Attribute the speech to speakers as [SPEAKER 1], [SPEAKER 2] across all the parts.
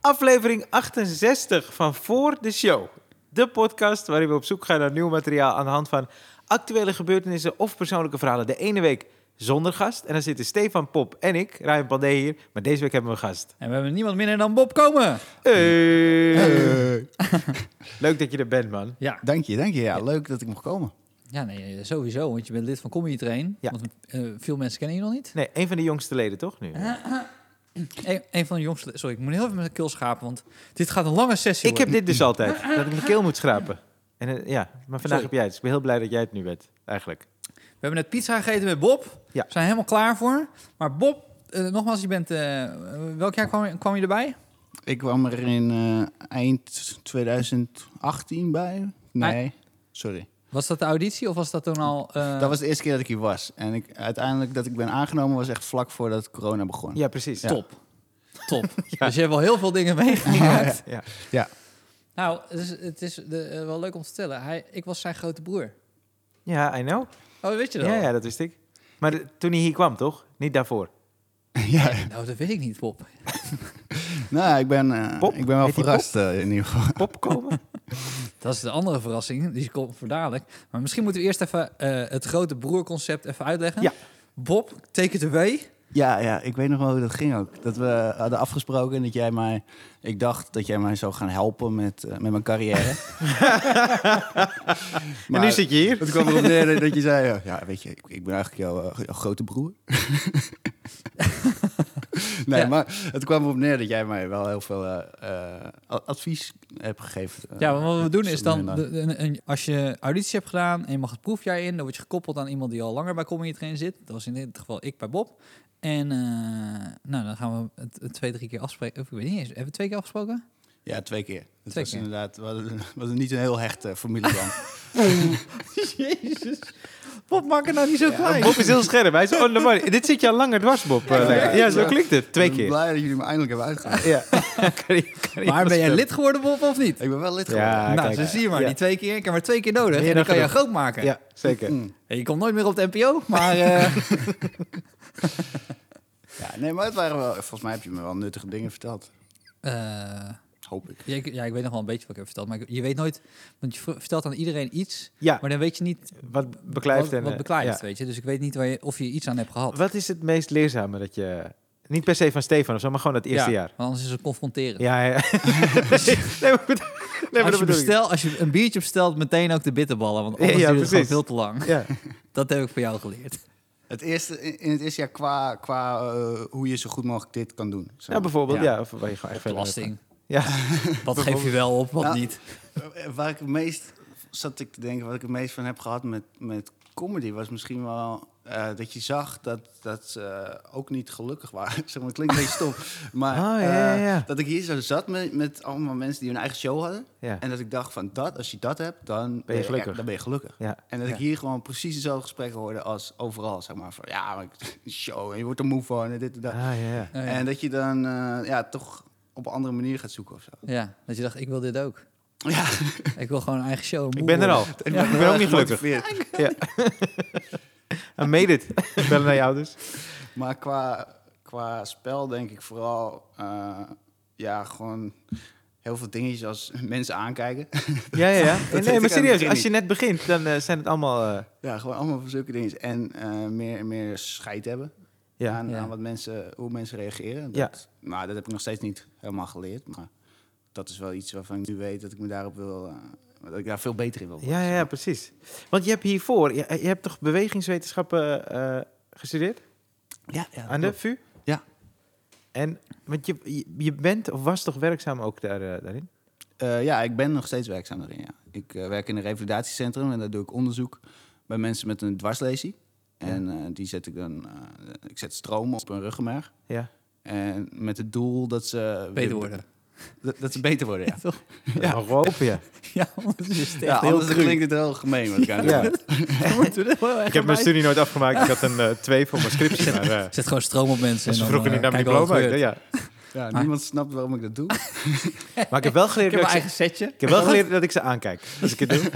[SPEAKER 1] aflevering 68 van Voor de Show. De podcast waarin we op zoek gaan naar nieuw materiaal aan de hand van actuele gebeurtenissen of persoonlijke verhalen. De ene week zonder gast. En dan zitten Stefan Pop en ik, Ryan Pandé hier. Maar deze week hebben we een gast.
[SPEAKER 2] En we hebben niemand minder dan Bob Komen.
[SPEAKER 1] Hey. Leuk dat je er bent, man.
[SPEAKER 2] Ja.
[SPEAKER 3] Eh, Dank je, dank je. Ja, leuk dat ik mocht komen.
[SPEAKER 2] Ja, nee, eh, sowieso. Want je bent lid van Comedy Train.
[SPEAKER 1] Ja.
[SPEAKER 2] Want eh, veel mensen kennen je nog niet.
[SPEAKER 1] Nee, een van de jongste leden, toch? Nu?
[SPEAKER 2] Een, een van de jongste... Sorry, ik moet heel even met de keel schapen, want dit gaat een lange sessie
[SPEAKER 1] Ik heb
[SPEAKER 2] worden.
[SPEAKER 1] dit dus altijd, dat ik mijn keel moet schrapen. En, eh, ja, maar vandaag
[SPEAKER 2] Sorry.
[SPEAKER 1] heb jij het. Dus ik ben heel blij dat jij het nu bent, eigenlijk.
[SPEAKER 2] We hebben net pizza gegeten met Bob.
[SPEAKER 1] Ja.
[SPEAKER 2] We zijn helemaal klaar voor. Maar Bob, eh, nogmaals, je bent... eh, welk jaar kwam, je- kwam je erbij?
[SPEAKER 3] Ik kwam er in eh, eind 2018 bij.
[SPEAKER 1] Ah.
[SPEAKER 3] Nee, sorry.
[SPEAKER 2] Was dat de auditie of was dat toen al... eh,
[SPEAKER 3] Dat was de eerste keer dat ik hier was. En ik, uiteindelijk dat ik ben aangenomen was echt vlak voordat corona begon.
[SPEAKER 1] Ja, precies.
[SPEAKER 2] Top. Top. Dus je hebt wel heel veel dingen meegemaakt.
[SPEAKER 1] Ja.
[SPEAKER 3] Ja.
[SPEAKER 2] Nou, het is, het is de- eh, wel leuk om te vertellen. Hij, ik was zijn grote broer.
[SPEAKER 1] ja, I know.
[SPEAKER 2] Oh, weet je dat
[SPEAKER 1] Ja,
[SPEAKER 2] al?
[SPEAKER 1] ja, dat wist ik. Maar de- toen hij hier kwam, toch? Niet daarvoor.
[SPEAKER 3] Ja.
[SPEAKER 2] Nou, dat weet ik niet, Bob.
[SPEAKER 3] Nou, ik ben, eh,
[SPEAKER 1] Pop?
[SPEAKER 3] ik ben wel
[SPEAKER 1] Heet die
[SPEAKER 3] verrast eh, in ieder geval.
[SPEAKER 1] Pop komen?
[SPEAKER 2] Dat is de andere verrassing, die komt voor dadelijk. Maar misschien moeten we eerst even eh, het grote broerconcept even uitleggen.
[SPEAKER 1] Ja.
[SPEAKER 2] Bob, take it away.
[SPEAKER 3] Ja, ja, ik weet nog wel hoe dat ging ook. Dat we hadden afgesproken dat jij mij... Ik dacht dat jij mij zou gaan helpen met, eh, met mijn carrière.
[SPEAKER 1] en nu zit je hier.
[SPEAKER 3] Het kwam erop neer dat je zei... eh, Ja, weet je, ik, ik ben eigenlijk jouw, eh, jouw grote broer. nee,
[SPEAKER 2] Ja.
[SPEAKER 3] maar het kwam erop neer dat jij mij wel heel veel eh, eh, a- advies hebt gegeven. eh,
[SPEAKER 2] Ja, want wat we doen is
[SPEAKER 3] Zonder
[SPEAKER 2] dan,
[SPEAKER 3] meer
[SPEAKER 2] de- de- een- een- als je auditie hebt gedaan en je mag het proefjaar in, dan word je gekoppeld aan iemand die al langer bij Comedy Train zit. Dat was in dit geval ik bij Bob. En eh, nou, dan gaan we het, het twee, drie keer afspreken. Of ik weet niet eens, hebben we twee keer afgesproken?
[SPEAKER 3] Ja, twee keer. Het
[SPEAKER 2] Twee
[SPEAKER 3] was
[SPEAKER 2] keer.
[SPEAKER 3] inderdaad... We hadden, we hadden niet een heel hechte familieband.
[SPEAKER 2] Jezus. Bob, maak er nou niet zo klein.
[SPEAKER 1] Bob is heel scherp. Hij is on the money. Dit zit je al langer dwars, Bob. eh, lijkt het. ja, zo klinkt het. Twee
[SPEAKER 3] Ik ben
[SPEAKER 1] keer.
[SPEAKER 3] blij dat jullie me eindelijk hebben uitgehaald.
[SPEAKER 1] Ja. Kan je- kan je
[SPEAKER 2] maar ben jij
[SPEAKER 1] voorstellen.
[SPEAKER 2] lid geworden, Bob, of niet?
[SPEAKER 3] Ik ben wel lid geworden.
[SPEAKER 1] Ja,
[SPEAKER 2] nou,
[SPEAKER 1] Ah, kijk.
[SPEAKER 2] zo zie je maar.
[SPEAKER 1] Ja.
[SPEAKER 2] Die twee keer, ik heb maar twee keer nodig.
[SPEAKER 1] Meer
[SPEAKER 2] En
[SPEAKER 1] dan
[SPEAKER 2] dan kan je
[SPEAKER 1] genoeg.
[SPEAKER 2] groot maken.
[SPEAKER 1] Ja, zeker.
[SPEAKER 3] Mm.
[SPEAKER 2] En Je komt nooit meer op de NPO, maar... eh,
[SPEAKER 3] Ja, nee, maar het waren wel... Volgens mij heb je me wel nuttige dingen verteld.
[SPEAKER 2] eh,
[SPEAKER 3] Hoop ik.
[SPEAKER 2] ja, ik, ja, ik weet nog wel een beetje wat ik heb verteld. Maar ik- je weet nooit... Want je ver- vertelt aan iedereen iets,
[SPEAKER 1] Ja,
[SPEAKER 2] maar dan weet je niet
[SPEAKER 1] wat beklijft.
[SPEAKER 2] wat,
[SPEAKER 1] en,
[SPEAKER 2] wat
[SPEAKER 1] eh,
[SPEAKER 2] beklijft,
[SPEAKER 1] ja.
[SPEAKER 2] weet je. Dus ik weet niet waar je, of je iets aan hebt gehad.
[SPEAKER 1] Wat is het meest leerzame dat je... Niet per se van Stefan of zo, maar gewoon het eerste
[SPEAKER 2] Ja,
[SPEAKER 1] jaar.
[SPEAKER 2] Want anders is het confronterend.
[SPEAKER 1] Ja, ja. nee, maar, bedo- nee, maar
[SPEAKER 2] als,
[SPEAKER 1] dat
[SPEAKER 2] je
[SPEAKER 1] bedoel ik.
[SPEAKER 2] bestel, als je een biertje bestelt, meteen ook de bitterballen. Want
[SPEAKER 1] Ja,
[SPEAKER 2] anders
[SPEAKER 1] ja,
[SPEAKER 2] duurt het gewoon
[SPEAKER 1] precies.
[SPEAKER 2] veel te lang.
[SPEAKER 1] Ja.
[SPEAKER 2] Dat heb ik van jou geleerd.
[SPEAKER 3] Het eerste, in in het eerste jaar qua, qua eh, hoe je zo goed mogelijk dit kan doen. Zo.
[SPEAKER 1] ja, bijvoorbeeld. Ja. of waar je gewoon echt verder
[SPEAKER 2] Belasting.
[SPEAKER 1] Ja.
[SPEAKER 2] Wat geef je wel op, wat
[SPEAKER 3] Nou,
[SPEAKER 2] niet?
[SPEAKER 3] Eh, Waar ik het meest, zat ik te denken, wat ik het meest van heb gehad met, met comedy... was misschien wel eh, dat je zag dat, dat ze eh, ook niet gelukkig waren. zeg maar, het klinkt een beetje stom. Maar
[SPEAKER 1] Oh, ja, ja, ja.
[SPEAKER 3] eh, dat ik hier zo zat met, met allemaal mensen die hun eigen show hadden.
[SPEAKER 1] Ja.
[SPEAKER 3] En dat ik dacht van, dat, als je dat hebt, dan
[SPEAKER 1] Ben je
[SPEAKER 3] eh,
[SPEAKER 1] gelukkig.
[SPEAKER 3] dan ben je gelukkig.
[SPEAKER 1] Ja.
[SPEAKER 3] En dat
[SPEAKER 1] Ja.
[SPEAKER 3] ik hier gewoon precies dezelfde gesprekken hoorde als overal. Zeg maar van, ja, maar ik- show, en je wordt er moe van en dit en dat.
[SPEAKER 1] Ah, ja, ja.
[SPEAKER 2] Ja, ja.
[SPEAKER 3] En dat je dan eh, ja, toch op een andere manier gaat zoeken of zo.
[SPEAKER 2] Ja, dat je dacht, ik wil dit ook.
[SPEAKER 3] Ja,
[SPEAKER 2] Ik wil gewoon een eigen show. moe
[SPEAKER 1] Ik ben er
[SPEAKER 2] worden.
[SPEAKER 1] al. Ik ben ook niet gelukkig.
[SPEAKER 3] Gemotiveerd.
[SPEAKER 1] Ja. I made it. Bellen naar je ouders.
[SPEAKER 3] Maar qua, qua spel denk ik vooral... eh, ja, gewoon heel veel dingetjes als mensen aankijken.
[SPEAKER 1] Ja, ja, ja.
[SPEAKER 3] weet
[SPEAKER 1] nee,
[SPEAKER 3] ik
[SPEAKER 1] maar
[SPEAKER 3] aan het
[SPEAKER 1] serieus,
[SPEAKER 3] begin
[SPEAKER 1] als je net begint, dan eh, zijn het allemaal... eh,
[SPEAKER 3] ja, gewoon allemaal van zulke dingen. En eh, meer, meer scheid hebben
[SPEAKER 1] ja.
[SPEAKER 3] aan,
[SPEAKER 2] Ja.
[SPEAKER 3] aan wat mensen, hoe mensen reageren.
[SPEAKER 1] Ja.
[SPEAKER 3] Dat, Maar dat heb ik nog steeds niet helemaal geleerd. Maar dat is wel iets waarvan ik nu weet dat ik me daarop wil... eh, dat ik daar veel beter in wil worden.
[SPEAKER 1] ja, ja, ja, precies. Want je hebt hiervoor, je, eh, je hebt toch bewegingswetenschappen eh, gestudeerd?
[SPEAKER 3] Ja, ja,
[SPEAKER 1] aan de VU?
[SPEAKER 3] Ja.
[SPEAKER 1] En, want je, je- je bent of was toch werkzaam ook daar, eh, daarin?
[SPEAKER 3] Eh, ja, ik ben nog steeds werkzaam daarin. Ja. Ik eh, werk in een revalidatiecentrum en daar doe ik onderzoek bij mensen met een dwarslesie. En eh, die zet ik dan, eh, ik zet stroom op hun ruggenmerg.
[SPEAKER 1] Ja.
[SPEAKER 3] En met het doel dat ze weer-
[SPEAKER 2] Beter worden.
[SPEAKER 3] Dat, dat ze beter worden, ja.
[SPEAKER 1] Ja. Mag wel open, ja.
[SPEAKER 2] Ja, want het is echt
[SPEAKER 3] ja
[SPEAKER 2] heel
[SPEAKER 3] anders
[SPEAKER 2] cru.
[SPEAKER 3] klinkt het heel gemeen. Wat ik aan het
[SPEAKER 1] Ja.
[SPEAKER 3] doen ben.
[SPEAKER 2] We moeten er wel echt
[SPEAKER 1] Ik heb mijn
[SPEAKER 2] bij-
[SPEAKER 1] studie nooit afgemaakt. Ik had een 2 voor mijn scriptie, maar... eh,
[SPEAKER 2] Zet gewoon stroom op mensen.
[SPEAKER 1] ze
[SPEAKER 2] en dan,
[SPEAKER 1] vroegen niet
[SPEAKER 2] eh,
[SPEAKER 1] naar mijn
[SPEAKER 2] kijken wat
[SPEAKER 1] diploma.
[SPEAKER 2] er gebeurt.
[SPEAKER 1] Ja.
[SPEAKER 3] Ja,
[SPEAKER 2] Ah.
[SPEAKER 3] niemand snapt waarom ik dat doe.
[SPEAKER 1] Maar ik heb wel geleerd
[SPEAKER 2] Ik heb
[SPEAKER 1] dat
[SPEAKER 2] mijn
[SPEAKER 1] ik, ze,
[SPEAKER 2] eigen setje.
[SPEAKER 1] ik heb wel geleerd dat ik ze aankijk als ik het doe.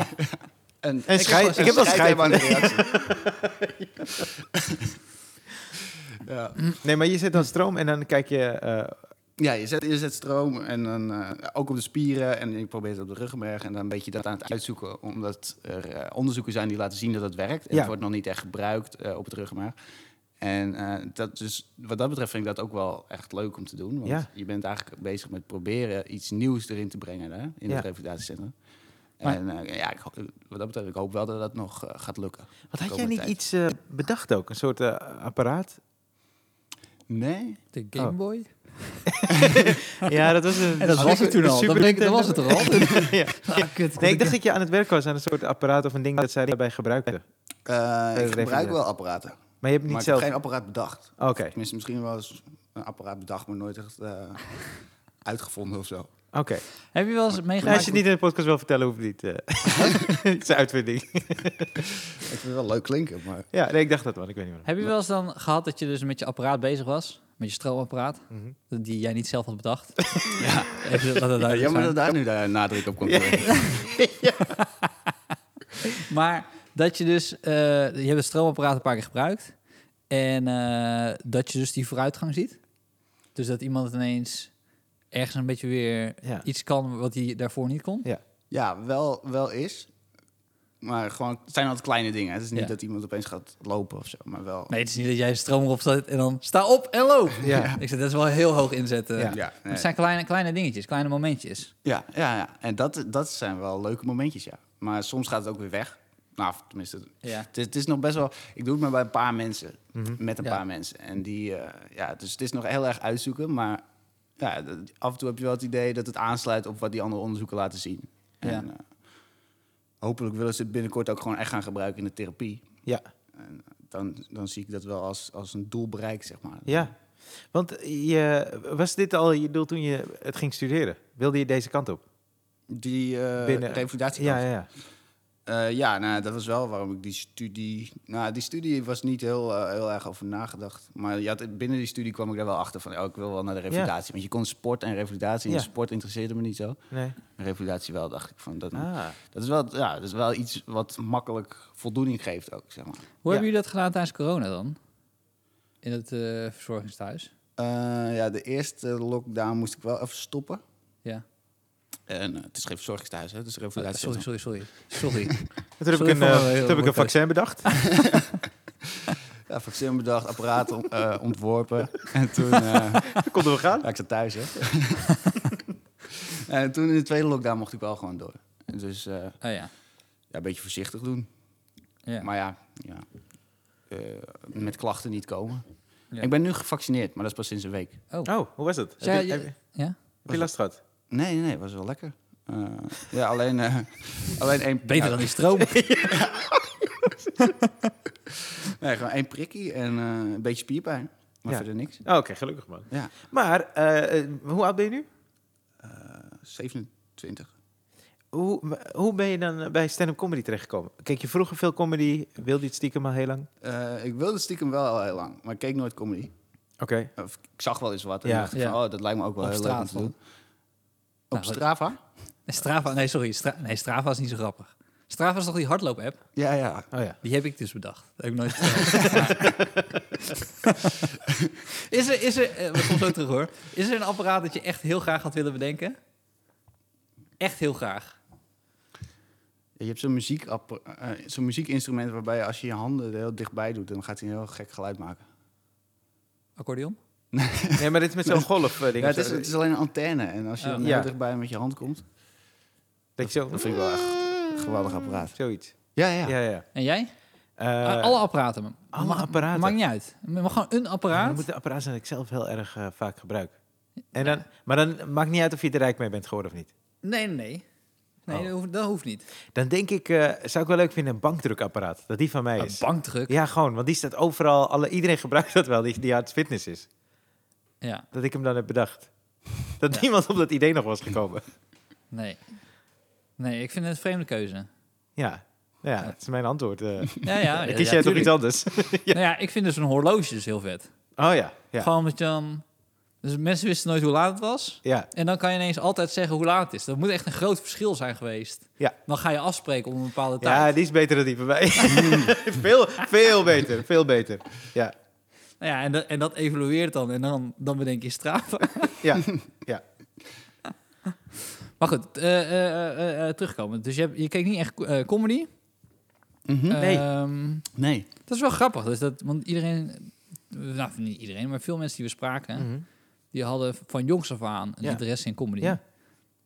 [SPEAKER 3] En,
[SPEAKER 1] En scheid- ik heb wel
[SPEAKER 3] scheid
[SPEAKER 1] scheid.
[SPEAKER 3] hebben aan de reactie. ja.
[SPEAKER 1] Nee, maar je zet dan stroom en dan kijk je eh,
[SPEAKER 3] Ja, je zet, je zet stroom en dan eh, ook op de spieren en ik probeer het op de ruggenmerg en dan ben je dat aan het uitzoeken. Omdat er eh, onderzoeken zijn die laten zien dat het werkt. En
[SPEAKER 1] Ja.
[SPEAKER 3] Het wordt nog niet echt gebruikt eh, op het ruggenmerg. En eh, dat dus, wat dat betreft vind ik dat ook wel echt leuk om te doen. Want
[SPEAKER 1] Ja.
[SPEAKER 3] je bent eigenlijk bezig met proberen iets nieuws erin te brengen hè, in
[SPEAKER 1] Ja.
[SPEAKER 3] het revalidatiecentrum.
[SPEAKER 2] Maar-
[SPEAKER 3] En eh, ja, ik ho- wat dat betreft, ik hoop wel dat dat nog eh, gaat lukken.
[SPEAKER 1] Wat had jij
[SPEAKER 3] Komende
[SPEAKER 1] niet
[SPEAKER 3] tijd.
[SPEAKER 1] iets eh, bedacht ook? Een soort eh, apparaat?
[SPEAKER 3] Nee?
[SPEAKER 2] De Game
[SPEAKER 1] Oh.
[SPEAKER 2] Boy.
[SPEAKER 1] Ja, dat was een.
[SPEAKER 2] En dat was het toen al. Dat, bleek, dat was het er al.
[SPEAKER 1] ja.
[SPEAKER 2] Ah, kut.
[SPEAKER 1] Nee, ik dacht dat je aan het werk was aan een soort apparaat of een ding dat zij daarbij gebruikten.
[SPEAKER 3] Eh, ik gebruik
[SPEAKER 1] revalideren.
[SPEAKER 3] wel apparaten.
[SPEAKER 1] Maar je hebt het
[SPEAKER 3] Maar
[SPEAKER 1] niet
[SPEAKER 3] ik heb
[SPEAKER 1] zelf.
[SPEAKER 3] geen apparaat bedacht.
[SPEAKER 1] Oké.
[SPEAKER 3] Tenminste, misschien wel eens een apparaat bedacht, maar nooit echt eh, uitgevonden of zo.
[SPEAKER 1] Oké.
[SPEAKER 2] Heb je wel eens
[SPEAKER 1] Nou,
[SPEAKER 2] meegemaakt?
[SPEAKER 1] als je het niet in de podcast wil vertellen, hoeft het niet. eh. het is een uitvinding.
[SPEAKER 3] Ik vind het wel leuk klinken, maar...
[SPEAKER 1] Ja, nee, ik dacht dat wel. Ik weet niet meer.
[SPEAKER 2] Heb je wel eens dan gehad dat je dus met je apparaat bezig was? Met je stroomapparaat?
[SPEAKER 1] Mhm.
[SPEAKER 2] Die jij niet zelf had bedacht? ja. Even, laat het duidelijk
[SPEAKER 3] jammer
[SPEAKER 2] zijn.
[SPEAKER 3] dat daar nu daar nadruk op komt. te liggen.
[SPEAKER 2] Maar dat je dus... eh, je hebt het stroomapparaat een paar keer gebruikt. En eh, dat je dus die vooruitgang ziet. Dus dat iemand ineens ergens een beetje weer
[SPEAKER 1] Ja.
[SPEAKER 2] iets kan wat hij daarvoor niet kon.
[SPEAKER 3] Ja, wel, wel is. Maar gewoon, het zijn altijd kleine dingen. Het is niet
[SPEAKER 2] Ja.
[SPEAKER 3] dat iemand opeens gaat lopen of zo, maar wel...
[SPEAKER 2] Nee, het is niet dat jij een stroom erop zet en dan sta op en loop.
[SPEAKER 1] Ja.
[SPEAKER 2] Ik zeg, dat is wel heel hoog inzetten.
[SPEAKER 1] Ja.
[SPEAKER 3] Ja,
[SPEAKER 2] Maar
[SPEAKER 3] nee.
[SPEAKER 2] Het zijn kleine, kleine dingetjes, kleine momentjes.
[SPEAKER 3] ja, ja, ja. En dat, dat zijn wel leuke momentjes, ja. Maar soms gaat het ook weer weg. Nou, tenminste,
[SPEAKER 2] Ja.
[SPEAKER 3] Het is, het is nog best wel. Ik doe het maar bij een paar mensen.
[SPEAKER 1] Mhm.
[SPEAKER 3] Met een
[SPEAKER 2] Ja.
[SPEAKER 3] paar mensen. En die. eh, ja, dus het is nog heel erg uitzoeken. Maar ja, dat- af en toe heb je wel het idee dat het aansluit op wat die andere onderzoeken laten zien.
[SPEAKER 2] Ja.
[SPEAKER 3] En, eh, hopelijk willen ze het binnenkort ook gewoon echt gaan gebruiken in de therapie.
[SPEAKER 1] Ja.
[SPEAKER 3] En dan, dan zie ik dat wel als, als een doel bereikt, zeg maar.
[SPEAKER 1] Ja. Want je, was dit al je doel toen je het ging studeren? Wilde je deze kant op?
[SPEAKER 3] Die eh
[SPEAKER 1] Binnen-
[SPEAKER 3] revalidatie.
[SPEAKER 1] Ja, ja, ja.
[SPEAKER 3] Eh, ja, nou, dat was wel waarom ik die studie... Nou, die studie was niet heel, eh, heel erg over nagedacht. Maar je had, binnen die studie kwam ik daar wel achter van... Oh, ik wil wel naar de revalidatie. Want je kon sport en revalidatie. En
[SPEAKER 1] Ja.
[SPEAKER 3] sport interesseerde me niet zo.
[SPEAKER 1] Nee.
[SPEAKER 3] Revalidatie wel, dacht ik. Van, dat,
[SPEAKER 1] Ah.
[SPEAKER 3] dat, is wel, ja, dat is wel iets wat makkelijk voldoening geeft ook, zeg maar.
[SPEAKER 2] Hoe
[SPEAKER 1] Ja.
[SPEAKER 2] hebben jullie dat gedaan tijdens corona dan? In het eh, verzorgingstehuis?
[SPEAKER 3] Eh, ja, de eerste lockdown moest ik wel even stoppen.
[SPEAKER 2] Ja.
[SPEAKER 3] En eh, het is geen verzorgingstehuis, hè? Het is een
[SPEAKER 2] Oh,
[SPEAKER 3] revalidatie.
[SPEAKER 2] sorry, sorry, sorry. Sorry. Oh
[SPEAKER 1] En Toen heb ik
[SPEAKER 2] Sorry
[SPEAKER 1] een,
[SPEAKER 2] voor
[SPEAKER 1] eh,
[SPEAKER 2] mijn heel
[SPEAKER 1] toen heb ik een
[SPEAKER 2] woordkeuze.
[SPEAKER 1] vaccin bedacht.
[SPEAKER 3] Ja, vaccin bedacht, apparaat on- eh, ontworpen. En toen... eh,
[SPEAKER 1] Dan konden we gaan.
[SPEAKER 3] Ja, ik zat thuis, hè. en toen in de tweede lockdown mocht ik wel gewoon door. En Dus eh,
[SPEAKER 2] Oh ja.
[SPEAKER 3] ja, een beetje voorzichtig doen.
[SPEAKER 2] ja.
[SPEAKER 3] Maar ja, ja. Eh, met klachten niet komen.
[SPEAKER 2] Ja.
[SPEAKER 3] Ik ben nu gevaccineerd, maar dat is pas sinds een week.
[SPEAKER 1] Oh, hoe was het?
[SPEAKER 2] Ja,
[SPEAKER 1] heb, je,
[SPEAKER 2] ja,
[SPEAKER 1] heb, je,
[SPEAKER 2] ja?
[SPEAKER 1] heb je last gehad?
[SPEAKER 3] Nee, nee, nee, was wel lekker. Eh, ja, alleen, eh, alleen één...
[SPEAKER 2] Beter
[SPEAKER 3] ja,
[SPEAKER 2] dan die stroom.
[SPEAKER 3] Nee, gewoon één prikkie en eh, een beetje spierpijn. Maar
[SPEAKER 1] Ja.
[SPEAKER 3] verder niks.
[SPEAKER 1] Oh, Oké, gelukkig man.
[SPEAKER 3] Ja,
[SPEAKER 1] Maar, eh, eh, hoe oud ben je nu?
[SPEAKER 3] eh, 27.
[SPEAKER 1] Hoe, m- hoe ben je dan bij stand-up comedy terechtgekomen? Kijk, je vroeger veel comedy, wilde je het stiekem al heel lang?
[SPEAKER 3] Eh, ik wilde stiekem wel al heel lang, maar ik keek nooit comedy.
[SPEAKER 1] Oké.
[SPEAKER 3] Of, ik zag wel eens wat en
[SPEAKER 1] Ja.
[SPEAKER 3] dacht ik
[SPEAKER 2] Ja.
[SPEAKER 3] van, oh, dat lijkt me ook wel
[SPEAKER 2] Op
[SPEAKER 3] heel leuk om
[SPEAKER 2] straat
[SPEAKER 3] te
[SPEAKER 2] Nou,
[SPEAKER 3] doen. Op
[SPEAKER 2] wat-
[SPEAKER 3] Strava?
[SPEAKER 2] Strava, nee, sorry. Stra nee, Strava is niet zo grappig. Strava is toch die hardloop-app?
[SPEAKER 3] Ja, ja.
[SPEAKER 1] Oh ja.
[SPEAKER 2] Die heb ik dus bedacht. Dat heb ik nooit verteld. is er, is er, eh, we komen zo terug hoor. Is er een apparaat dat je echt heel graag had willen bedenken? Echt heel graag.
[SPEAKER 3] Je hebt zo'n muziekapp- eh, zo'n muziekinstrument waarbij je als je je handen er heel dichtbij doet, dan gaat hij een heel gek geluid maken.
[SPEAKER 2] Accordeon?
[SPEAKER 1] Nee, maar dit is met zo'n golf eh, ding.
[SPEAKER 3] Ja,
[SPEAKER 1] of
[SPEAKER 3] het,
[SPEAKER 1] zo.
[SPEAKER 3] is, het is alleen een antenne. En als je
[SPEAKER 2] Oh.
[SPEAKER 3] dan heel
[SPEAKER 1] Ja.
[SPEAKER 3] dichtbij met je hand komt,
[SPEAKER 1] Dat je zo...
[SPEAKER 3] dat vind ik wel echt een geweldig apparaat.
[SPEAKER 1] Zoiets.
[SPEAKER 3] Ja, ja.
[SPEAKER 1] Ja, ja. ja.
[SPEAKER 2] En jij? Ah,
[SPEAKER 1] Eh,
[SPEAKER 2] alle apparaten.
[SPEAKER 1] alle
[SPEAKER 2] Ma-
[SPEAKER 1] apparaten.
[SPEAKER 2] Maakt niet uit. Maar gewoon een
[SPEAKER 1] Ja,
[SPEAKER 2] apparaat.
[SPEAKER 1] Dan moet de apparaat zijn dat ik zelf heel erg eh, vaak gebruik. En dan, maar dan maakt niet uit of je er rijk mee bent geworden of niet.
[SPEAKER 2] Nee, nee, nee. Nee,
[SPEAKER 1] Oh.
[SPEAKER 2] dat, hoeft, dat hoeft niet.
[SPEAKER 1] Dan denk ik, eh, zou ik wel leuk vinden, een bankdrukapparaat. Dat die van mij
[SPEAKER 2] Een
[SPEAKER 1] is.
[SPEAKER 2] Ah, bankdruk. Ja.
[SPEAKER 1] Ja, gewoon, want die staat overal. Alle, iedereen gebruikt dat wel, die, die hard fitness is. Dat ik hem dan heb bedacht. Dat
[SPEAKER 2] Ja.
[SPEAKER 1] niemand op dat idee nog was gekomen.
[SPEAKER 2] Nee. Nee, ik vind het een vreemde keuze.
[SPEAKER 1] Ja, nou ja, dat is mijn antwoord. eh.
[SPEAKER 2] Ja, ja.
[SPEAKER 1] dan
[SPEAKER 2] ja,
[SPEAKER 1] kies
[SPEAKER 2] ja,
[SPEAKER 1] jij toch
[SPEAKER 2] tuurlijk.
[SPEAKER 1] iets anders?
[SPEAKER 2] Nou ja, ik vind dus een horloge dus heel vet.
[SPEAKER 1] Oh ja, ja.
[SPEAKER 2] Gewoon dat je dan... Dus mensen wisten nooit hoe laat het was.
[SPEAKER 1] ja.
[SPEAKER 2] En dan kan je ineens altijd zeggen hoe laat het is. Dat moet echt een groot verschil zijn geweest.
[SPEAKER 1] Ja.
[SPEAKER 2] Dan ga je afspreken om een bepaalde tijd. Hmm.
[SPEAKER 1] Ja, die is beter dan die van mij. veel, veel beter, veel beter. Ja,
[SPEAKER 2] Nou ja, en, dat- en dat evolueert dan. En dan, dan bedenk je straffen.
[SPEAKER 1] Ja,
[SPEAKER 2] Maar goed, eh, eh, eh, eh, terugkomen. Dus je, hebt- je keek niet echt eh, comedy.
[SPEAKER 3] Mhm.
[SPEAKER 1] Hm, Nee.
[SPEAKER 2] Ehm,
[SPEAKER 3] Nee.
[SPEAKER 2] dat is wel grappig. Dus dat, want iedereen, nou niet iedereen, maar veel mensen die we spraken,
[SPEAKER 1] Mhm.
[SPEAKER 2] die hadden van jongs af aan een
[SPEAKER 1] Ja.
[SPEAKER 2] interesse in comedy.
[SPEAKER 1] Ja.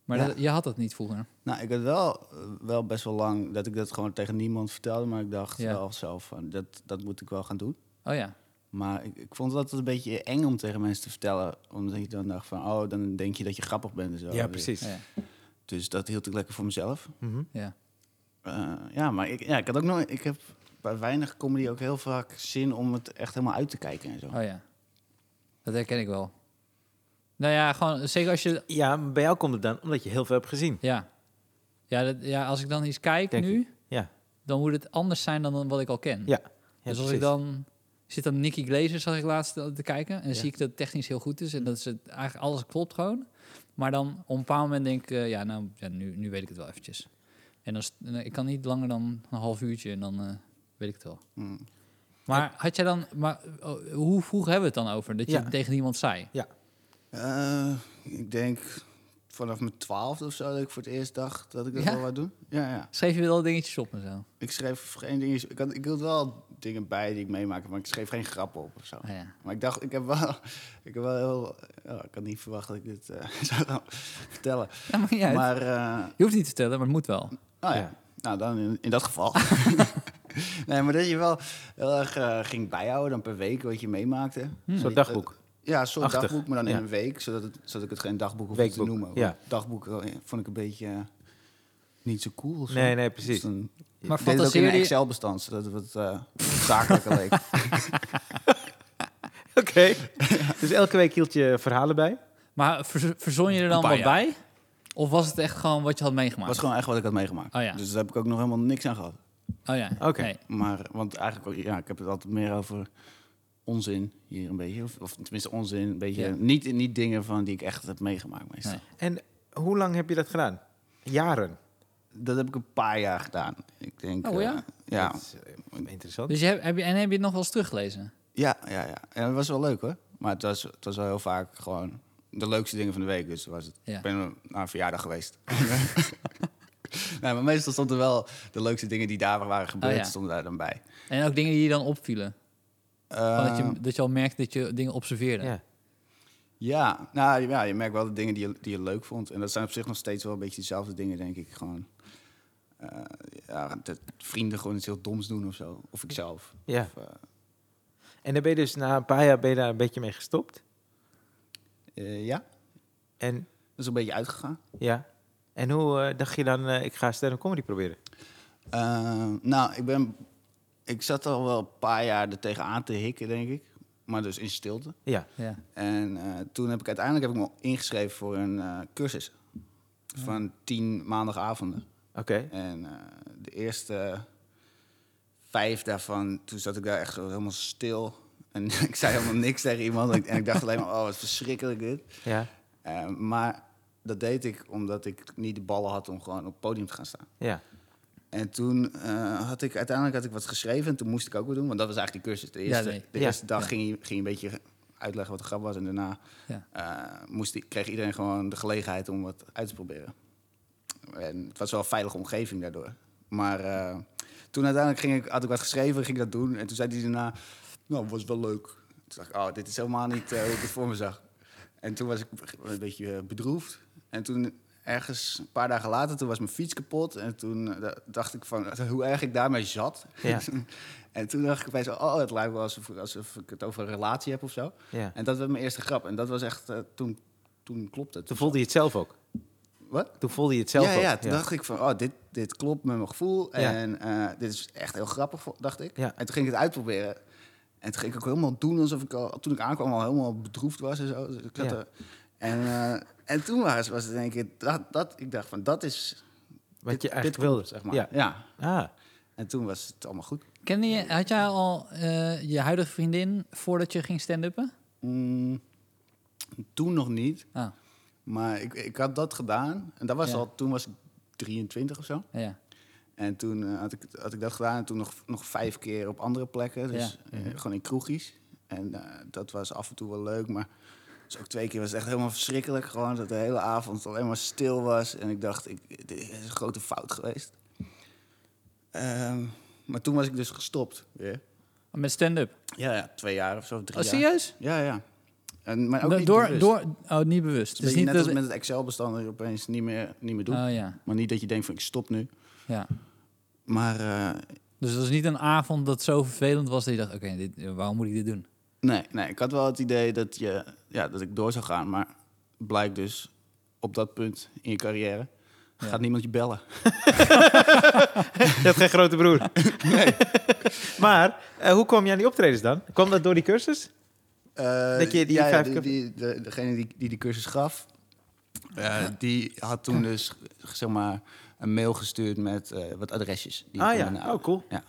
[SPEAKER 2] Maar
[SPEAKER 3] Ja.
[SPEAKER 2] dat- je had dat niet vroeger.
[SPEAKER 3] Nou, ik had wel, eh, wel best wel lang dat ik dat gewoon tegen niemand vertelde. Maar ik dacht
[SPEAKER 2] Ja.
[SPEAKER 3] wel zelf van, dat, dat moet ik wel gaan doen.
[SPEAKER 2] Oh ja.
[SPEAKER 3] Maar ik, ik vond het altijd een beetje eng om tegen mensen te vertellen. Omdat je dan dacht van, oh, dan denk je dat je grappig bent en zo.
[SPEAKER 1] ja precies.
[SPEAKER 2] Oh ja.
[SPEAKER 3] Dus dat hield ik lekker voor mezelf.
[SPEAKER 1] Mhm.
[SPEAKER 2] ja.
[SPEAKER 3] Eh, ja, maar ik, ja, ik had ook nooit... Ik heb bij weinig comedy ook heel vaak zin om het echt helemaal uit te kijken en zo.
[SPEAKER 2] Oh ja. Dat herken ik wel. Nou ja, gewoon zeker als je.
[SPEAKER 1] Ja, maar bij jou komt het dan omdat je heel veel hebt gezien.
[SPEAKER 2] Ja. Ja, dat, ja als ik dan iets kijk
[SPEAKER 1] Denk
[SPEAKER 2] nu,
[SPEAKER 1] Ja,
[SPEAKER 2] dan moet het anders zijn dan wat ik al ken.
[SPEAKER 1] ja. ja
[SPEAKER 2] dus als
[SPEAKER 1] precies.
[SPEAKER 2] ik dan zit dan Nicky Glazer zag ik laatst eh, te te kijken en dan
[SPEAKER 1] Ja.
[SPEAKER 2] zie ik dat het technisch heel goed is en dat ze het, eigenlijk alles klopt gewoon. Maar dan op een bepaald moment denk ik eh, ja nou ja, nu, nu weet ik het wel eventjes. En dan is- en, eh, ik kan niet langer dan een half uurtje en dan eh, weet ik het wel.
[SPEAKER 3] Hm.
[SPEAKER 2] Maar had jij dan maar oh, hoe vroeg hebben we het dan over dat je
[SPEAKER 1] Ja.
[SPEAKER 2] het tegen iemand zei?
[SPEAKER 3] Eh, ik denk vanaf mijn twaalfde of zo dat ik voor het eerst dacht dat ik dat
[SPEAKER 2] Ja?
[SPEAKER 3] wel wou doen. Ja, ja.
[SPEAKER 2] Schreef je wel dingetjes op en zo?
[SPEAKER 3] Ik schreef geen dingen... Ik had, ik hield wel dingen bij die ik meemaakte, maar ik schreef geen grappen op of zo.
[SPEAKER 2] Ah, ja.
[SPEAKER 3] Maar ik dacht, ik heb wel... Ik heb wel heel... ja, ik had niet verwacht dat ik dit eh, zou gaan vertellen.
[SPEAKER 2] Ja, maakt niet uit.
[SPEAKER 3] Maar... eh,
[SPEAKER 2] Je hoeft niet te vertellen, maar het moet wel.
[SPEAKER 3] Nou ja.
[SPEAKER 1] Ja.
[SPEAKER 3] Nou, dan in, in dat geval. nee, maar dat je wel heel erg eh, ging bijhouden dan per week wat je meemaakte.
[SPEAKER 1] Een soort Hmm. dagboek.
[SPEAKER 3] Ja, zo'n
[SPEAKER 1] Achtig.
[SPEAKER 3] dagboek, maar dan in
[SPEAKER 1] Ja.
[SPEAKER 3] een week, zodat, het, zodat ik het geen dagboek hoef te
[SPEAKER 1] Weekboek,
[SPEAKER 3] noemen. Want
[SPEAKER 1] ja.
[SPEAKER 3] Dagboek eh, vond ik een beetje eh, niet zo cool. of zo.
[SPEAKER 1] Nee, nee, precies.
[SPEAKER 3] Dus dan- ik
[SPEAKER 2] Maar
[SPEAKER 3] deed het ook in
[SPEAKER 2] fantaseer
[SPEAKER 3] een
[SPEAKER 2] je-
[SPEAKER 3] Excel-bestand, zodat het wat eh, zakelijker leek.
[SPEAKER 1] Oké. dus elke week hield je verhalen bij.
[SPEAKER 2] Maar ver- verzon je er dan
[SPEAKER 3] Een
[SPEAKER 2] wat
[SPEAKER 3] paar
[SPEAKER 2] bij? Of was het echt gewoon wat je had
[SPEAKER 3] Het
[SPEAKER 2] meegemaakt?
[SPEAKER 3] was gewoon echt wat ik had meegemaakt.
[SPEAKER 2] Oh ja.
[SPEAKER 3] Dus daar heb ik ook nog helemaal niks aan gehad.
[SPEAKER 2] Oh ja.
[SPEAKER 1] Oké.
[SPEAKER 2] Nee.
[SPEAKER 3] Maar, want eigenlijk, ook- ja, ik heb het altijd meer over onzin hier een beetje. Of, of tenminste onzin, een beetje.
[SPEAKER 2] Ja.
[SPEAKER 3] Niet, niet dingen van die ik echt heb meegemaakt meestal.
[SPEAKER 2] Nee.
[SPEAKER 1] En hoe lang heb je dat gedaan? Jaren.
[SPEAKER 3] Dat heb ik een paar jaar gedaan. Ik denk,
[SPEAKER 2] Oh, ja?
[SPEAKER 3] eh, ja.
[SPEAKER 1] Dat is, eh, interessant.
[SPEAKER 2] Dus je hebt, heb je, en heb je het nog wel eens teruggelezen?
[SPEAKER 3] ja, ja, ja. En dat was wel leuk hoor. Maar het was, het was wel heel vaak gewoon de leukste dingen van de week. Dus was het.
[SPEAKER 2] Ja.
[SPEAKER 3] Ik ben naar een verjaardag geweest. nee, maar meestal stonden wel de leukste dingen die daar waren gebeurd,
[SPEAKER 2] Oh, ja.
[SPEAKER 3] stonden daar dan bij.
[SPEAKER 2] En ook dingen die je dan opvielen? Gewoon dat,
[SPEAKER 3] Eh,
[SPEAKER 2] je, dat je al merkte dat je dingen observeerde?
[SPEAKER 1] ja.
[SPEAKER 3] Ja, nou ja, je merkt wel de dingen die je, die je leuk vond. En dat zijn op zich nog steeds wel een beetje dezelfde dingen, denk ik. Gewoon, eh, ja, dat vrienden gewoon iets heel doms doen of zo. Of ikzelf.
[SPEAKER 1] ja.
[SPEAKER 3] Of, eh,
[SPEAKER 1] En dan ben je dus na een paar jaar ben je daar een beetje mee gestopt.
[SPEAKER 3] eh, ja,
[SPEAKER 1] En,
[SPEAKER 3] dat is een beetje uitgegaan.
[SPEAKER 1] ja. en hoe eh, dacht je dan, eh, ik ga stand-up comedy proberen?
[SPEAKER 3] Eh, nou, ik ben... Ik zat al wel een paar jaar er tegenaan te hikken, denk ik. Maar dus in stilte.
[SPEAKER 1] Ja.
[SPEAKER 2] Ja.
[SPEAKER 3] En eh, toen heb ik uiteindelijk heb ik me ingeschreven voor een eh, cursus. Van tien maandagavonden.
[SPEAKER 1] Oké.
[SPEAKER 3] En eh, de eerste vijf daarvan, toen zat ik daar echt zo helemaal stil. En ik zei helemaal niks tegen iemand. En ik, en ik dacht alleen maar, oh, wat verschrikkelijk dit.
[SPEAKER 1] Ja.
[SPEAKER 3] Eh, maar dat deed ik omdat ik niet de ballen had om gewoon op het podium te gaan staan.
[SPEAKER 1] Ja.
[SPEAKER 3] En toen eh, had ik uiteindelijk had ik wat geschreven en toen moest ik ook wat doen. Want dat was eigenlijk die cursus. De eerste,
[SPEAKER 2] nee.
[SPEAKER 3] de
[SPEAKER 1] Ja,
[SPEAKER 3] eerste dag
[SPEAKER 2] ja.
[SPEAKER 3] ging, je, ging je een beetje uitleggen wat de grap was. En daarna
[SPEAKER 2] Ja.
[SPEAKER 3] eh, moest, i- kreeg iedereen gewoon de gelegenheid om wat uit te proberen. En het was wel een veilige omgeving daardoor. Maar eh, toen uiteindelijk ging ik, had ik wat geschreven, ging ik dat doen. En toen zei hij daarna, nou, was wel leuk. Toen dacht ik, oh, dit is helemaal niet eh, hoe ik het voor me zag. En toen was ik een beetje eh, bedroefd. En toen ergens, een paar dagen later, toen was mijn fiets kapot. En toen eh, da- dacht ik van, hoe erg ik daarmee zat.
[SPEAKER 1] Ja.
[SPEAKER 3] en toen dacht ik bij zo, oh, het lijkt wel alsof, alsof ik het over een relatie heb of zo.
[SPEAKER 1] ja.
[SPEAKER 3] En dat was mijn eerste grap. En dat was echt, eh, toen, toen klopte het.
[SPEAKER 1] Toen voelde je het zelf ook.
[SPEAKER 3] Wat?
[SPEAKER 1] Toen voelde je het zelf
[SPEAKER 3] ja,
[SPEAKER 1] ook.
[SPEAKER 3] ja, toen dacht ik van, oh, dit, dit klopt met mijn gevoel.
[SPEAKER 1] Ja.
[SPEAKER 3] En eh, dit is echt heel grappig, vo- dacht ik.
[SPEAKER 1] Ja.
[SPEAKER 3] En toen ging ik het uitproberen. En toen ging ik ook helemaal doen alsof ik al, toen ik aankwam, al helemaal bedroefd was en zo. Dus ik zat
[SPEAKER 1] Ja.
[SPEAKER 3] er- en, eh, en toen was, was het denk ik, dat, dat, ik dacht van, dat is
[SPEAKER 1] Wat
[SPEAKER 3] dit-
[SPEAKER 1] je eigenlijk
[SPEAKER 3] dit klopt,
[SPEAKER 1] wilde.
[SPEAKER 3] zeg maar.
[SPEAKER 1] Ja.
[SPEAKER 3] Ja.
[SPEAKER 1] Ah.
[SPEAKER 3] En toen was het allemaal goed.
[SPEAKER 2] Kende je, had jij al eh, je huidige vriendin voordat je ging stand-uppen?
[SPEAKER 3] Mm, toen nog niet,
[SPEAKER 2] Ah,
[SPEAKER 3] maar ik, ik had dat gedaan. En dat was
[SPEAKER 2] Ja.
[SPEAKER 3] al, toen was ik 23 of zo.
[SPEAKER 2] ja, ja.
[SPEAKER 3] En
[SPEAKER 2] Mhm.
[SPEAKER 3] toen eh, had, ik, had ik dat gedaan en toen nog, nog vijf keer op andere plekken. Dus eh, gewoon in kroegjes. En eh, dat was af en toe wel leuk, maar dus ook twee keer was het echt helemaal verschrikkelijk. Gewoon dat de hele avond alleen maar stil was. En ik dacht, ik, dit is een grote fout geweest. Ehm, maar toen was ik dus gestopt weer.
[SPEAKER 2] Met stand-up.
[SPEAKER 3] Ja, ja twee jaar of zo, drie
[SPEAKER 2] Oh,
[SPEAKER 3] jaar.
[SPEAKER 2] serieus?
[SPEAKER 3] Ja, ja. En, maar ook
[SPEAKER 2] Do-
[SPEAKER 3] niet
[SPEAKER 2] door,
[SPEAKER 3] bewust.
[SPEAKER 2] door, oh, niet bewust.
[SPEAKER 3] Het is
[SPEAKER 2] Dus niet
[SPEAKER 3] net
[SPEAKER 2] dat-
[SPEAKER 3] als met het Excel-bestand dat je opeens niet meer, niet meer doet.
[SPEAKER 2] Oh ja,
[SPEAKER 3] Maar niet dat je denkt van ik stop nu.
[SPEAKER 2] ja.
[SPEAKER 3] Maar eh,
[SPEAKER 2] Dus het was niet een avond dat zo vervelend was dat je dacht, oké, dit- waarom moet ik dit doen?
[SPEAKER 3] nee, nee, ik had wel het idee dat, je, ja, dat ik door zou gaan. Maar blijkt dus op dat punt in je carrière
[SPEAKER 2] Ja.
[SPEAKER 3] gaat niemand je bellen.
[SPEAKER 1] Je hebt geen grote broer. maar eh, hoe kwam je aan die optredens dan? Kwam dat door die cursus?
[SPEAKER 3] Eh,
[SPEAKER 1] Dat je die
[SPEAKER 3] ja,
[SPEAKER 1] vijf
[SPEAKER 3] die,
[SPEAKER 1] keer-
[SPEAKER 3] die- de- degene die die die cursus gaf, eh, die had toen dus zeg maar een mail gestuurd met eh, wat adresjes. Die
[SPEAKER 1] ah
[SPEAKER 3] ik kon
[SPEAKER 1] ja,
[SPEAKER 3] benaderen.
[SPEAKER 1] oh cool.
[SPEAKER 3] Ja.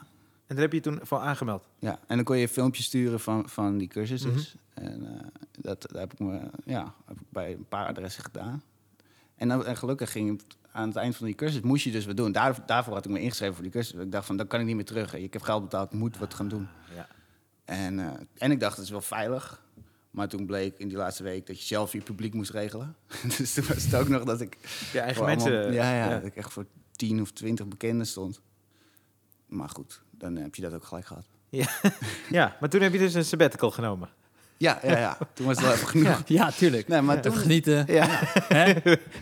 [SPEAKER 1] En daar heb je toen voor aangemeld.
[SPEAKER 3] Ja, en dan kon je een filmpje sturen van, van die
[SPEAKER 1] Mhm.
[SPEAKER 3] cursuses. En eh, dat, dat heb ik, me, ja, heb ik bij een paar adressen gedaan. En, dan, en gelukkig ging het aan het eind van die cursus, moest je dus wat doen. Daar, daarvoor had ik me ingeschreven voor die cursus. Ik dacht van, dan kan ik niet meer terug. Ik heb geld betaald, ik moet wat gaan doen.
[SPEAKER 1] Ja.
[SPEAKER 3] En, eh, en ik dacht, het is wel veilig. Maar toen bleek in die laatste week dat je zelf je publiek moest regelen. dus toen was het ook nog dat ik...
[SPEAKER 1] Je eigen
[SPEAKER 3] voor
[SPEAKER 1] mensen.
[SPEAKER 3] allemaal- ja, ja,
[SPEAKER 1] ja.
[SPEAKER 3] dat ik echt voor tien of twintig bekenden stond. Maar goed, dan heb je dat ook gelijk gehad.
[SPEAKER 1] Ja, maar toen heb je dus een sabbatical genomen.
[SPEAKER 3] Ja, ja, ja. Toen was het wel even genoeg.
[SPEAKER 2] Ja, tuurlijk.
[SPEAKER 3] Nee, maar
[SPEAKER 2] Even
[SPEAKER 3] toen...
[SPEAKER 2] genieten,
[SPEAKER 3] Ja,
[SPEAKER 2] hè?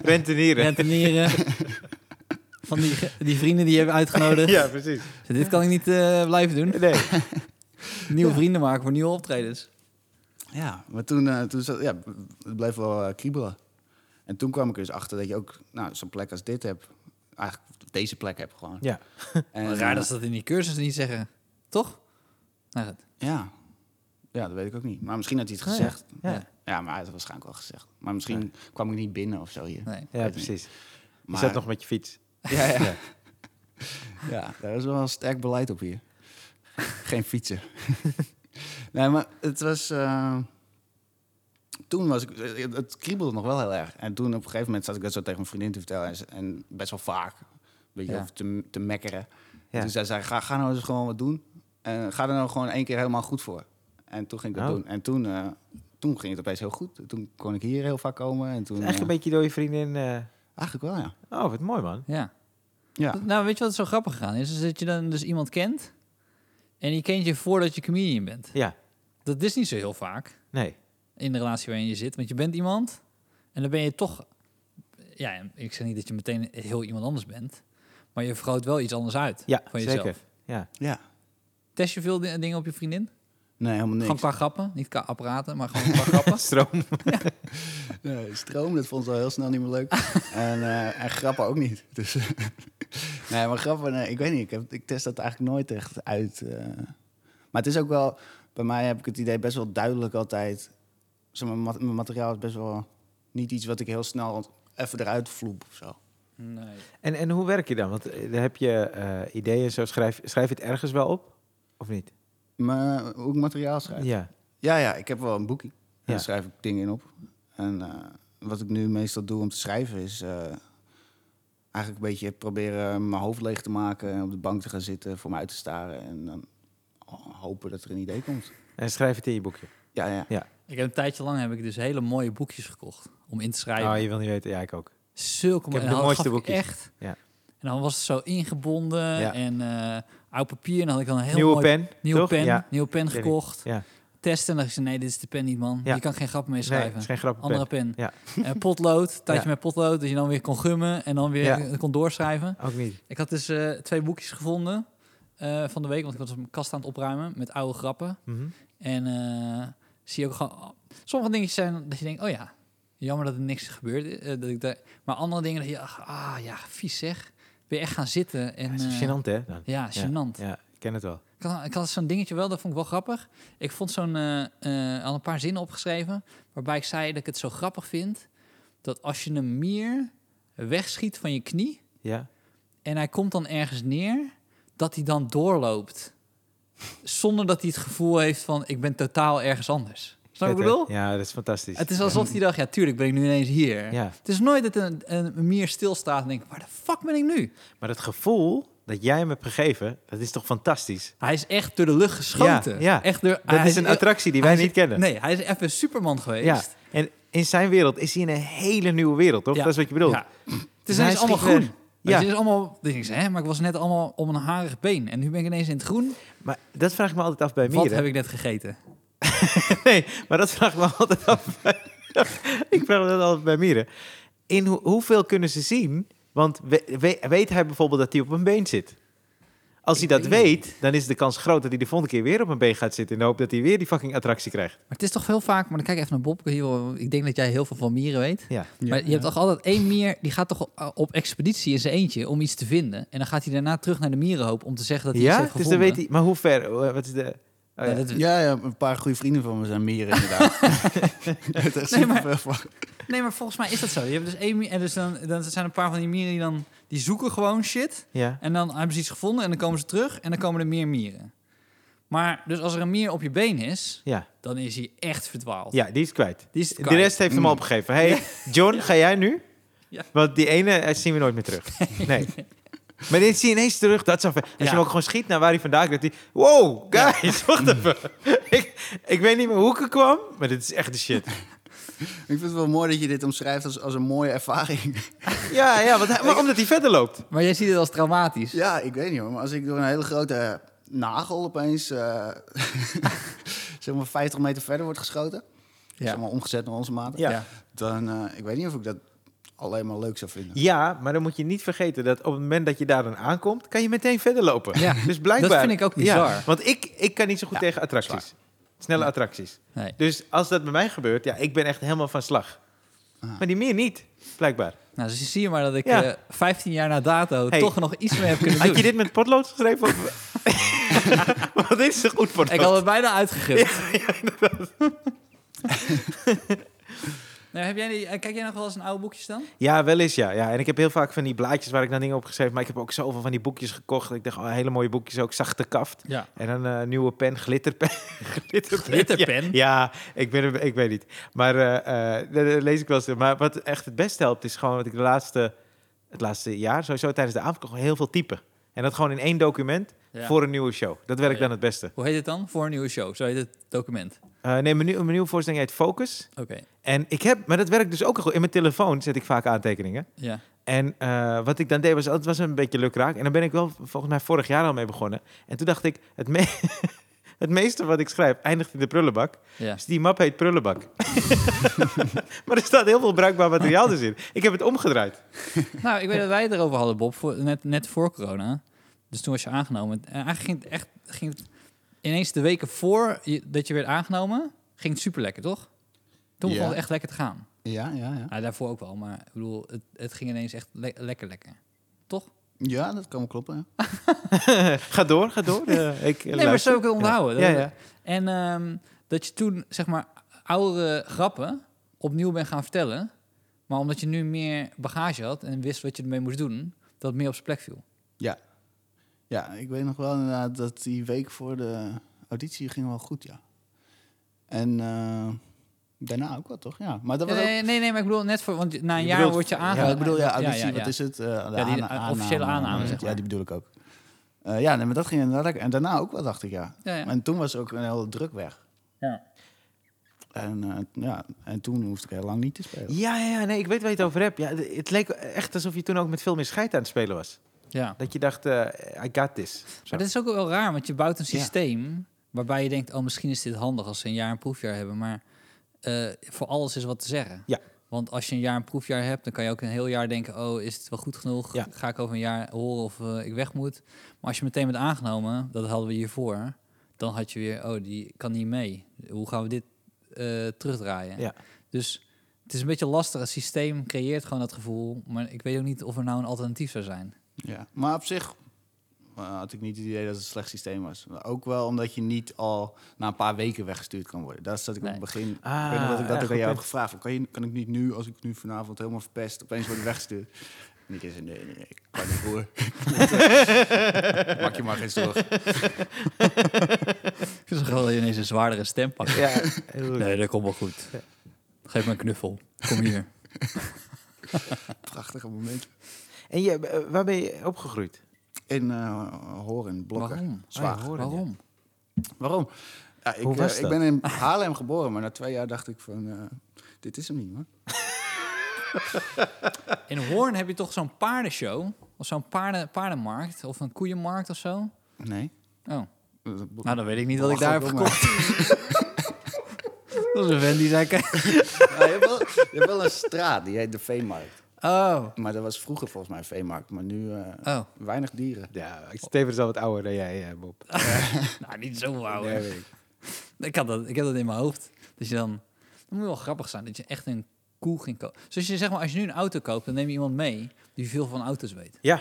[SPEAKER 1] Rentenieren.
[SPEAKER 2] rentenieren. Van die, ge- die vrienden die je hebt uitgenodigd.
[SPEAKER 1] Ja, precies.
[SPEAKER 2] Dit kan ik niet eh, blijven doen.
[SPEAKER 1] Nee.
[SPEAKER 2] Nieuwe vrienden maken voor nieuwe optredens.
[SPEAKER 3] ja maar toen, eh, toen zat, ja, het bleef wel eh, kriebelen. En toen kwam ik er dus achter dat je ook nou, zo'n plek als dit hebt. Eigenlijk deze plek hebt gewoon.
[SPEAKER 1] Ja.
[SPEAKER 3] En,
[SPEAKER 2] Raar
[SPEAKER 3] eh,
[SPEAKER 2] dat ze dat in die cursus niet zeggen. Toch? Nou, goed.
[SPEAKER 3] Ja. ja, dat weet ik ook niet. Maar misschien had hij het
[SPEAKER 1] Ah, ja.
[SPEAKER 3] gezegd.
[SPEAKER 1] Ja.
[SPEAKER 2] Ja.
[SPEAKER 3] Ja, maar hij had het waarschijnlijk wel gezegd. Maar misschien kwam ik niet binnen of zo hier.
[SPEAKER 2] Nee.
[SPEAKER 1] Ja, precies. Je
[SPEAKER 3] Maar,
[SPEAKER 1] zat nog met je
[SPEAKER 2] Mm.
[SPEAKER 1] fiets.
[SPEAKER 3] Ja, ja. ja, daar is wel een sterk beleid op hier. Geen fietsen. nee, maar het was... eh, toen was ik... eh, Het kriebelde nog wel heel erg. En toen op een gegeven moment zat ik dat zo tegen mijn vriendin te vertellen. En, ze- en best wel vaak. Een beetje
[SPEAKER 2] Ja.
[SPEAKER 3] over te, te mekkeren.
[SPEAKER 1] Ja.
[SPEAKER 3] Toen zei ze, ga, ga nou eens gewoon wat doen. En ga er nou gewoon één keer helemaal goed voor. En toen ging ik dat
[SPEAKER 1] Oh.
[SPEAKER 3] doen. En toen, eh, toen ging het opeens heel goed. Toen kon ik hier heel vaak komen. En toen,
[SPEAKER 1] Het is Eigenlijk
[SPEAKER 3] eh,
[SPEAKER 1] een beetje door je vriendin. eh,
[SPEAKER 3] eigenlijk wel, ja.
[SPEAKER 1] Oh, wat mooi man.
[SPEAKER 2] Ja.
[SPEAKER 3] Ja,
[SPEAKER 2] Nou, weet je wat zo grappig aan is? Is dat je dan dus iemand kent. En die kent je voordat je comedian bent.
[SPEAKER 1] Ja.
[SPEAKER 2] Dat is niet zo heel vaak.
[SPEAKER 1] Nee.
[SPEAKER 2] in de relatie waarin je zit. Want je bent iemand en dan ben je toch... Ja, ik zeg niet dat je meteen heel iemand anders bent. Maar je vergroot wel iets anders uit
[SPEAKER 1] Ja,
[SPEAKER 2] van jezelf.
[SPEAKER 1] zeker. Ja.
[SPEAKER 3] ja.
[SPEAKER 2] Test je veel di- dingen op je vriendin?
[SPEAKER 3] Nee, helemaal niks.
[SPEAKER 2] Gewoon qua grappen. Niet qua apparaten, maar gewoon qua grappen.
[SPEAKER 1] Stroom.
[SPEAKER 3] Nee, stroom, dat vond ze al heel snel niet meer leuk. en, eh, en grappen ook niet. Dus, nee, maar grappen, nee, ik weet niet. Ik, heb, ik test dat eigenlijk nooit echt uit. eh. Maar het is ook wel, bij mij heb ik het idee best wel duidelijk altijd. Zeg maar, mat- mijn materiaal is best wel niet iets wat ik heel snel even eruit vloep of zo.
[SPEAKER 2] Nee.
[SPEAKER 1] En, en hoe werk je dan? Want eh, dan heb je eh, ideeën en zo. Schrijf, schrijf je het ergens wel op? Of niet?
[SPEAKER 3] Maar hoe ik materiaal schrijf?
[SPEAKER 1] Ja.
[SPEAKER 3] Ja, ja, ik heb wel een boekie.
[SPEAKER 1] Ja.
[SPEAKER 3] Daar schrijf ik dingen in op. En eh, wat ik nu meestal doe om te schrijven is eh, eigenlijk een beetje proberen mijn hoofd leeg te maken en op de bank te gaan zitten, voor me uit te staren en dan hopen dat er een idee komt.
[SPEAKER 1] En schrijf het in je boekje.
[SPEAKER 3] Ja, ja.
[SPEAKER 2] Ik heb een tijdje lang heb ik dus hele mooie boekjes gekocht om in te schrijven.
[SPEAKER 1] Oh, je wil niet weten. Ja, ik ook.
[SPEAKER 2] Zulke
[SPEAKER 1] Ik heb
[SPEAKER 2] mooie. en
[SPEAKER 1] de
[SPEAKER 2] dan
[SPEAKER 1] mooiste
[SPEAKER 2] gaf ik
[SPEAKER 1] boekjes.
[SPEAKER 2] Echt.
[SPEAKER 1] Ja.
[SPEAKER 2] En dan was het zo ingebonden
[SPEAKER 1] Ja.
[SPEAKER 2] en eh, oud papier. En dan had ik dan een heel
[SPEAKER 1] Nieuwe
[SPEAKER 2] mooi
[SPEAKER 1] pen.
[SPEAKER 2] nieuwe
[SPEAKER 1] toch?
[SPEAKER 2] pen,
[SPEAKER 1] Ja.
[SPEAKER 2] nieuwe pen
[SPEAKER 1] Ken ik.
[SPEAKER 2] gekocht.
[SPEAKER 1] Ja.
[SPEAKER 2] Testen en dan dacht ik zo, nee, dit is de pen niet, man.
[SPEAKER 1] Ja.
[SPEAKER 2] Je kan geen grap mee
[SPEAKER 1] Nee, het
[SPEAKER 2] schrijven.
[SPEAKER 1] is geen grappig
[SPEAKER 2] Andere
[SPEAKER 1] pen.
[SPEAKER 2] pen.
[SPEAKER 1] Ja.
[SPEAKER 2] Eh, potlood, een tijdje
[SPEAKER 1] Ja.
[SPEAKER 2] met potlood, dat je dan weer kon gummen en dan weer
[SPEAKER 1] Ja.
[SPEAKER 2] eh, kon doorschrijven.
[SPEAKER 1] Ook niet.
[SPEAKER 2] Ik had dus eh, twee boekjes gevonden eh, van de week, want ik was mijn kast aan het opruimen met oude grappen.
[SPEAKER 1] Mhm.
[SPEAKER 2] En eh, zie je ook gewoon... Sommige dingetjes zijn dat je denkt, oh ja, jammer dat er niks gebeurt. eh, dat ik daar, maar andere dingen dat je, ach, ah ja, vies zeg. Ben je echt gaan zitten. En,
[SPEAKER 1] Ja, het is
[SPEAKER 2] eh,
[SPEAKER 1] gênant, hè? Dan.
[SPEAKER 2] Ja, gênant.
[SPEAKER 1] Ja, ik ken het wel.
[SPEAKER 2] Ik had, ik had zo'n dingetje wel, dat vond ik wel grappig. Ik vond zo'n eh, eh, al een paar zinnen opgeschreven, waarbij ik zei dat ik het zo grappig vind dat als je een mier wegschiet van je knie
[SPEAKER 1] Ja.
[SPEAKER 2] en hij komt dan ergens neer, dat hij dan doorloopt. Zonder dat hij het gevoel heeft van ik ben totaal ergens anders. Snap je
[SPEAKER 1] Vet,
[SPEAKER 2] wat
[SPEAKER 1] hè?
[SPEAKER 2] ik bedoel?
[SPEAKER 1] Ja, dat is fantastisch.
[SPEAKER 2] Het is alsof hij dacht, ja tuurlijk ben ik nu ineens hier.
[SPEAKER 1] Ja.
[SPEAKER 2] Het is nooit dat een, een mier stilstaat en denkt, waar de fuck ben ik nu?
[SPEAKER 1] Maar het gevoel dat jij hem hebt gegeven, dat is toch fantastisch?
[SPEAKER 2] Hij is echt door de lucht geschoten.
[SPEAKER 1] Ja, ja.
[SPEAKER 2] Echt door,
[SPEAKER 1] Dat
[SPEAKER 2] hij
[SPEAKER 1] is een attractie die wij
[SPEAKER 2] hij is-
[SPEAKER 1] niet kennen.
[SPEAKER 2] Ah, Nee, hij is even Superman geweest.
[SPEAKER 1] Ja. En in zijn wereld is hij in een hele nieuwe wereld, toch?
[SPEAKER 2] Ja.
[SPEAKER 1] Dat is wat je bedoelt.
[SPEAKER 2] Ja. Het is
[SPEAKER 1] Dus Hij
[SPEAKER 2] ineens allemaal
[SPEAKER 1] schiet weg.
[SPEAKER 2] groen.
[SPEAKER 1] Ja.
[SPEAKER 2] Ja. Het is allemaal, denk ik, hè, maar ik was net allemaal om een harig been. En nu ben ik ineens in het groen.
[SPEAKER 1] Maar dat vraag ik me altijd af bij
[SPEAKER 2] Wat
[SPEAKER 1] mieren.
[SPEAKER 2] heb ik net gegeten?
[SPEAKER 1] Nee, maar dat vraag ik me altijd af. bij- ik vraag me dat altijd bij mieren. In ho- hoeveel kunnen ze zien? Want we- we- weet hij bijvoorbeeld dat hij op een been zit? Als
[SPEAKER 2] Ik
[SPEAKER 1] hij dat
[SPEAKER 2] weet het
[SPEAKER 1] weet, dan is de kans groot dat hij de volgende keer weer op een been gaat zitten. In de hoop dat hij weer die fucking attractie krijgt.
[SPEAKER 2] Maar het is toch veel vaak, maar dan kijk ik even naar Bob. hier, want Ik denk dat jij heel veel van mieren weet.
[SPEAKER 1] Ja.
[SPEAKER 2] maar je hebt toch altijd één mier, die gaat toch op- eh, op expeditie in zijn eentje om iets te vinden. En dan gaat hij daarna terug naar de mierenhoop om te zeggen dat hij iets
[SPEAKER 1] Ja,
[SPEAKER 2] heeft
[SPEAKER 1] dus
[SPEAKER 2] gevonden.
[SPEAKER 1] dan weet hij. Maar hoe ver? Eh, Wat is de. oh ja.
[SPEAKER 2] Nou, dat-
[SPEAKER 3] Ja, ja, een paar goede vrienden van me zijn mieren inderdaad. Het is
[SPEAKER 2] Nee, maar-
[SPEAKER 3] superveel van.
[SPEAKER 2] Nee, maar volgens mij is dat zo. Je hebt dus één mier en dus dan, dan zijn er een paar van die mieren die dan... Die zoeken gewoon shit.
[SPEAKER 1] ja.
[SPEAKER 2] En dan hebben ze iets gevonden en dan komen ze terug en dan komen er meer mieren. Maar dus als er een mier op je been is,
[SPEAKER 1] Ja.
[SPEAKER 2] dan is hij echt verdwaald.
[SPEAKER 1] ja, die is kwijt.
[SPEAKER 2] Die is het
[SPEAKER 1] De
[SPEAKER 2] kwijt.
[SPEAKER 1] rest heeft hem
[SPEAKER 3] Mm.
[SPEAKER 1] opgegeven. hey, John, ga jij nu?
[SPEAKER 2] Ja.
[SPEAKER 1] Want die ene eh, zien we nooit meer terug. Nee. Maar dit zie je ineens terug. Dat is af. Als je
[SPEAKER 2] Ja.
[SPEAKER 1] hem ook gewoon schiet naar waar hij vandaan komt. dat hij- Wow, guys, wacht even. ik, ik weet niet meer hoe ik er kwam, maar dit is echt de shit.
[SPEAKER 3] Ik vind het wel mooi dat je dit omschrijft als, als een mooie ervaring.
[SPEAKER 1] ja, ja want hij- maar omdat hij verder loopt.
[SPEAKER 2] Maar jij ziet het als traumatisch.
[SPEAKER 3] ja, ik weet niet hoor. Maar als ik door een hele grote eh, nagel opeens... eh, zeg maar 50 meter verder wordt geschoten. Zeg maar omgezet naar onze maat.
[SPEAKER 1] Ja.
[SPEAKER 2] Ja.
[SPEAKER 3] Dan, eh, ik weet niet of ik dat alleen maar leuk zou vinden.
[SPEAKER 1] Ja, maar dan moet je niet vergeten dat op het moment dat je daar dan aankomt, kan je meteen verder lopen.
[SPEAKER 2] Ja,
[SPEAKER 1] Dus blijkbaar.
[SPEAKER 2] dat vind ik ook bizar.
[SPEAKER 1] Ja, want ik, ik kan niet zo goed
[SPEAKER 3] Ja,
[SPEAKER 1] tegen attracties. Snelle attracties.
[SPEAKER 2] Nee.
[SPEAKER 1] Dus als dat bij mij gebeurt, ja, ik ben echt helemaal van slag.
[SPEAKER 3] Ah.
[SPEAKER 1] Maar die meer niet, blijkbaar.
[SPEAKER 2] Nou, dus zie je maar dat ik
[SPEAKER 1] Ja.
[SPEAKER 2] eh 15 jaar na dato
[SPEAKER 1] Hey.
[SPEAKER 2] toch nog iets mee heb kunnen doen.
[SPEAKER 1] Had je dit met potlood geschreven? Of... Want dit is een goed potlood.
[SPEAKER 2] Ik had het bijna uitgegift. nou, heb jij, die- eh, kijk jij nog wel eens een oude boekjes dan?
[SPEAKER 1] Ja, wel eens ja. ja. En ik heb heel vaak van die blaadjes waar ik dan dingen op geschreven. Maar ik heb ook zoveel van die boekjes gekocht. Ik dacht, oh, hele mooie boekjes, ook zachte kaft.
[SPEAKER 2] Ja.
[SPEAKER 1] En een eh, nieuwe pen, glitterpen. glitterpen.
[SPEAKER 2] Glitterpen?
[SPEAKER 1] Ja, ja, ik, ben, er- ik weet niet. Maar eh, eh, dat dat lees ik wel eens. Maar wat echt het beste helpt, is gewoon wat ik de laatste, het laatste jaar, sowieso tijdens de avond, gewoon heel veel typen. En dat gewoon in één document
[SPEAKER 2] Ja. Oh,
[SPEAKER 1] voor een nieuwe show. Dat werkt
[SPEAKER 2] Ja.
[SPEAKER 1] dan het beste.
[SPEAKER 2] Hoe heet het dan? Voor een nieuwe show. Zo heet het document.
[SPEAKER 1] Eh, nee, mijn, nieuw- mijn nieuwe voorstelling heet Focus.
[SPEAKER 2] Oké.
[SPEAKER 1] En ik heb, maar dat werkt dus ook heel goed. In mijn telefoon zet ik vaak aantekeningen.
[SPEAKER 2] Ja.
[SPEAKER 1] En eh, wat ik dan deed was, het was een beetje lukraak. En daar ben ik wel volgens mij vorig jaar al mee begonnen. En toen dacht ik, het, me- het meeste wat ik schrijf eindigt in de prullenbak.
[SPEAKER 2] ja.
[SPEAKER 1] Dus die map heet prullenbak. maar er staat heel veel bruikbaar materiaal dus in. Ik heb het omgedraaid.
[SPEAKER 2] Nou, ik weet dat wij het erover hadden, Bob, voor, net, net voor corona. Dus toen was je aangenomen. En eigenlijk ging het echt ging het ineens de weken voor je- dat je werd aangenomen, ging het super lekker, toch? Toen begon
[SPEAKER 3] Ja.
[SPEAKER 2] het echt lekker te gaan.
[SPEAKER 3] Ja, ja, ja.
[SPEAKER 2] Nou, daarvoor ook wel, maar ik bedoel, het, het ging ineens echt le- lekker lekker. Toch?
[SPEAKER 3] Ja, dat kan wel kloppen. ja.
[SPEAKER 1] ga door, ga door. Eh, ik
[SPEAKER 2] Nee, maar
[SPEAKER 1] luister.
[SPEAKER 2] zo ook onthouden.
[SPEAKER 1] Ja,
[SPEAKER 2] Dat-
[SPEAKER 1] ja.
[SPEAKER 2] En ehm, dat je toen, zeg maar, oudere grappen opnieuw bent gaan vertellen. Maar omdat je nu meer bagage had en wist wat je ermee moest doen, dat het meer op zijn plek viel.
[SPEAKER 3] Ja. Ja, ik weet nog wel inderdaad dat die week voor de auditie ging wel goed, ja. En eh, daarna ook wel, toch? Ja, maar dat was ook...
[SPEAKER 2] Nee, nee, nee, maar ik bedoel net voor, want na een
[SPEAKER 1] Je
[SPEAKER 2] jaar
[SPEAKER 1] bedoelt-
[SPEAKER 2] word je
[SPEAKER 3] Ja,
[SPEAKER 2] aangenomen.
[SPEAKER 3] ik bedoel, ja, auditie,
[SPEAKER 2] ja, ja.
[SPEAKER 3] wat is het? Eh, de
[SPEAKER 2] Ja, die,
[SPEAKER 3] aanna-
[SPEAKER 2] eh, officiële aanname, zeg
[SPEAKER 3] Ja,
[SPEAKER 2] maar.
[SPEAKER 3] die bedoel ik ook. Eh, ja, nee, maar dat ging inderdaad lekker. En daarna ook wel, dacht ik, ja.
[SPEAKER 2] Ja, ja.
[SPEAKER 3] En toen was ook een heel druk weg.
[SPEAKER 2] Ja.
[SPEAKER 3] En, eh, ja, en toen hoefde ik heel lang niet te spelen.
[SPEAKER 1] Ja, ja, ja, nee, ik weet waar je het over hebt. Ja, d- het leek echt alsof je toen ook met veel meer scheid aan het spelen was.
[SPEAKER 2] Ja.
[SPEAKER 1] Dat je dacht, eh, I got this. Zo.
[SPEAKER 2] Maar dat is ook wel raar, want je bouwt een
[SPEAKER 1] Ja.
[SPEAKER 2] systeem waarbij je denkt, oh, misschien is dit handig als ze een jaar een proefjaar hebben, maar eh, voor alles is wat te zeggen.
[SPEAKER 1] Ja.
[SPEAKER 2] Want als je een jaar een proefjaar hebt, dan kan je ook een heel jaar denken, oh, is het wel goed genoeg?
[SPEAKER 1] Ja.
[SPEAKER 2] Ga ik over een jaar horen of eh, ik weg moet? Maar als je meteen bent aangenomen, dat hadden we hiervoor, dan had je weer, oh, die kan niet mee. Hoe gaan we dit eh, terugdraaien?
[SPEAKER 1] Ja.
[SPEAKER 2] Dus het is een beetje lastig. Het systeem creëert gewoon dat gevoel, maar ik weet ook niet of er nou een alternatief zou zijn.
[SPEAKER 3] Ja, maar op zich eh, had ik niet het idee dat het een slecht systeem was. Maar Ook wel omdat je niet al na een paar weken weggestuurd kan worden. Daar zat ik
[SPEAKER 2] Nee.
[SPEAKER 3] op het begin.
[SPEAKER 1] Ah,
[SPEAKER 3] ik weet nog dat ik
[SPEAKER 1] ja,
[SPEAKER 3] dat ook
[SPEAKER 1] goed
[SPEAKER 3] aan jou
[SPEAKER 1] punt.
[SPEAKER 3] heb gevraagd. van, Kan, je, kan ik niet nu, als ik nu vanavond helemaal verpest, opeens worden weggestuurd? En ik zei, nee, nee, nee, ik kan niet voor. Maak je maar geen zorgen.
[SPEAKER 2] Het is gewoon dat je ineens een zwaardere stem pakt.
[SPEAKER 1] Ja, heel goed.
[SPEAKER 2] Nee, dat komt wel goed. Geef me een knuffel. Kom hier.
[SPEAKER 3] Prachtige moment.
[SPEAKER 1] En je, eh, waar ben je opgegroeid?
[SPEAKER 3] in eh Horen, Blokker.
[SPEAKER 2] Waarom? Ah,
[SPEAKER 3] Zwaag.
[SPEAKER 1] Oh ja, Horen, ja.
[SPEAKER 2] Waarom?
[SPEAKER 3] Waarom? Ja, ik,
[SPEAKER 1] Hoe
[SPEAKER 3] eh,
[SPEAKER 1] was
[SPEAKER 3] ik
[SPEAKER 1] dat?
[SPEAKER 3] ben in Haarlem geboren, maar na twee jaar dacht ik van... eh, dit is hem niet, man.
[SPEAKER 2] In Hoorn heb je toch zo'n paardenshow? Of zo'n paarden, paardenmarkt? Of een koeienmarkt of zo?
[SPEAKER 3] Nee.
[SPEAKER 2] Oh.
[SPEAKER 3] Nou,
[SPEAKER 2] Nou, dan weet ik niet wat ik daar heb gekocht.
[SPEAKER 3] gekocht.
[SPEAKER 2] Dat is een vent die zei...
[SPEAKER 3] je, hebt wel, je hebt wel een straat, die heet de Veemarkt.
[SPEAKER 2] Oh.
[SPEAKER 3] Maar dat was vroeger volgens mij een Veemarkt, maar nu eh,
[SPEAKER 2] Oh.
[SPEAKER 3] weinig dieren.
[SPEAKER 1] Ja, ik Steven is al wat ouder dan jij, eh, Bob.
[SPEAKER 2] Nou, niet zo wauw.
[SPEAKER 1] Ja, weet ik.
[SPEAKER 2] Ik, had dat, ik heb dat in mijn hoofd. Dus je dan... Dat moet wel grappig zijn, dat je echt een koe ging kopen. Dus je, zeg maar, als je nu een auto koopt, dan neem je iemand mee die veel van auto's weet.
[SPEAKER 1] ja,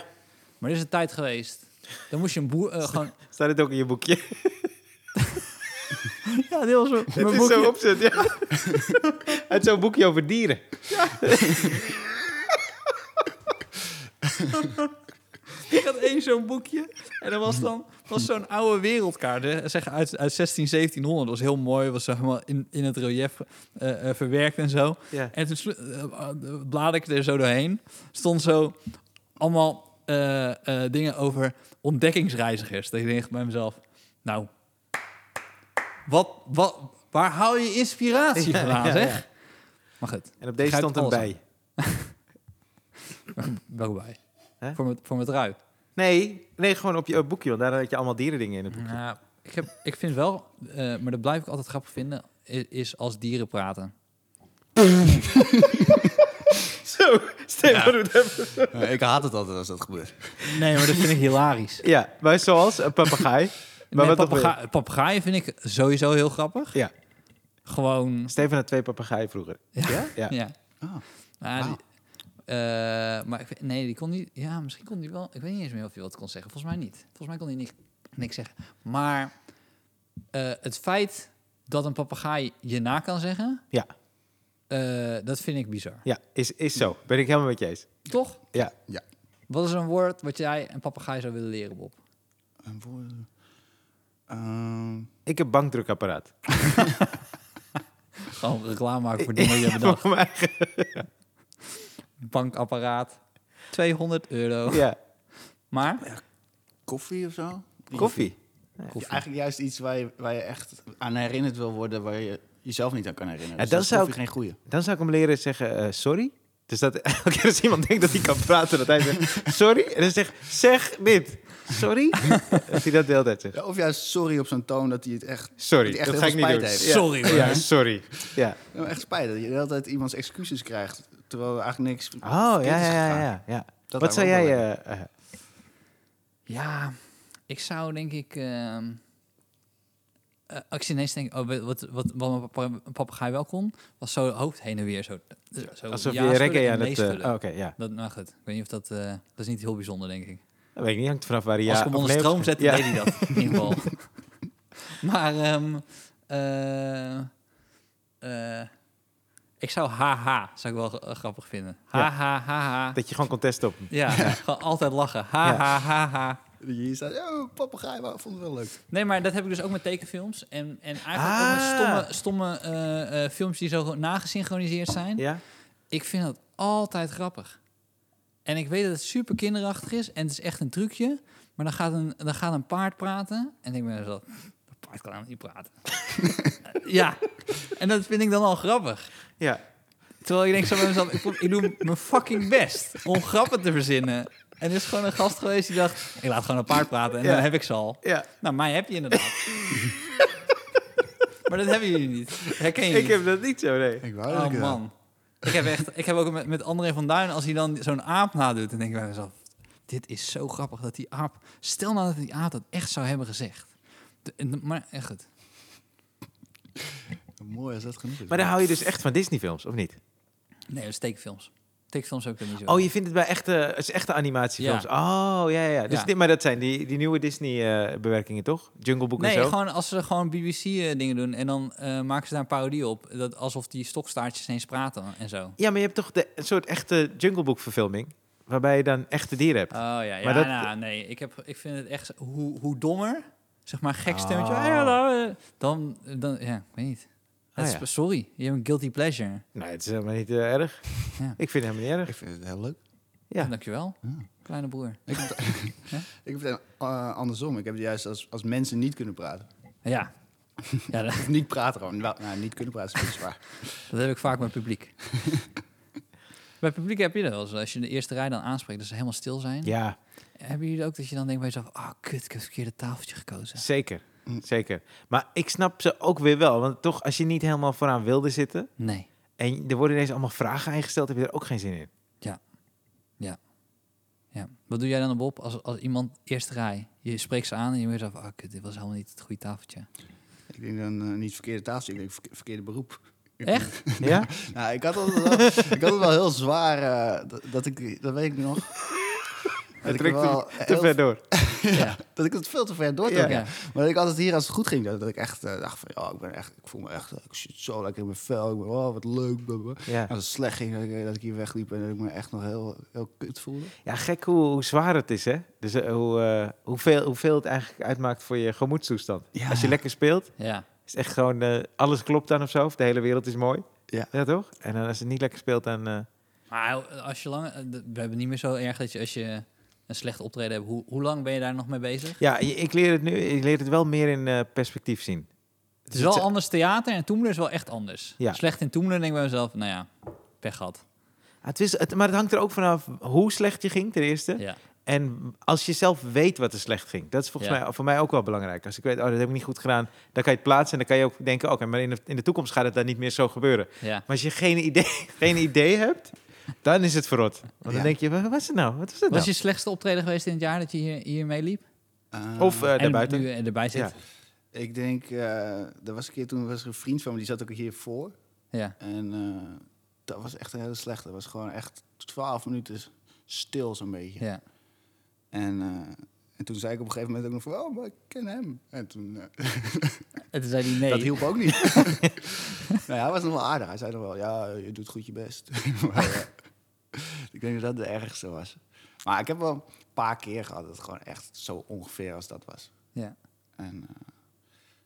[SPEAKER 2] Maar er is een tijd geweest, dan moest je een boer... eh, gewoon,
[SPEAKER 1] staat dit ook in je boekje?
[SPEAKER 2] ja, dit was mijn
[SPEAKER 1] Het is
[SPEAKER 2] boekje.
[SPEAKER 1] zo opzet, ja. Uit zo'n boekje over dieren.
[SPEAKER 2] Ik had één zo'n boekje. En dat was dan was zo'n oude wereldkaart. Hè? Zeg uit, uit 16, 1700. Dat was heel mooi. Was zo helemaal in, in het relief eh, eh, verwerkt en zo.
[SPEAKER 1] Ja.
[SPEAKER 2] En toen slo- eh, eh, bladerde ik er zo doorheen. Stond zo allemaal eh, eh, dingen over ontdekkingsreizigers. Dat ik denk bij mezelf, nou, wat, wat, waar haal je inspiratie
[SPEAKER 1] Ja,
[SPEAKER 2] vandaan,
[SPEAKER 1] ja,
[SPEAKER 2] zeg?
[SPEAKER 1] ja.
[SPEAKER 2] Maar goed,
[SPEAKER 1] En op deze
[SPEAKER 2] Grijpt
[SPEAKER 1] stond een
[SPEAKER 2] alles
[SPEAKER 1] bij.
[SPEAKER 2] welkom bij.
[SPEAKER 1] Hè?
[SPEAKER 2] Voor mijn, voor mijn trui.
[SPEAKER 1] Nee, nee, gewoon op je eh, boekje, want daar had je allemaal dierendingen in het boekje.
[SPEAKER 2] Nou, ik, heb, ik vind wel, eh, maar dat blijf ik altijd grappig vinden, i- is als dieren praten.
[SPEAKER 1] Zo, Steven doet even.
[SPEAKER 3] Eh, ik haat het altijd als dat gebeurt.
[SPEAKER 2] Nee, maar dat vind ik hilarisch.
[SPEAKER 1] Ja, maar zoals een papegaai.
[SPEAKER 2] Maar
[SPEAKER 1] Maar wat
[SPEAKER 2] papegaaien vind ik sowieso heel grappig.
[SPEAKER 1] Ja.
[SPEAKER 2] Gewoon,
[SPEAKER 1] Steven had twee papegaaien vroeger. Ja? Ja.
[SPEAKER 2] ja.
[SPEAKER 3] Ah.
[SPEAKER 2] Maar,
[SPEAKER 3] Wauw.
[SPEAKER 2] die- eh, maar ik, weet- nee, die kon niet, ja, misschien kon die wel, ik weet niet eens meer of hij wat kon zeggen. Volgens mij niet. Volgens mij kon hij niks, niks zeggen. Maar eh, het feit dat een papegaai je na kan zeggen,
[SPEAKER 1] Ja,
[SPEAKER 2] eh, dat vind ik bizar.
[SPEAKER 1] ja is, is zo. Ben ik helemaal met je eens.
[SPEAKER 2] Toch?
[SPEAKER 1] Ja.
[SPEAKER 3] Ja.
[SPEAKER 2] Wat is een woord wat jij een papegaai zou willen leren, Bob?
[SPEAKER 3] En woorden. Ehm,
[SPEAKER 1] Ik heb bankdrukapparaat.
[SPEAKER 3] Oh
[SPEAKER 2] Gewoon reclame maken voor dingen die je bedacht.
[SPEAKER 1] Voor mij.
[SPEAKER 2] Bankapparaat, 200 euro.
[SPEAKER 1] Ja.
[SPEAKER 2] Maar,
[SPEAKER 3] koffie of zo?
[SPEAKER 1] Koffie.
[SPEAKER 2] koffie.
[SPEAKER 3] Eigenlijk juist iets waar je, waar je echt aan herinnerd wil worden, waar je jezelf niet aan kan herinneren.
[SPEAKER 1] Ja,
[SPEAKER 3] dus
[SPEAKER 1] dat
[SPEAKER 3] dat is
[SPEAKER 1] zou
[SPEAKER 3] koffie geen goede.
[SPEAKER 1] Dan zou ik hem leren zeggen eh, sorry. Dus dat elke keer als iemand denkt dat hij kan praten, dat hij zegt sorry. En dan zegt zeg dit. Sorry. dat hij dat de hele tijd zegt.
[SPEAKER 3] Ja, of juist sorry op zo'n toon dat hij het echt...
[SPEAKER 1] Sorry,
[SPEAKER 3] dat hij echt
[SPEAKER 1] dat
[SPEAKER 3] heel
[SPEAKER 1] ga ik
[SPEAKER 3] veel
[SPEAKER 1] niet
[SPEAKER 3] spijt
[SPEAKER 1] doen.
[SPEAKER 3] heeft.
[SPEAKER 1] Ja.
[SPEAKER 2] Sorry, hoor.
[SPEAKER 1] Ja, sorry. Ja.
[SPEAKER 3] Ja, maar echt spijt dat je de hele tijd iemands excuses krijgt, terwijl er eigenlijk niks
[SPEAKER 1] Oh, ja,
[SPEAKER 3] verkeerd is
[SPEAKER 1] ja, ja.
[SPEAKER 3] gegaan.
[SPEAKER 1] ja, ja.
[SPEAKER 3] Dat
[SPEAKER 1] Wat zou
[SPEAKER 3] lijkt me
[SPEAKER 1] jij...
[SPEAKER 3] ook wel
[SPEAKER 1] eh, eh,
[SPEAKER 2] Ja, ik zou denk ik... ehm eh, als ik ineens denk, oh, weet- wat, wat, wat een papa- een papegaai wel kon, was zo hoofd heen en weer. Zo, eh, zo
[SPEAKER 1] alsof
[SPEAKER 2] ja
[SPEAKER 1] je
[SPEAKER 2] schudden
[SPEAKER 1] rekken
[SPEAKER 2] en
[SPEAKER 1] aan
[SPEAKER 2] nee
[SPEAKER 1] het... eh,
[SPEAKER 2] schudden.
[SPEAKER 1] oh, Oké, ja.
[SPEAKER 2] dat, nou goed, ik weet niet of dat... eh, dat is niet heel bijzonder, denk ik.
[SPEAKER 1] Dat weet ik niet, hangt vanaf waar je...
[SPEAKER 2] Als ik hem
[SPEAKER 1] of
[SPEAKER 2] onder
[SPEAKER 1] nee,
[SPEAKER 2] stroom
[SPEAKER 1] of-
[SPEAKER 2] zette,
[SPEAKER 1] ja.
[SPEAKER 2] deed hij dat. In ieder geval. maar ehm, eh, eh, ik zou haha, zou ik wel eh, grappig vinden.
[SPEAKER 1] Ja.
[SPEAKER 2] Haha, haha.
[SPEAKER 1] Dat je gewoon kon testen op...
[SPEAKER 2] Ja, gewoon altijd lachen. Haha, haha.
[SPEAKER 3] Dat je hier staat, oh, papegaai, maar ik vond het wel leuk.
[SPEAKER 2] Nee, maar dat heb ik dus ook met tekenfilms. En, en eigenlijk ook
[SPEAKER 1] Ah.
[SPEAKER 2] met stomme, stomme eh, eh, films die zo nagesynchroniseerd zijn.
[SPEAKER 1] Ja?
[SPEAKER 2] Ik vind dat altijd grappig. En ik weet dat het super kinderachtig is en het is echt een trucje. Maar dan gaat een, dan gaat een paard praten. En ik ben zo, dat paard kan helemaal niet praten. ja, en dat vind ik dan al grappig.
[SPEAKER 1] Ja.
[SPEAKER 2] Terwijl ik denk zo bij mezelf, ik, ik doe mijn fucking best om grappen te verzinnen. En er is gewoon een gast geweest die dacht, ik laat gewoon een paard praten en
[SPEAKER 1] Ja.
[SPEAKER 2] dan heb ik ze al.
[SPEAKER 1] Ja.
[SPEAKER 2] Nou, mij heb je inderdaad. maar dat hebben jullie niet. Herken je
[SPEAKER 1] Ik
[SPEAKER 2] niet?
[SPEAKER 1] heb dat niet zo, nee.
[SPEAKER 3] Ik wou eh,
[SPEAKER 2] Oh
[SPEAKER 3] dat ik het had.
[SPEAKER 2] man. Ik heb, echt, ik heb ook met, met André van Duin, als hij dan zo'n aap nadoet, dan denk ik bij mezelf, dit is zo grappig dat die aap, stel nou dat die aap dat echt zou hebben gezegd. De- en de- maar echt goed.
[SPEAKER 3] Mooi als dat genoeg is.
[SPEAKER 1] Maar dan hou je dus echt van Disney-films, of niet?
[SPEAKER 2] Nee, dat is tekenfilms. Tekenfilms ook niet zo.
[SPEAKER 1] Oh, je vindt het bij echte, het is echte animatiefilms? Oh, ja, ja, ja. Dus
[SPEAKER 2] Ja.
[SPEAKER 1] Dit, maar dat zijn die, die nieuwe Disney-bewerkingen, toch? Jungle Book en
[SPEAKER 2] nee,
[SPEAKER 1] zo?
[SPEAKER 2] gewoon als ze gewoon BBC-dingen doen en dan eh, maken ze daar een parodie op. Dat, alsof die stokstaartjes ineens praten en zo.
[SPEAKER 1] Ja, maar je hebt toch de, een soort echte Jungle Book-verfilming? Waarbij je dan echte dieren hebt.
[SPEAKER 2] Oh ja, ja
[SPEAKER 1] Maar dat-
[SPEAKER 2] nou, nee. Ik, heb, ik vind het echt, hoe, hoe dommer, zeg maar gek
[SPEAKER 1] Oh. Ah,
[SPEAKER 2] stemmetje, "Hey, hallo, eh," dan, dan, ja, ik weet niet. Het is-
[SPEAKER 1] ja.
[SPEAKER 2] Sorry, je hebt een guilty pleasure.
[SPEAKER 1] Nee, het is helemaal niet eh, erg.
[SPEAKER 2] Ja.
[SPEAKER 1] Ik vind het helemaal niet erg.
[SPEAKER 3] Ik vind het heel leuk.
[SPEAKER 1] Ja. Ah.
[SPEAKER 2] Dankjewel. Kleine broer.
[SPEAKER 3] Ik heb, ik heb het eh, andersom. Ik heb het juist als, als mensen niet kunnen praten.
[SPEAKER 2] Ja. ja dat,
[SPEAKER 3] Of niet praten gewoon. Wel, nou, niet kunnen praten is een beetje zwaar.
[SPEAKER 2] dat heb ik vaak met publiek. Bij publiek heb je dat wel eens. Als je de eerste rij dan aanspreekt, dat ze helemaal stil zijn.
[SPEAKER 1] Ja,
[SPEAKER 2] Hebben jullie dat ook dat je dan denkt bij jezelf... Ah, kut, ik heb het verkeerde tafeltje gekozen.
[SPEAKER 1] zeker. Zeker. Maar ik snap ze ook weer wel. Want toch, als je niet helemaal vooraan wilde zitten...
[SPEAKER 2] Nee.
[SPEAKER 1] en er worden ineens allemaal vragen ingesteld... heb je er ook geen zin in.
[SPEAKER 2] Ja. Wat doe jij dan, Bob, als, als iemand eerst rij? Je spreekt ze aan en je weet zelf, ah, kut, dit was helemaal niet het goede tafeltje.
[SPEAKER 3] Ik denk dan eh, niet verkeerde tafeltje, ik denk verke- verkeerde beroep.
[SPEAKER 2] Echt?
[SPEAKER 1] Ja?
[SPEAKER 3] Nou, ik had altijd wel, ik had het wel heel zwaar. eh, dat, dat ik, dat weet ik nog. Dat
[SPEAKER 1] Het
[SPEAKER 3] ik
[SPEAKER 1] trekt
[SPEAKER 3] wel
[SPEAKER 1] te- te
[SPEAKER 3] heel-
[SPEAKER 1] ver door.
[SPEAKER 2] Ja.
[SPEAKER 3] Dat ik het veel te ver doortrok.
[SPEAKER 1] Ja.
[SPEAKER 3] ja. Maar dat ik altijd hier, als het goed ging, dat, dat ik echt eh, dacht van... Ja, ik, ben echt, ik voel me echt eh, ik zit zo lekker in mijn vel. Ik ben, oh, wat leuk. bla, bla.
[SPEAKER 1] Ja.
[SPEAKER 3] Als het slecht ging, dat ik, eh, dat ik hier wegliep en dat ik me echt nog heel, heel kut voelde.
[SPEAKER 1] Ja, gek hoe, hoe zwaar het is, hè? Dus eh, hoe, eh, hoeveel, hoeveel het eigenlijk uitmaakt voor je gemoedstoestand.
[SPEAKER 3] Ja.
[SPEAKER 1] Als je lekker speelt,
[SPEAKER 2] Ja.
[SPEAKER 1] is echt gewoon... eh, alles klopt dan of zo, of de hele wereld is mooi.
[SPEAKER 3] Ja.
[SPEAKER 1] Ja, toch? En dan als het niet lekker speelt, dan... eh,
[SPEAKER 2] Maar als je lang... eh, d- We hebben niet meer zo erg dat je als je een slecht optreden hebt... Hoe, hoe lang ben je daar nog mee bezig?
[SPEAKER 1] Ja, je- ik leer het nu. Ik leer het wel meer in eh, perspectief zien.
[SPEAKER 2] Het is wel anders theater en Toemler is wel echt anders.
[SPEAKER 1] Ja.
[SPEAKER 2] Slecht in Toemler denk ik bij mezelf, nou ja, pech gehad.
[SPEAKER 1] Ah, het is, het, maar het hangt er ook vanaf hoe slecht je ging, ten eerste.
[SPEAKER 2] Ja.
[SPEAKER 1] En als je zelf weet wat er slecht ging. Dat is volgens
[SPEAKER 2] Ja.
[SPEAKER 1] mij voor mij ook wel belangrijk. Als ik weet, oh, dat heb ik niet goed gedaan. Dan kan je het plaatsen en dan kan je ook denken... oké, maar in de, in de toekomst gaat het dan niet meer zo gebeuren.
[SPEAKER 2] ja.
[SPEAKER 1] Maar als je geen idee, geen idee hebt, dan is het verrot. Want dan
[SPEAKER 3] Ja.
[SPEAKER 1] denk je, wa- wat was het nou? Wat was het
[SPEAKER 2] Was
[SPEAKER 1] nou?
[SPEAKER 2] je slechtste optreden geweest in het jaar dat je hier, hier mee liep?
[SPEAKER 3] Eh,
[SPEAKER 1] Of eh, daarbuiten.
[SPEAKER 2] En nu eh, erbij zit?
[SPEAKER 3] Ik denk, eh er was een keer toen was er een vriend van me, die zat ook hiervoor.
[SPEAKER 2] Ja.
[SPEAKER 3] En eh, dat was echt een hele slechte. Dat was gewoon echt 12 minuten stil zo'n beetje.
[SPEAKER 2] ja.
[SPEAKER 3] En, eh, en toen zei ik op een gegeven moment ook nog van, oh, maar ik ken hem. En toen, eh,
[SPEAKER 2] En toen zei hij nee.
[SPEAKER 3] dat hielp ook niet. nou ja, hij was nog wel aardig. Hij zei nog wel, ja, je doet goed je best. maar, eh, ik denk dat dat de ergste was. Maar ik heb wel een paar keer gehad dat het gewoon echt zo ongeveer als dat was.
[SPEAKER 2] Ja.
[SPEAKER 3] En eh,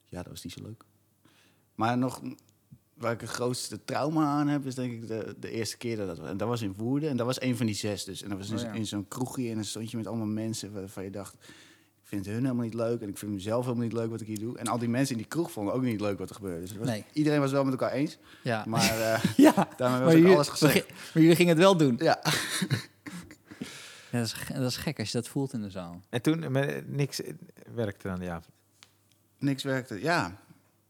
[SPEAKER 3] ja, dat was niet zo leuk. Maar nog, waar ik het grootste trauma aan heb, is denk ik de, de eerste keer dat dat was. En dat was in Woerden en dat was een van die zes dus. En dat was in,
[SPEAKER 2] Oh ja.
[SPEAKER 3] in zo'n kroegje en dan stond je met allemaal mensen waarvan je dacht... Ik vind hun helemaal niet leuk en ik vind mezelf helemaal niet leuk wat ik hier doe. En al die mensen in die kroeg vonden ook niet leuk wat er gebeurde. Dus het was-
[SPEAKER 2] Nee.
[SPEAKER 3] iedereen was wel met elkaar eens,
[SPEAKER 2] Ja.
[SPEAKER 3] maar eh,
[SPEAKER 2] ja.
[SPEAKER 3] daarmee
[SPEAKER 2] Maar
[SPEAKER 3] was ook
[SPEAKER 2] jullie,
[SPEAKER 3] alles gezegd.
[SPEAKER 2] maar jullie gingen het wel doen.
[SPEAKER 3] Ja.
[SPEAKER 2] Ja, dat, is, ge- dat is gek als je dat voelt in de zaal.
[SPEAKER 1] En toen, eh, me- niks eh, werkte aan die avond.
[SPEAKER 3] Niks werkte. Ja,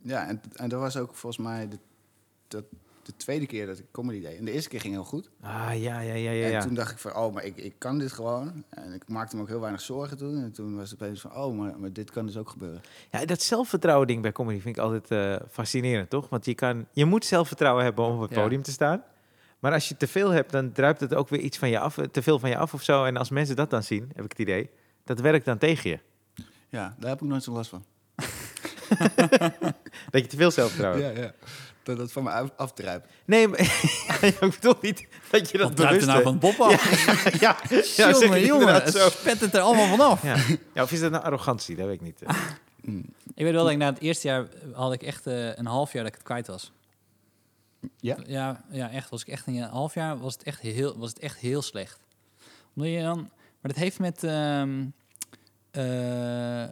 [SPEAKER 3] ja en, en dat was ook volgens mij de, dat, de tweede keer dat ik comedy deed. En de eerste keer ging heel goed.
[SPEAKER 1] Ah, ja, ja, ja, ja. ja.
[SPEAKER 3] En toen dacht ik van, oh, maar ik, ik kan dit gewoon. En ik maakte me ook heel weinig zorgen toen. En toen was het opeens van, oh, maar, maar dit kan dus ook gebeuren.
[SPEAKER 1] Ja, dat zelfvertrouwen ding bij comedy vind ik altijd eh, fascinerend, toch? Want je, kan, je moet zelfvertrouwen hebben om op het
[SPEAKER 2] Ja.
[SPEAKER 1] podium te staan. Maar als je te veel hebt, dan druipt het ook weer iets van je af, eh, te veel van je af of zo. En als mensen dat dan zien, heb ik het idee, dat werkt dan tegen je.
[SPEAKER 3] Ja, daar heb ik nooit zo last van.
[SPEAKER 1] Dat je te veel zelfvertrouwen hebt.
[SPEAKER 3] ja. Dat dat van me af- afdruipt.
[SPEAKER 1] Nee, maar ik bedoel niet dat je dat
[SPEAKER 2] Wat draait
[SPEAKER 1] bewust
[SPEAKER 2] er nou
[SPEAKER 1] hebt.
[SPEAKER 2] van Bob af?
[SPEAKER 1] Ja, ja, zeg
[SPEAKER 2] jongen,
[SPEAKER 1] ik
[SPEAKER 2] jongen,
[SPEAKER 1] inderdaad
[SPEAKER 2] het
[SPEAKER 1] zo.
[SPEAKER 2] spet het er allemaal vanaf.
[SPEAKER 1] Ja. ja, of is dat nou arrogantie? Dat weet ik niet.
[SPEAKER 2] Ah.
[SPEAKER 1] eh.
[SPEAKER 2] Ik weet wel dat ik na het eerste jaar had ik echt eh, een half jaar dat ik het kwijt was.
[SPEAKER 3] Ja?
[SPEAKER 2] Ja, ja echt. Was ik echt in een half jaar was het echt heel, was het echt heel slecht. Omdat je dan... Maar dat heeft met ehm, eh,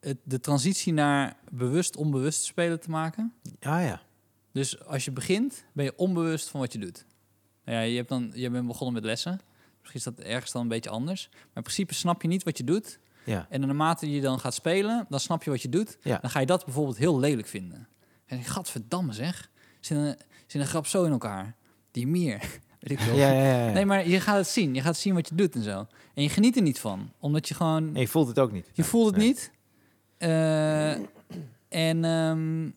[SPEAKER 2] het, de transitie naar bewust-onbewust spelen te maken.
[SPEAKER 1] Ah ja.
[SPEAKER 2] Dus als je begint, ben je onbewust van wat je doet. Nou ja, je, hebt dan, je bent begonnen met lessen. Misschien is dat ergens dan een beetje anders. Maar in principe snap je niet wat je doet.
[SPEAKER 1] Ja.
[SPEAKER 2] En naarmate je dan gaat spelen, dan snap je wat je doet.
[SPEAKER 1] Ja.
[SPEAKER 2] Dan ga je dat bijvoorbeeld heel lelijk vinden. En ik, gadverdamme zeg. Zit een, zit een grap zo in elkaar. Die mier. Weet ik
[SPEAKER 1] Ja,
[SPEAKER 2] veel.
[SPEAKER 1] ja, ja, ja.
[SPEAKER 2] Nee, maar je gaat het zien. Je gaat zien wat je doet en zo. En je geniet er niet van. Omdat je gewoon...
[SPEAKER 1] Nee, je voelt het ook niet.
[SPEAKER 2] Je voelt het
[SPEAKER 1] Nee.
[SPEAKER 2] niet. Eh, en ehm,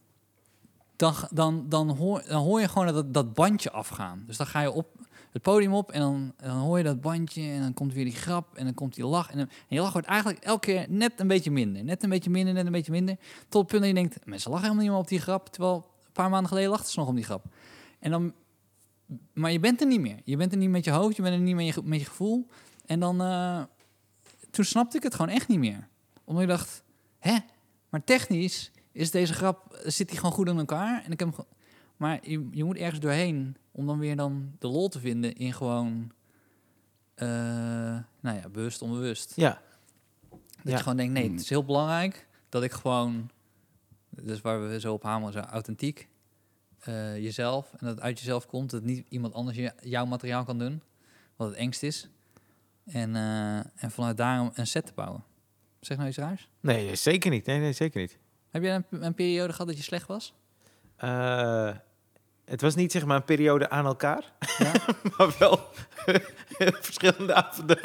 [SPEAKER 2] dan, g- dan, dan, hoor, dan hoor je gewoon dat, dat bandje afgaan. Dus dan ga je op het podium op en dan, dan hoor je dat bandje en dan komt weer die grap en dan komt die lach. En, dan- en je lach wordt eigenlijk elke keer net een beetje minder. Net een beetje minder, net een beetje minder. Tot het punt dat je denkt, mensen lachen helemaal niet meer op die grap. Terwijl een paar maanden geleden lachten ze nog om die grap. En dan, maar je bent er niet meer. Je bent er niet met je hoofd, je bent er niet met je, ge- met je gevoel. En dan, eh, toen snapte ik het gewoon echt niet meer. Omdat ik dacht, hè, maar technisch is deze grap, zit die gewoon goed in elkaar. En ik heb hem ge- maar je, je moet ergens doorheen om dan weer dan de lol te vinden in gewoon eh, nou ja, bewust, onbewust.
[SPEAKER 1] Ja.
[SPEAKER 2] Dat
[SPEAKER 1] Ja.
[SPEAKER 2] je gewoon denkt, nee,
[SPEAKER 3] Hmm.
[SPEAKER 2] het is heel belangrijk dat ik gewoon... Dus waar we zo op hameren, zijn authentiek. eh, jezelf. En dat het uit jezelf komt. Dat niet iemand anders je, jouw materiaal kan doen. Wat het engst is. En, eh, en vanuit daarom een set te bouwen. Zeg nou iets raars.
[SPEAKER 1] Nee, zeker niet. Nee, nee, zeker niet.
[SPEAKER 2] Heb jij een, een periode gehad dat je slecht was?
[SPEAKER 1] Eh, het was niet zeg maar een periode aan elkaar,
[SPEAKER 2] Ja.
[SPEAKER 1] maar wel verschillende avonden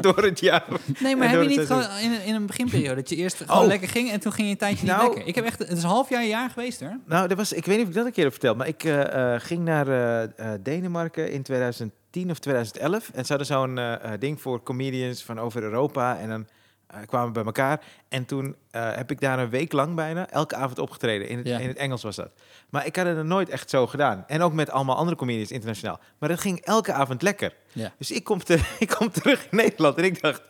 [SPEAKER 1] door het jaar.
[SPEAKER 2] Nee,
[SPEAKER 1] En
[SPEAKER 2] maar heb
[SPEAKER 1] door
[SPEAKER 2] je
[SPEAKER 1] het
[SPEAKER 2] niet
[SPEAKER 1] seizoen.
[SPEAKER 2] gewoon in, een- in een beginperiode dat je eerst gewoon lekker ging en toen ging je een tijdje
[SPEAKER 1] Nou.
[SPEAKER 2] niet lekker? Ik heb echt, het is een half jaar, een jaar geweest hoor.
[SPEAKER 1] Nou, dat was, ik weet niet of ik dat een keer heb verteld, maar ik eh, eh, ging naar eh, eh, Denemarken in 2010 of 2011. En ze hadden zo'n eh, eh, ding voor comedians van over Europa. En dan eh, kwamen we bij elkaar. En toen eh, heb ik daar een week lang bijna elke avond opgetreden. In het,
[SPEAKER 2] Ja.
[SPEAKER 1] in het Engels was dat. Maar ik had het nog nooit echt zo gedaan. En ook met allemaal andere comedians internationaal. Maar dat ging elke avond lekker.
[SPEAKER 2] Ja.
[SPEAKER 1] Dus ik kom, te, ik kom terug in Nederland en ik dacht,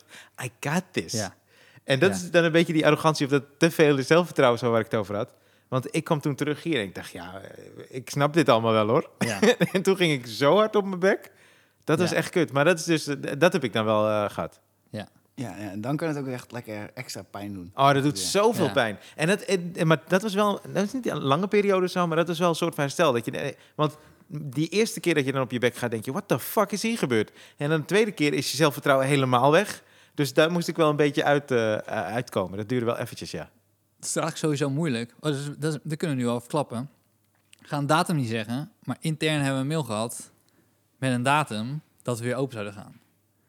[SPEAKER 1] I got this.
[SPEAKER 2] Ja.
[SPEAKER 1] En dat
[SPEAKER 2] Ja.
[SPEAKER 1] is dan een beetje die arrogantie of dat te veel zelfvertrouwen zo waar ik het over had. Want ik kwam toen terug hier en ik dacht, ja, eh, ik snap dit allemaal wel hoor.
[SPEAKER 2] ja.
[SPEAKER 1] en toen ging ik zo hard op mijn bek. Dat was
[SPEAKER 2] Ja.
[SPEAKER 1] echt kut. Maar dat, is dus, eh, dat heb ik dan wel eh, gehad.
[SPEAKER 3] Ja, ja, en dan kan het ook echt lekker extra pijn doen.
[SPEAKER 1] Oh, dat doet
[SPEAKER 3] Ja.
[SPEAKER 1] zoveel
[SPEAKER 2] Ja.
[SPEAKER 1] pijn. En dat, en, en- maar dat was wel, dat is niet een lange periode zo, maar dat is wel een soort van herstel. Dat je, eh, want die eerste keer dat je dan op je bek gaat, denk je, what the fuck is hier gebeurd? En dan de tweede keer is je zelfvertrouwen helemaal weg. Dus daar moest ik wel een beetje uit, eh, eh, uitkomen. Dat duurde wel eventjes, ja.
[SPEAKER 2] Het is eigenlijk sowieso moeilijk. Oh, dat, is, dat, is- dat kunnen we nu al verklappen. Ik ga een datum niet zeggen, maar intern hebben we een mail gehad met een datum dat we weer open zouden gaan.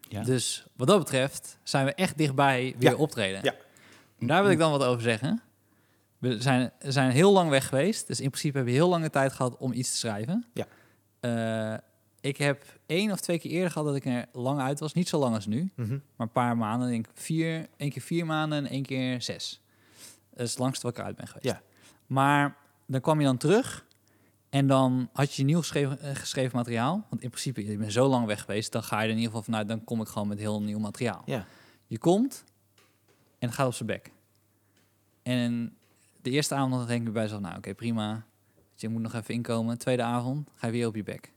[SPEAKER 3] Ja.
[SPEAKER 2] Dus wat dat betreft zijn we echt dichtbij weer
[SPEAKER 1] Ja.
[SPEAKER 2] optreden.
[SPEAKER 1] Ja.
[SPEAKER 2] Daar wil ik dan wat over zeggen. We zijn, zijn heel lang weg geweest, dus in principe hebben we heel lange tijd gehad om iets te schrijven.
[SPEAKER 1] Ja.
[SPEAKER 2] Eh, ik heb één of twee keer eerder gehad dat ik er lang uit was. Niet zo lang als nu
[SPEAKER 1] Mhm.
[SPEAKER 2] maar een paar maanden. Denk ik vier, één keer vier maanden en één keer zes. Dat is het langste wat ik eruit ben geweest.
[SPEAKER 1] Ja.
[SPEAKER 2] Maar dan kwam je dan terug en dan had je nieuw geschreven, eh, geschreven materiaal. Want in principe, je bent zo lang weg geweest, dan ga je er in ieder geval vanuit, dan kom ik gewoon met heel nieuw materiaal.
[SPEAKER 1] Ja.
[SPEAKER 2] Je komt en het gaat op zijn bek. En de eerste avond dan denk ik bij mezelf, nou oké, prima. Dus je moet nog even inkomen. Tweede avond ga je weer op je bek.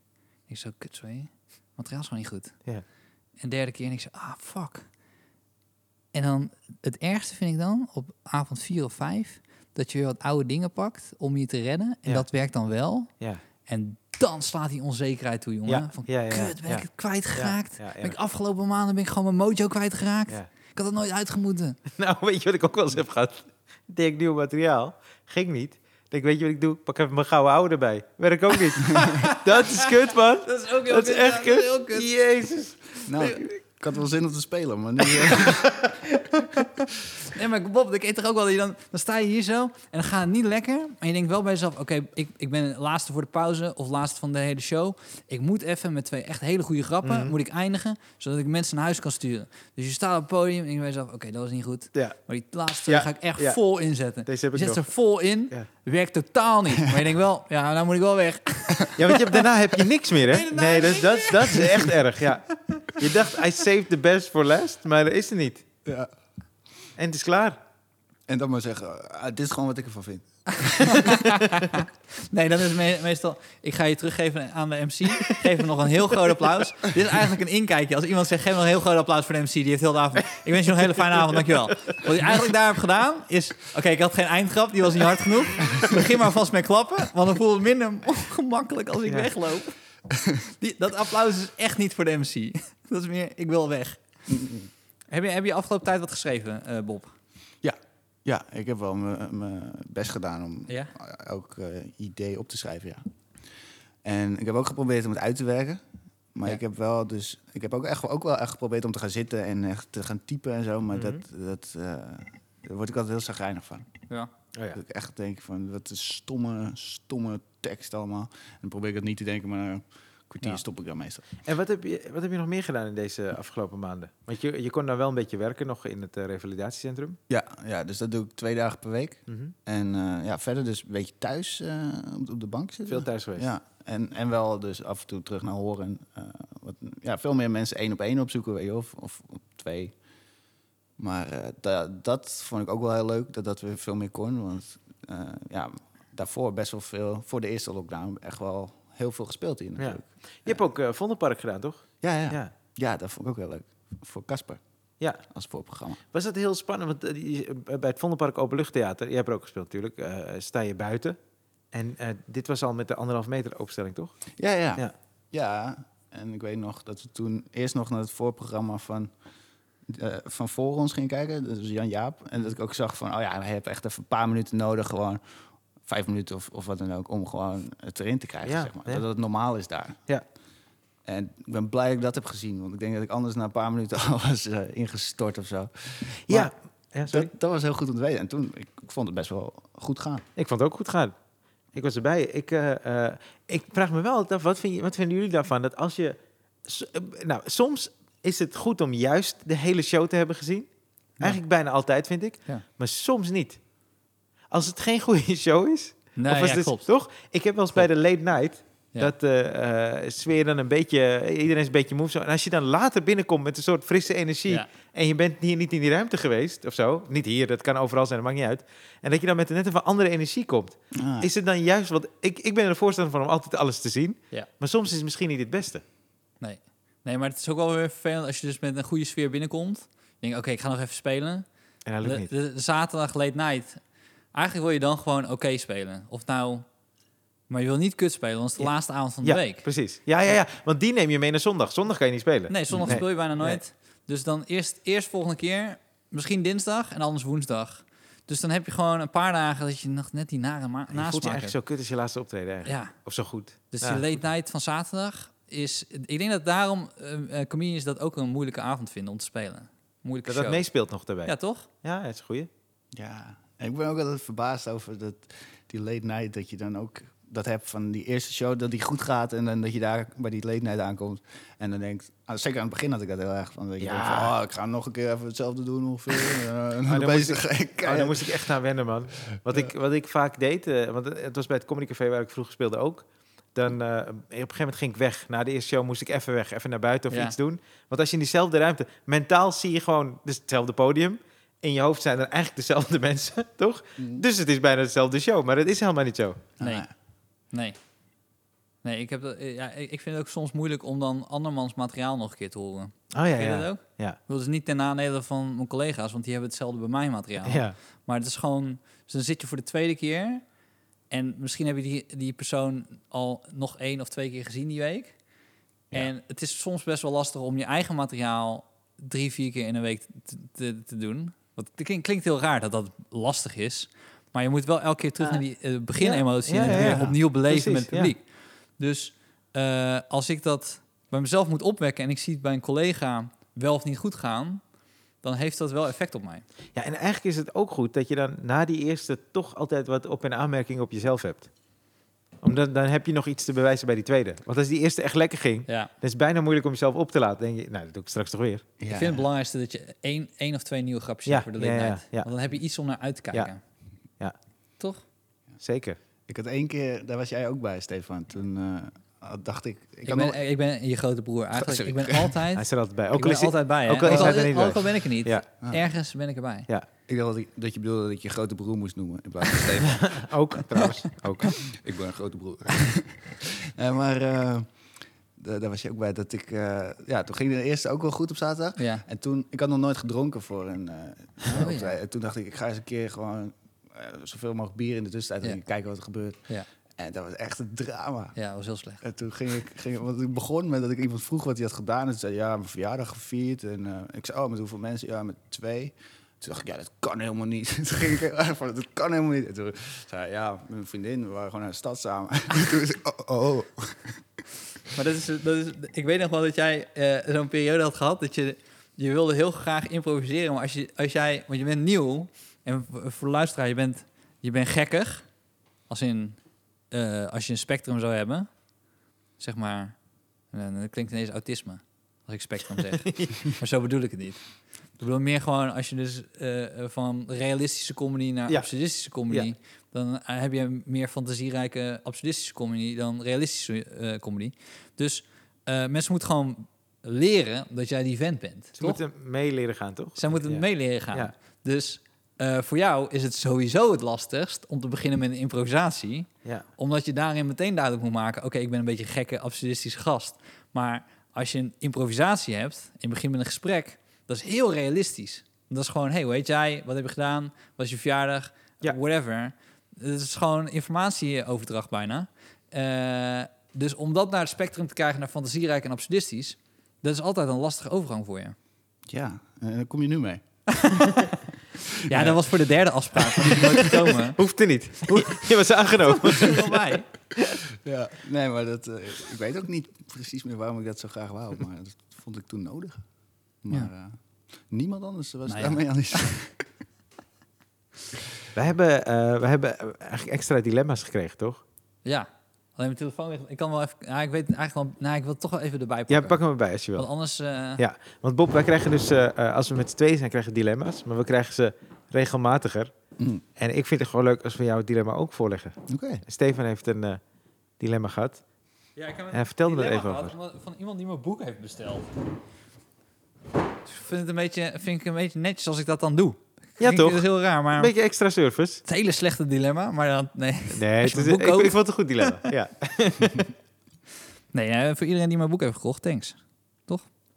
[SPEAKER 2] Ik zo, kut sorry. Materiaal is gewoon niet goed.
[SPEAKER 1] Ja.
[SPEAKER 2] En derde keer en ik zo, ah fuck. En dan het ergste vind ik dan, op avond vier of vijf, dat je weer wat oude dingen pakt om je te redden. En
[SPEAKER 1] Ja.
[SPEAKER 2] dat werkt dan wel.
[SPEAKER 1] Ja.
[SPEAKER 2] En dan slaat die onzekerheid toe, jongen.
[SPEAKER 1] Ja,
[SPEAKER 2] Van,
[SPEAKER 1] ja, ja,
[SPEAKER 2] kut, ben
[SPEAKER 1] ja.
[SPEAKER 2] ik het kwijtgeraakt?
[SPEAKER 1] Ja, ja, ja.
[SPEAKER 2] Ben ik afgelopen maanden ben ik gewoon mijn mojo kwijtgeraakt?
[SPEAKER 1] Ja.
[SPEAKER 2] Ik had het nooit uitgemoeten.
[SPEAKER 1] Nou, weet je wat ik ook wel eens heb gehad? Ik Denk nieuw materiaal. Ging niet. Ik Denk, weet je wat ik doe? Ik Pak even mijn gouden oude erbij. Werk ook niet. dat is kut, man.
[SPEAKER 2] Dat is ook heel
[SPEAKER 1] Dat is echt kut.
[SPEAKER 2] heel kut.
[SPEAKER 1] Jezus.
[SPEAKER 3] Nou, ik had wel zin om te spelen, maar nu... eh,
[SPEAKER 2] Nee, maar Bob, ik eet toch ook wel dat je dan... Dan sta je hier zo en dan gaat het niet lekker. En je denkt wel bij jezelf, oké, ik, ik ben laatste voor de pauze... of laatste van de hele show. Ik moet even met twee echt hele goede grappen...
[SPEAKER 1] Mhm.
[SPEAKER 2] moet ik eindigen, zodat ik mensen naar huis kan sturen. Dus je staat op het podium en je denkt bij jezelf... oké, dat was niet goed.
[SPEAKER 1] Ja.
[SPEAKER 2] Maar die laatste twee
[SPEAKER 1] Ja,
[SPEAKER 2] ga ik echt
[SPEAKER 1] ja.
[SPEAKER 2] vol inzetten.
[SPEAKER 1] Deze heb
[SPEAKER 2] je
[SPEAKER 1] ik
[SPEAKER 2] zet
[SPEAKER 1] nog.
[SPEAKER 2] er vol in,
[SPEAKER 1] Ja.
[SPEAKER 2] werkt totaal niet. Maar je denkt wel, ja, nou moet ik wel weg.
[SPEAKER 1] Ja, want je hebt- daarna heb je niks meer,
[SPEAKER 2] Nee,
[SPEAKER 1] hè?
[SPEAKER 2] daarna
[SPEAKER 1] Nee,
[SPEAKER 2] heb je
[SPEAKER 1] dus dat, dat is echt erg, ja. Je dacht, I saved the best for last, maar dat is er niet.
[SPEAKER 3] ja.
[SPEAKER 1] En het is klaar.
[SPEAKER 3] En dan maar zeggen, ah, dit is gewoon wat ik ervan vind.
[SPEAKER 2] Nee, dat is me- meestal... Ik ga je teruggeven aan de MC. Geef hem nog een heel groot applaus. Dit is eigenlijk een inkijkje. Als iemand zegt, geef hem nog een heel groot applaus voor de MC. Die heeft heel de avond... Ik wens je nog een hele fijne avond, dankjewel. Wat ik eigenlijk daar heb gedaan is... Oké, ik had geen eindgrap, die was niet hard genoeg. Begin maar vast met klappen. Want dan voel ik me minder ongemakkelijk als ik
[SPEAKER 1] Ja.
[SPEAKER 2] wegloop. Die, dat applaus is echt niet voor de MC. Dat is meer, ik wil weg. Heb je, heb je afgelopen tijd wat geschreven, eh, Bob?
[SPEAKER 3] Ja, ik heb wel mijn mijn best gedaan om
[SPEAKER 2] Ja?
[SPEAKER 3] elk eh, idee op te schrijven, ja. En ik heb ook geprobeerd om het uit te werken. Maar
[SPEAKER 2] Ja.
[SPEAKER 3] ik heb wel dus... Ik heb ook, echt, ook wel echt geprobeerd om te gaan zitten en echt te gaan typen en zo. Maar
[SPEAKER 1] Mhm.
[SPEAKER 3] dat, dat, eh, daar word ik altijd heel zagrijnig van.
[SPEAKER 2] Ja.
[SPEAKER 1] Oh, ja.
[SPEAKER 3] Dat ik echt denk van, wat een stomme, stomme tekst allemaal. En dan probeer ik dat niet te denken, maar een kwartier
[SPEAKER 2] Ja.
[SPEAKER 3] stop ik dan meestal.
[SPEAKER 1] En wat heb, je, wat heb je nog meer gedaan in deze afgelopen maanden? Want je, je kon dan wel een beetje werken nog in het eh, revalidatiecentrum.
[SPEAKER 3] Ja, ja, dus dat doe ik twee dagen per week.
[SPEAKER 1] Mhm.
[SPEAKER 3] En eh, ja, verder dus een beetje thuis eh, op, op de bank zitten.
[SPEAKER 1] Veel thuis geweest.
[SPEAKER 3] Ja, en, en wel dus af en toe terug naar horen. eh, wat, ja, veel meer mensen één op één opzoeken, weet je, of, of op twee. Maar eh, da- dat vond ik ook wel heel leuk, dat dat weer veel meer kon. Want eh, ja, daarvoor best wel veel, voor de eerste lockdown, echt wel heel veel gespeeld hier natuurlijk.
[SPEAKER 1] Je hebt ook eh Vondelpark gedaan, toch?
[SPEAKER 3] Ja, ja. ja. dat vond ik ook heel leuk. voor Casper
[SPEAKER 1] Ja,
[SPEAKER 3] als voorprogramma.
[SPEAKER 1] was dat heel spannend? Want eh, je- bij het Vondelpark Openluchttheater, jij hebt er ook gespeeld natuurlijk, eh, sta je buiten. En eh, dit was al met de anderhalf meter opstelling, toch?
[SPEAKER 3] Ja, ja,
[SPEAKER 1] Ja.
[SPEAKER 3] ja. en ik weet nog dat we toen eerst nog naar het voorprogramma van, eh, van voor ons gingen kijken. Dat was Jan Jaap. En dat ik ook zag van, oh ja, hij heeft echt even een paar minuten nodig gewoon. Vijf minuten of, of wat dan ook, om gewoon het erin te krijgen,
[SPEAKER 1] Ja,
[SPEAKER 3] zeg maar.
[SPEAKER 1] ja.
[SPEAKER 3] Dat het normaal is daar.
[SPEAKER 1] Ja.
[SPEAKER 3] En ik ben blij dat ik dat heb gezien. Want ik denk dat ik anders na een paar minuten al was eh, ingestort of zo.
[SPEAKER 1] ja. ja sorry.
[SPEAKER 3] Dat, dat was heel goed om te weten. En toen, ik, ik vond het best wel goed gaan.
[SPEAKER 1] Ik vond het ook goed gaan. Ik was erbij. Ik, eh, eh, ik vraag me wel altijd af, wat, vind je, wat vinden jullie daarvan? Dat als je... s- eh, nou, soms is het goed om juist de hele show te hebben gezien. Eigenlijk bijna altijd, vind ik.
[SPEAKER 2] Ja.
[SPEAKER 1] Maar soms niet. Als het geen goede show is...
[SPEAKER 2] Nee,
[SPEAKER 1] of als
[SPEAKER 2] Nou ja,
[SPEAKER 1] het-
[SPEAKER 2] klopt.
[SPEAKER 1] Toch? Ik heb wel eens bij de late night...
[SPEAKER 2] Ja.
[SPEAKER 1] Dat eh eh, sfeer dan een beetje... Iedereen is een beetje moe. zo. En als je dan later binnenkomt met een soort frisse energie...
[SPEAKER 2] Ja.
[SPEAKER 1] en je bent hier niet in die ruimte geweest of zo... niet hier, dat kan overal zijn, dat maakt niet uit... en dat je dan met een net even andere energie komt...
[SPEAKER 3] Ah.
[SPEAKER 1] Is het dan juist wat... Ik, ik ben er een voorstander van om altijd alles te zien.
[SPEAKER 2] Ja.
[SPEAKER 1] Maar soms is het misschien niet het beste.
[SPEAKER 2] Nee. nee, maar het is ook wel weer vervelend als je dus met een goede sfeer binnenkomt. Je denkt, oké, ik ga nog even spelen.
[SPEAKER 1] En dat lukt
[SPEAKER 2] De,
[SPEAKER 1] niet.
[SPEAKER 2] de- de zaterdag late night. Eigenlijk wil je dan gewoon oké spelen. Of nou... Maar je wil niet kut spelen, want het is de
[SPEAKER 1] Ja.
[SPEAKER 2] laatste avond van de
[SPEAKER 1] Ja,
[SPEAKER 2] week.
[SPEAKER 1] precies. Ja, ja, ja. Want die neem je mee naar zondag. Zondag kan je niet spelen.
[SPEAKER 2] Nee, zondag
[SPEAKER 1] Nee.
[SPEAKER 2] speel je bijna nooit. Dus dan eerst, eerst volgende keer, misschien dinsdag en anders woensdag. Dus dan heb je gewoon een paar dagen dat je nog net die nare ma-
[SPEAKER 1] Je voelt je
[SPEAKER 2] nasmaak
[SPEAKER 1] eigenlijk zo kut als je laatste optreden
[SPEAKER 2] hebt.
[SPEAKER 1] eigenlijk.
[SPEAKER 2] Ja,
[SPEAKER 1] Of zo goed.
[SPEAKER 2] dus
[SPEAKER 1] Ja.
[SPEAKER 2] die late night van zaterdag is... Ik denk dat daarom eh eh, comedians dat ook een moeilijke avond vinden om te spelen. Moeilijke
[SPEAKER 1] Dat dat
[SPEAKER 2] show.
[SPEAKER 1] meespeelt nog daarbij.
[SPEAKER 2] Ja,
[SPEAKER 1] Ja,
[SPEAKER 2] toch?
[SPEAKER 1] dat is een goeie.
[SPEAKER 3] Ja, en ik ben ook altijd verbaasd over dat, die late night, dat je dan ook dat hebt van die eerste show, dat die goed gaat en dan dat je daar bij die late night aankomt. En dan denkt, ah, zeker aan het begin had ik dat heel erg van, weet je,
[SPEAKER 1] Ja.
[SPEAKER 3] van, oh, ik ga nog een keer even hetzelfde doen ongeveer. en
[SPEAKER 1] dan
[SPEAKER 3] dan
[SPEAKER 1] moet
[SPEAKER 3] bezig. Ik,
[SPEAKER 1] Oh, daar moest ik echt aan wennen, man. Wat, ik, wat ik vaak deed, eh, want het het was bij het Comedy Café waar ik vroeger speelde ook. Dan, eh, op een gegeven moment ging ik weg. Na de eerste show moest ik even weg, even naar buiten of
[SPEAKER 2] Ja.
[SPEAKER 1] iets doen. Want als je in diezelfde ruimte... Mentaal zie je gewoon dus hetzelfde podium. In je hoofd zijn er eigenlijk dezelfde mensen, toch? Dus het is bijna dezelfde show, maar het is helemaal niet zo.
[SPEAKER 3] Mm.
[SPEAKER 1] Oh,
[SPEAKER 3] Ah,
[SPEAKER 2] Nee. Nee. Nee, ik, heb, dat- eh, ja, ik ik vind het ook soms moeilijk om dan andermans materiaal nog een keer te horen.
[SPEAKER 1] Oh ja,
[SPEAKER 2] Vind je dat
[SPEAKER 1] ja.
[SPEAKER 2] ook?
[SPEAKER 1] Ja,
[SPEAKER 2] Ik wil dus niet ten nadele van mijn collega's, want die hebben hetzelfde bij mij materiaal.
[SPEAKER 1] ja.
[SPEAKER 2] Maar het is gewoon, dus dan zit je voor de tweede keer. En misschien heb je die, die persoon al nog één of twee keer gezien die week.
[SPEAKER 1] Ja.
[SPEAKER 2] En het is soms best wel lastig om je eigen materiaal drie, vier keer in een week te, te, te doen. Want het klink- klinkt heel raar dat dat lastig is. Maar je moet wel elke keer terug
[SPEAKER 1] Ja.
[SPEAKER 2] naar die eh, beginemotie
[SPEAKER 1] Ja,
[SPEAKER 2] en het
[SPEAKER 1] ja, ja.
[SPEAKER 2] weer opnieuw
[SPEAKER 1] Precies,
[SPEAKER 2] beleven met het
[SPEAKER 1] ja.
[SPEAKER 2] publiek. Dus eh, als ik dat bij mezelf moet opwekken en ik zie het bij een collega wel of niet goed gaan, dan heeft dat wel effect op mij.
[SPEAKER 1] Ja, en eigenlijk is het ook goed dat je dan na die eerste toch altijd wat op- en aanmerking op jezelf hebt. Omdat dan heb je nog iets te bewijzen bij die tweede. Want als die eerste echt lekker ging,
[SPEAKER 2] Ja.
[SPEAKER 1] Het is bijna moeilijk om jezelf op te laten. Denk je, nou, dat doe ik straks toch weer.
[SPEAKER 3] ja.
[SPEAKER 2] Ik vind het belangrijkste dat je één, één of twee nieuwe grapjes
[SPEAKER 1] Ja,
[SPEAKER 2] hebt voor de late
[SPEAKER 1] ja, ja,
[SPEAKER 2] night.
[SPEAKER 1] ja.
[SPEAKER 2] Want dan heb je iets om naar uit te kijken.
[SPEAKER 1] ja.
[SPEAKER 2] Toch?
[SPEAKER 1] Zeker.
[SPEAKER 3] Ik had één keer, daar was jij ook bij, Stefan. Toen eh, dacht ik, ik,
[SPEAKER 2] Ik,
[SPEAKER 3] had
[SPEAKER 2] ben,
[SPEAKER 3] nog-
[SPEAKER 2] ik ben je grote broer eigenlijk.
[SPEAKER 3] Sorry.
[SPEAKER 2] Ik ben altijd,
[SPEAKER 1] Hij
[SPEAKER 2] ik
[SPEAKER 1] is er altijd bij. Ook al
[SPEAKER 2] ben
[SPEAKER 1] is hij-
[SPEAKER 2] altijd bij. hè?
[SPEAKER 1] ook al is hij er niet bij.
[SPEAKER 2] ook al ben ik er niet.
[SPEAKER 1] Ja.
[SPEAKER 3] Ah.
[SPEAKER 2] Ergens ben ik erbij.
[SPEAKER 3] ik dacht dat, ik- dat je bedoelde dat ik je grote broer moest noemen in plaats van Stefan.
[SPEAKER 1] ook trouwens. Ook.
[SPEAKER 3] Ik ben een grote broer. Eh, maar eh, da- daar was je ook bij. Dat ik, eh, ja, toen ging de eerste ook wel goed op zaterdag.
[SPEAKER 2] Ja.
[SPEAKER 3] En toen, ik had nog nooit gedronken voor een eh,
[SPEAKER 2] Oh, ja.
[SPEAKER 3] optreden. En toen dacht ik, ik ga eens een keer gewoon eh, zoveel mogelijk bier in de tussentijd
[SPEAKER 2] Ja.
[SPEAKER 3] drinken, kijken wat er gebeurt.
[SPEAKER 2] Ja.
[SPEAKER 3] En dat was echt een drama.
[SPEAKER 2] ja, dat was heel slecht.
[SPEAKER 3] En toen ging ik, ging, want ik begon met dat ik iemand vroeg wat hij had gedaan. En toen zei hij, ja, mijn verjaardag gevierd. En eh, ik zei, oh, met hoeveel mensen? Ja, met twee. Toen dacht ik, ja, dat kan helemaal niet. Toen ging ik heel erg van, dat kan helemaal niet. En toen zei hij, ja, met mijn vriendin, we waren gewoon naar de stad samen. toen was ik, oh, oh.
[SPEAKER 2] Maar dat is, dat is, ik weet nog wel dat jij eh, zo'n periode had gehad dat je, je wilde heel graag improviseren. Maar als, je, als jij, want je bent nieuw en v- voor de luisteraar, je bent, je bent gekkig. Als in, eh, als je een spectrum zou hebben, zeg maar, eh, dat klinkt ineens autisme als ik spectrum zeg. maar zo bedoel ik het niet. Ik bedoel meer gewoon als je dus eh, eh, van realistische comedy naar
[SPEAKER 1] Ja.
[SPEAKER 2] absurdistische comedy, dan eh, heb je meer fantasierijke absurdistische comedy dan realistische eh, comedy. Dus eh, mensen moeten gewoon leren dat jij die vent bent.
[SPEAKER 1] Ze
[SPEAKER 2] toch?
[SPEAKER 1] moeten mee leren gaan, toch?
[SPEAKER 2] Zij moeten
[SPEAKER 1] Ja.
[SPEAKER 2] mee leren gaan.
[SPEAKER 1] Ja.
[SPEAKER 2] Dus eh, voor jou is het sowieso het lastigst om te beginnen met een improvisatie
[SPEAKER 1] Ja.
[SPEAKER 2] omdat je daarin meteen duidelijk moet maken... oké, ik ben een beetje een gekke, absurdistische gast. Maar als je een improvisatie hebt en je begint met een gesprek, dat is heel realistisch. Dat is gewoon, hey, hoe heet jij? Wat heb je gedaan? Wat is je verjaardag?
[SPEAKER 1] Ja.
[SPEAKER 2] Whatever. Het is gewoon informatieoverdracht bijna. Eh, dus om dat naar het spectrum te krijgen naar fantasierijk en absurdistisch, dat is altijd een lastige overgang voor je.
[SPEAKER 3] Ja, eh, daar kom je nu mee.
[SPEAKER 2] Ja, dat was voor de derde afspraak. want die is nooit gekomen.
[SPEAKER 1] Hoeft er niet. Je was aangenomen.
[SPEAKER 2] Dat is wel bij.
[SPEAKER 3] Ja. Nee, maar dat, eh, ik weet ook niet precies meer waarom ik dat zo graag wou. Maar dat vond ik toen nodig. Maar eh, niemand anders was
[SPEAKER 2] Nou ja.
[SPEAKER 3] daarmee aan de slag.
[SPEAKER 1] We hebben, eh, we hebben eh, eigenlijk extra dilemma's gekregen, toch?
[SPEAKER 2] Ja, alleen mijn telefoon ligt. Ik kan wel even. Ja, ik weet eigenlijk wel. Nou, ik wil het toch wel even erbij pakken.
[SPEAKER 1] Ja, pak hem erbij als je wil.
[SPEAKER 2] Want anders. eh,
[SPEAKER 1] Ja, want Bob, wij krijgen dus, eh, eh, als we met z'n tweeën zijn, krijgen we dilemma's. Maar we krijgen ze regelmatiger.
[SPEAKER 3] Mm.
[SPEAKER 1] En ik vind het gewoon leuk als we jou het dilemma ook voorleggen.
[SPEAKER 3] Oké.
[SPEAKER 1] Stefan heeft een eh, dilemma gehad.
[SPEAKER 2] Ja, ik heb een
[SPEAKER 1] En hij vertelde er
[SPEAKER 2] dilemma
[SPEAKER 1] even
[SPEAKER 2] gehad
[SPEAKER 1] over.
[SPEAKER 2] omdat- Van iemand die mijn boek heeft besteld. Dus ik vind het een beetje, vind ik een beetje netjes als ik dat dan doe.
[SPEAKER 1] Ja,
[SPEAKER 2] Vind ik-
[SPEAKER 1] toch?
[SPEAKER 2] Dat is heel raar, maar
[SPEAKER 1] Een beetje extra service.
[SPEAKER 2] het hele slechte dilemma. Maar dan, nee,
[SPEAKER 1] Nee, het
[SPEAKER 2] Als je
[SPEAKER 1] is,
[SPEAKER 2] mijn
[SPEAKER 1] ik,
[SPEAKER 2] boek
[SPEAKER 1] ik
[SPEAKER 2] koopt.
[SPEAKER 1] vond het een goed dilemma. ja.
[SPEAKER 2] nee eh, voor iedereen die mijn boek heeft gekocht, thanks.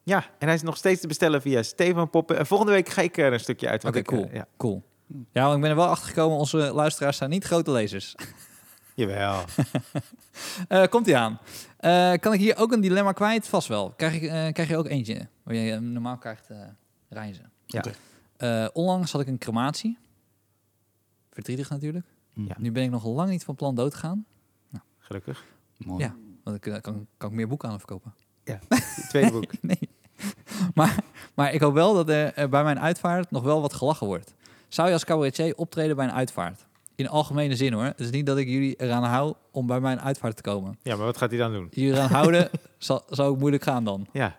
[SPEAKER 1] ja, en hij is nog steeds te bestellen via Stefan Poppen. En volgende week ga ik er een stukje uit.
[SPEAKER 2] Oké,
[SPEAKER 1] want ik,
[SPEAKER 2] cool.
[SPEAKER 1] eh, ja.
[SPEAKER 2] Cool. Ja, want ik ben er wel achter gekomen. Onze luisteraars zijn niet grote lezers.
[SPEAKER 1] Jawel.
[SPEAKER 2] Eh, komt ie aan. Eh, kan ik hier ook een dilemma kwijt? Vast wel. Krijg, ik, eh, krijg je ook eentje? Waar je eh, normaal krijgt eh reizen.
[SPEAKER 1] Ja.
[SPEAKER 3] Oké.
[SPEAKER 2] Eh, onlangs had ik een crematie. Verdrietig natuurlijk.
[SPEAKER 3] Ja.
[SPEAKER 2] Nu ben ik nog lang niet van plan dood te gaan.
[SPEAKER 1] Gelukkig.
[SPEAKER 3] Mooi.
[SPEAKER 2] Ja. Want ik eh, kan, kan ik meer boeken aan hem verkopen.
[SPEAKER 1] Het tweede boek.
[SPEAKER 2] nee. maar, maar ik hoop wel dat er eh, bij mijn uitvaart nog wel wat gelachen wordt. Zou je als cabaretier optreden bij een uitvaart? In algemene zin hoor. Het is niet dat ik jullie eraan hou om bij mijn uitvaart te komen.
[SPEAKER 1] Ja, maar wat gaat hij dan doen?
[SPEAKER 2] Jullie eraan houden zal, zal ook moeilijk gaan dan.
[SPEAKER 1] Ja.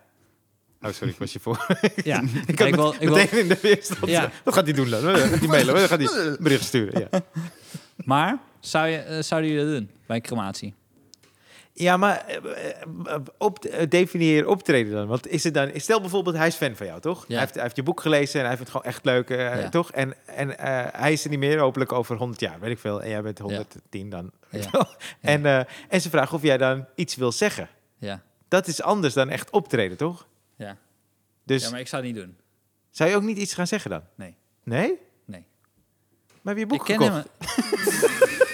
[SPEAKER 1] Oh, sorry, ik was je voor.
[SPEAKER 2] Ja,
[SPEAKER 1] Ik
[SPEAKER 2] ik,
[SPEAKER 1] had
[SPEAKER 2] wil, ik wil,
[SPEAKER 1] meteen in de weerstand.
[SPEAKER 2] Ja.
[SPEAKER 1] Wat gaat hij doen dan? Wat gaat hij mailen? Wat gaat hij een bericht sturen? Ja.
[SPEAKER 2] maar zou je, eh, zouden jullie dat doen bij een crematie?
[SPEAKER 1] Ja, maar eh, eh, eh, op, eh, definieer optreden dan. Want is het dan. Stel bijvoorbeeld, hij is fan van jou, toch? Hij, heeft, hij heeft je boek gelezen en hij vindt het gewoon echt leuk, eh,
[SPEAKER 2] Ja.
[SPEAKER 1] toch? En, en eh, hij is er niet meer, hopelijk over 100 jaar, weet ik veel. En jij bent 110 dan. weet
[SPEAKER 2] Ja.
[SPEAKER 1] je wel. En, eh, en ze vragen of jij dan iets wil zeggen.
[SPEAKER 2] Ja,
[SPEAKER 1] Dat is anders dan echt optreden, toch?
[SPEAKER 2] ja.
[SPEAKER 1] Dus
[SPEAKER 2] ja maar ik zou het niet doen.
[SPEAKER 1] zou je ook niet iets gaan zeggen dan?
[SPEAKER 2] Nee.
[SPEAKER 1] Nee?
[SPEAKER 2] Nee.
[SPEAKER 1] Maar heb je boek
[SPEAKER 2] Ik ken
[SPEAKER 1] gekocht?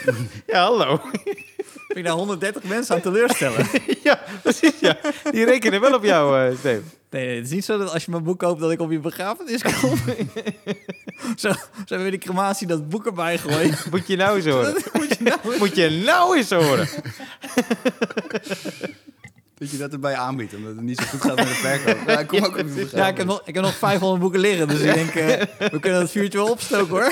[SPEAKER 2] hem.
[SPEAKER 1] Ja, hallo.
[SPEAKER 2] Vind ik daar 130 mensen aan teleurstellen?
[SPEAKER 1] ja, precies. Ja. Die rekenen wel op jou, eh Steve.
[SPEAKER 2] Nee, nee, het is niet zo dat als je mijn boek koopt dat ik op je begrafenis kom. zo, zo hebben we die crematie dat boek erbij gegooid.
[SPEAKER 1] Moet je nou eens horen.
[SPEAKER 2] Moet je nou-
[SPEAKER 1] Moet je nou eens horen.
[SPEAKER 3] Dat je dat erbij aanbiedt, omdat het niet zo goed gaat met de verkoop. Ja, ik kom ook op die begrafenis.
[SPEAKER 2] Ja, ik heb, nog, ik heb nog 500 boeken liggen, dus ik denk, eh, we kunnen dat vuurtje wel opstoken hoor.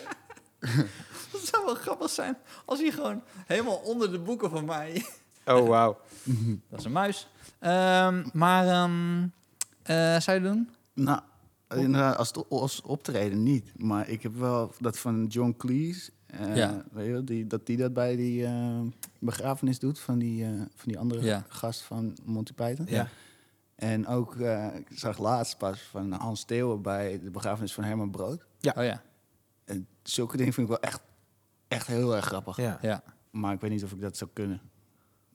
[SPEAKER 2] dat zou wel grappig zijn als hij gewoon helemaal onder de boeken van mij
[SPEAKER 1] Oh, wauw.
[SPEAKER 2] Dat is een muis. Ehm, maar ehm, eh, zou je het doen?
[SPEAKER 3] Nou, inderdaad, als, to- als optreden niet. Maar ik heb wel dat van John Cleese. eh,
[SPEAKER 2] Ja.
[SPEAKER 3] weet je wel, die, dat die dat bij die eh, begrafenis doet van die, eh, van die andere
[SPEAKER 2] Ja.
[SPEAKER 3] gast van Monty Python.
[SPEAKER 2] Ja.
[SPEAKER 3] En ook, eh, ik zag laatst pas van Hans Steeuwen bij de begrafenis van Herman Brood.
[SPEAKER 1] Ja.
[SPEAKER 2] Oh ja.
[SPEAKER 3] En zulke dingen vind ik wel echt, echt heel erg grappig.
[SPEAKER 1] Ja.
[SPEAKER 2] Ja.
[SPEAKER 3] Maar ik weet niet of ik dat zou kunnen.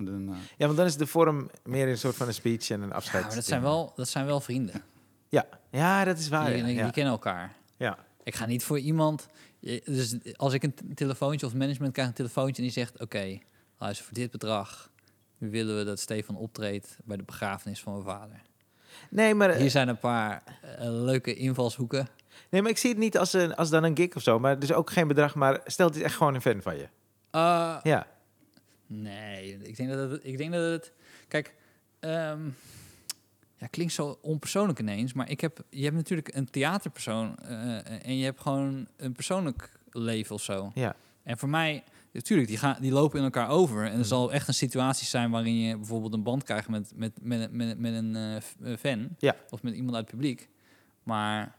[SPEAKER 3] Dan, eh,
[SPEAKER 1] ja, want dan is de vorm meer een soort van een speech en een
[SPEAKER 2] ja
[SPEAKER 1] afscheid.
[SPEAKER 2] Ah, maar dat zijn, wel, dat zijn wel vrienden.
[SPEAKER 1] Ja, ja dat is waar.
[SPEAKER 2] Die,
[SPEAKER 1] Ah, ja.
[SPEAKER 2] die,
[SPEAKER 1] Ja.
[SPEAKER 2] die kennen elkaar.
[SPEAKER 1] Ja.
[SPEAKER 2] Ik ga niet voor iemand... je- Dus als ik een t- telefoontje of management krijg een telefoontje en die zegt... Oké, luister, voor dit bedrag willen we dat Stefan optreedt bij de begrafenis van mijn vader.
[SPEAKER 1] Nee, maar,
[SPEAKER 2] Hier zijn een paar eh, leuke invalshoeken.
[SPEAKER 1] nee, maar ik zie het niet als, een, als dan een gig of zo. Maar dus ook geen bedrag. Maar stel, het is echt gewoon een fan van je.
[SPEAKER 2] Eh,
[SPEAKER 1] Ja.
[SPEAKER 2] Nee, ik denk dat het... Ik denk dat het kijk, ehm, ja, klinkt zo onpersoonlijk ineens, maar ik heb, je hebt natuurlijk een theaterpersoon eh, en je hebt gewoon een persoonlijk leven of zo.
[SPEAKER 1] Ja.
[SPEAKER 2] En voor mij, natuurlijk, die, gaan, die lopen in elkaar over.
[SPEAKER 1] Mm.
[SPEAKER 2] En er zal echt een situatie zijn waarin je bijvoorbeeld een band krijgt met, met, met, met, met een eh, f- eh, fan
[SPEAKER 1] Ja.
[SPEAKER 2] of met iemand uit het publiek. Maar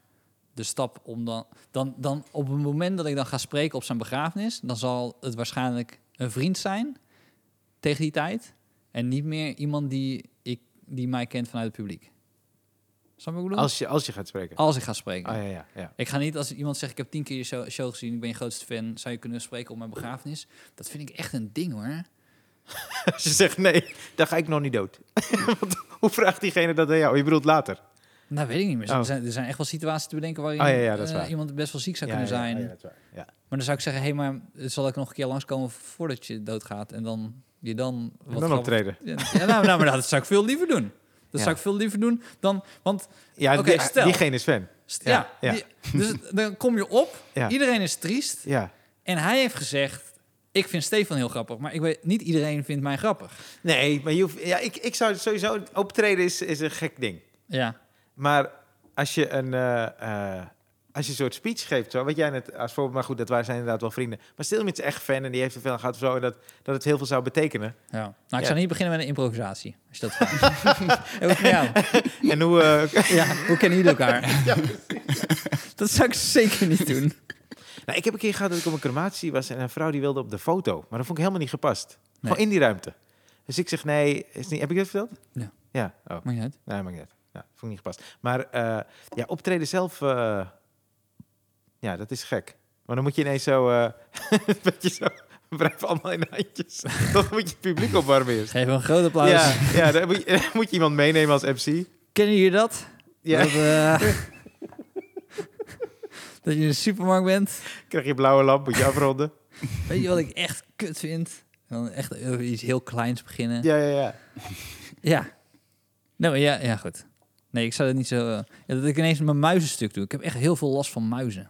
[SPEAKER 2] de stap om dan, dan, dan op het moment dat ik dan ga spreken op zijn begrafenis, dan zal het waarschijnlijk een vriend zijn tegen die tijd. En niet meer iemand die, ik, die mij kent vanuit het publiek. Snap je wat ik bedoel?
[SPEAKER 1] Als, je, als je gaat spreken.
[SPEAKER 2] Als ik ga spreken.
[SPEAKER 1] Oh, ja, ja, ja.
[SPEAKER 2] Ik ga niet als iemand zegt, ik heb tien keer je show, show gezien, ik ben je grootste fan, zou je kunnen spreken op mijn begrafenis? Dat vind ik echt een ding hoor.
[SPEAKER 1] Als je zegt nee, dan ga ik nog niet dood. Want hoe vraagt diegene dat aan jou? Oh, Je bedoelt later.
[SPEAKER 2] Nou, weet ik niet meer.
[SPEAKER 1] Oh.
[SPEAKER 2] Er, zijn, er zijn echt wel situaties te bedenken waarin
[SPEAKER 1] Oh, ja, ja, dat is
[SPEAKER 2] eh,
[SPEAKER 1] waar.
[SPEAKER 2] iemand best wel ziek zou
[SPEAKER 1] Ja,
[SPEAKER 2] kunnen
[SPEAKER 1] ja,
[SPEAKER 2] zijn.
[SPEAKER 1] ja, dat is waar. Ja.
[SPEAKER 2] Maar dan zou ik zeggen, hé, hey, maar zal ik nog een keer langskomen voordat je doodgaat? En dan je dan...
[SPEAKER 1] En dan
[SPEAKER 2] grappig-
[SPEAKER 1] optreden.
[SPEAKER 2] Ja, ja, nou, nou, maar dat zou ik veel liever doen.
[SPEAKER 1] Ja.
[SPEAKER 2] Dat zou ik veel liever doen dan... Want,
[SPEAKER 1] Ja,
[SPEAKER 2] Oké,
[SPEAKER 1] die-
[SPEAKER 2] stel.
[SPEAKER 1] diegene is fan.
[SPEAKER 2] st-
[SPEAKER 1] Ja, ja.
[SPEAKER 2] ja, die- dus dan kom je op,
[SPEAKER 1] Ja.
[SPEAKER 2] iedereen is triest.
[SPEAKER 1] Ja.
[SPEAKER 2] En hij heeft gezegd, ik vind Stefan heel grappig. Maar ik weet, niet iedereen vindt mij grappig.
[SPEAKER 1] Nee, maar je hoeft, ja, ik, ik zou sowieso... Optreden is, is een gek ding.
[SPEAKER 2] Ja,
[SPEAKER 1] Maar als je een, eh, eh, als je een soort speech geeft, zo, wat jij net als voorbeeld, maar goed, dat waren zijn inderdaad wel vrienden. Maar Stilmits is echt fan en die heeft er veel aan gehad of zo, en dat, dat het heel veel zou betekenen.
[SPEAKER 2] ja. Nou, ik
[SPEAKER 1] Ja.
[SPEAKER 2] zou niet beginnen met een improvisatie. Als je dat vraagt. Heel goed van jou.
[SPEAKER 1] En hoe, eh,
[SPEAKER 2] Ja, hoe kennen jullie elkaar? dat zou ik zeker niet doen.
[SPEAKER 1] nou, ik heb een keer gehad dat ik op een crematie was en een vrouw die wilde op de foto, maar dat vond ik helemaal niet gepast. Gewoon in die ruimte. Dus ik zeg nee, is niet, heb ik dat verteld?
[SPEAKER 2] Ja.
[SPEAKER 1] Ja, oh,
[SPEAKER 2] Maakt niet uit.
[SPEAKER 1] nee, maakt niet uit. Nou, vond ik niet gepast. Maar eh, ja, optreden zelf, eh, ja, dat is gek. Maar dan moet je ineens zo, eh een beetje zo, we blijven allemaal in de handjes. Dan moet je het publiek opwarmen eerst.
[SPEAKER 2] Geef hem een groot applaus.
[SPEAKER 1] Ja, ja dan moet, je, moet je iemand meenemen als MC.
[SPEAKER 2] Kennen jullie dat?
[SPEAKER 1] Ja,
[SPEAKER 2] Dat, eh, dat je in de supermarkt bent.
[SPEAKER 1] krijg je een blauwe lamp, moet je afronden.
[SPEAKER 2] Weet je wat ik echt kut vind? En dan echt over iets heel kleins beginnen. Ja.
[SPEAKER 1] Ja, ja, ja.
[SPEAKER 2] Nou ja, ja, goed. Nee, ik zou dat niet zo... eh, ja, dat ik ineens mijn muizenstuk doe. Ik heb echt heel veel last van muizen.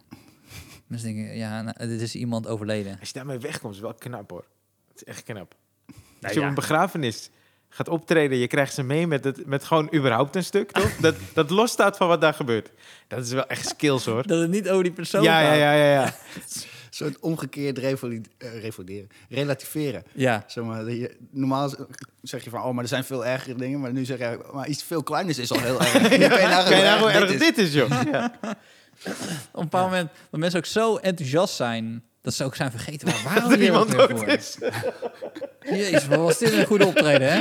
[SPEAKER 2] Mensen denken, ja, nou, dit is iemand overleden.
[SPEAKER 1] Als je daarmee wegkomt, is wel knap hoor. Het is echt knap. Als
[SPEAKER 2] Nou
[SPEAKER 1] je op
[SPEAKER 2] ja.
[SPEAKER 1] een begrafenis gaat optreden, je krijgt ze mee met, het, met gewoon überhaupt een stuk, toch? Dat, dat losstaat van wat daar gebeurt. Dat is wel echt skills hoor.
[SPEAKER 2] Dat het niet over die persoon
[SPEAKER 1] Ja, ja,
[SPEAKER 2] gaat.
[SPEAKER 1] ja, ja, ja.
[SPEAKER 3] Een soort omgekeerd revoli- eh, revalideren. relativeren.
[SPEAKER 2] Ja,
[SPEAKER 3] Zeg maar, dat je- normaal z- zeg je van, oh, maar er zijn veel ergere dingen. Maar nu zeg je, maar iets veel kleiners is al heel erg. Nu kan je nagaan
[SPEAKER 1] Kan je nou
[SPEAKER 3] hoe
[SPEAKER 1] hoe
[SPEAKER 3] erg
[SPEAKER 1] erg
[SPEAKER 3] dit is.
[SPEAKER 1] dit is, joh. Ja.
[SPEAKER 2] op een bepaald moment... Dat mensen ook zo enthousiast zijn... Dat ze ook zijn vergeten waar waren
[SPEAKER 1] Dat
[SPEAKER 2] we
[SPEAKER 1] er
[SPEAKER 2] hier ook
[SPEAKER 1] iemand
[SPEAKER 2] weer
[SPEAKER 1] dood
[SPEAKER 2] voor?
[SPEAKER 1] is.
[SPEAKER 2] Jezus, wat was dit een goede optreden, hè?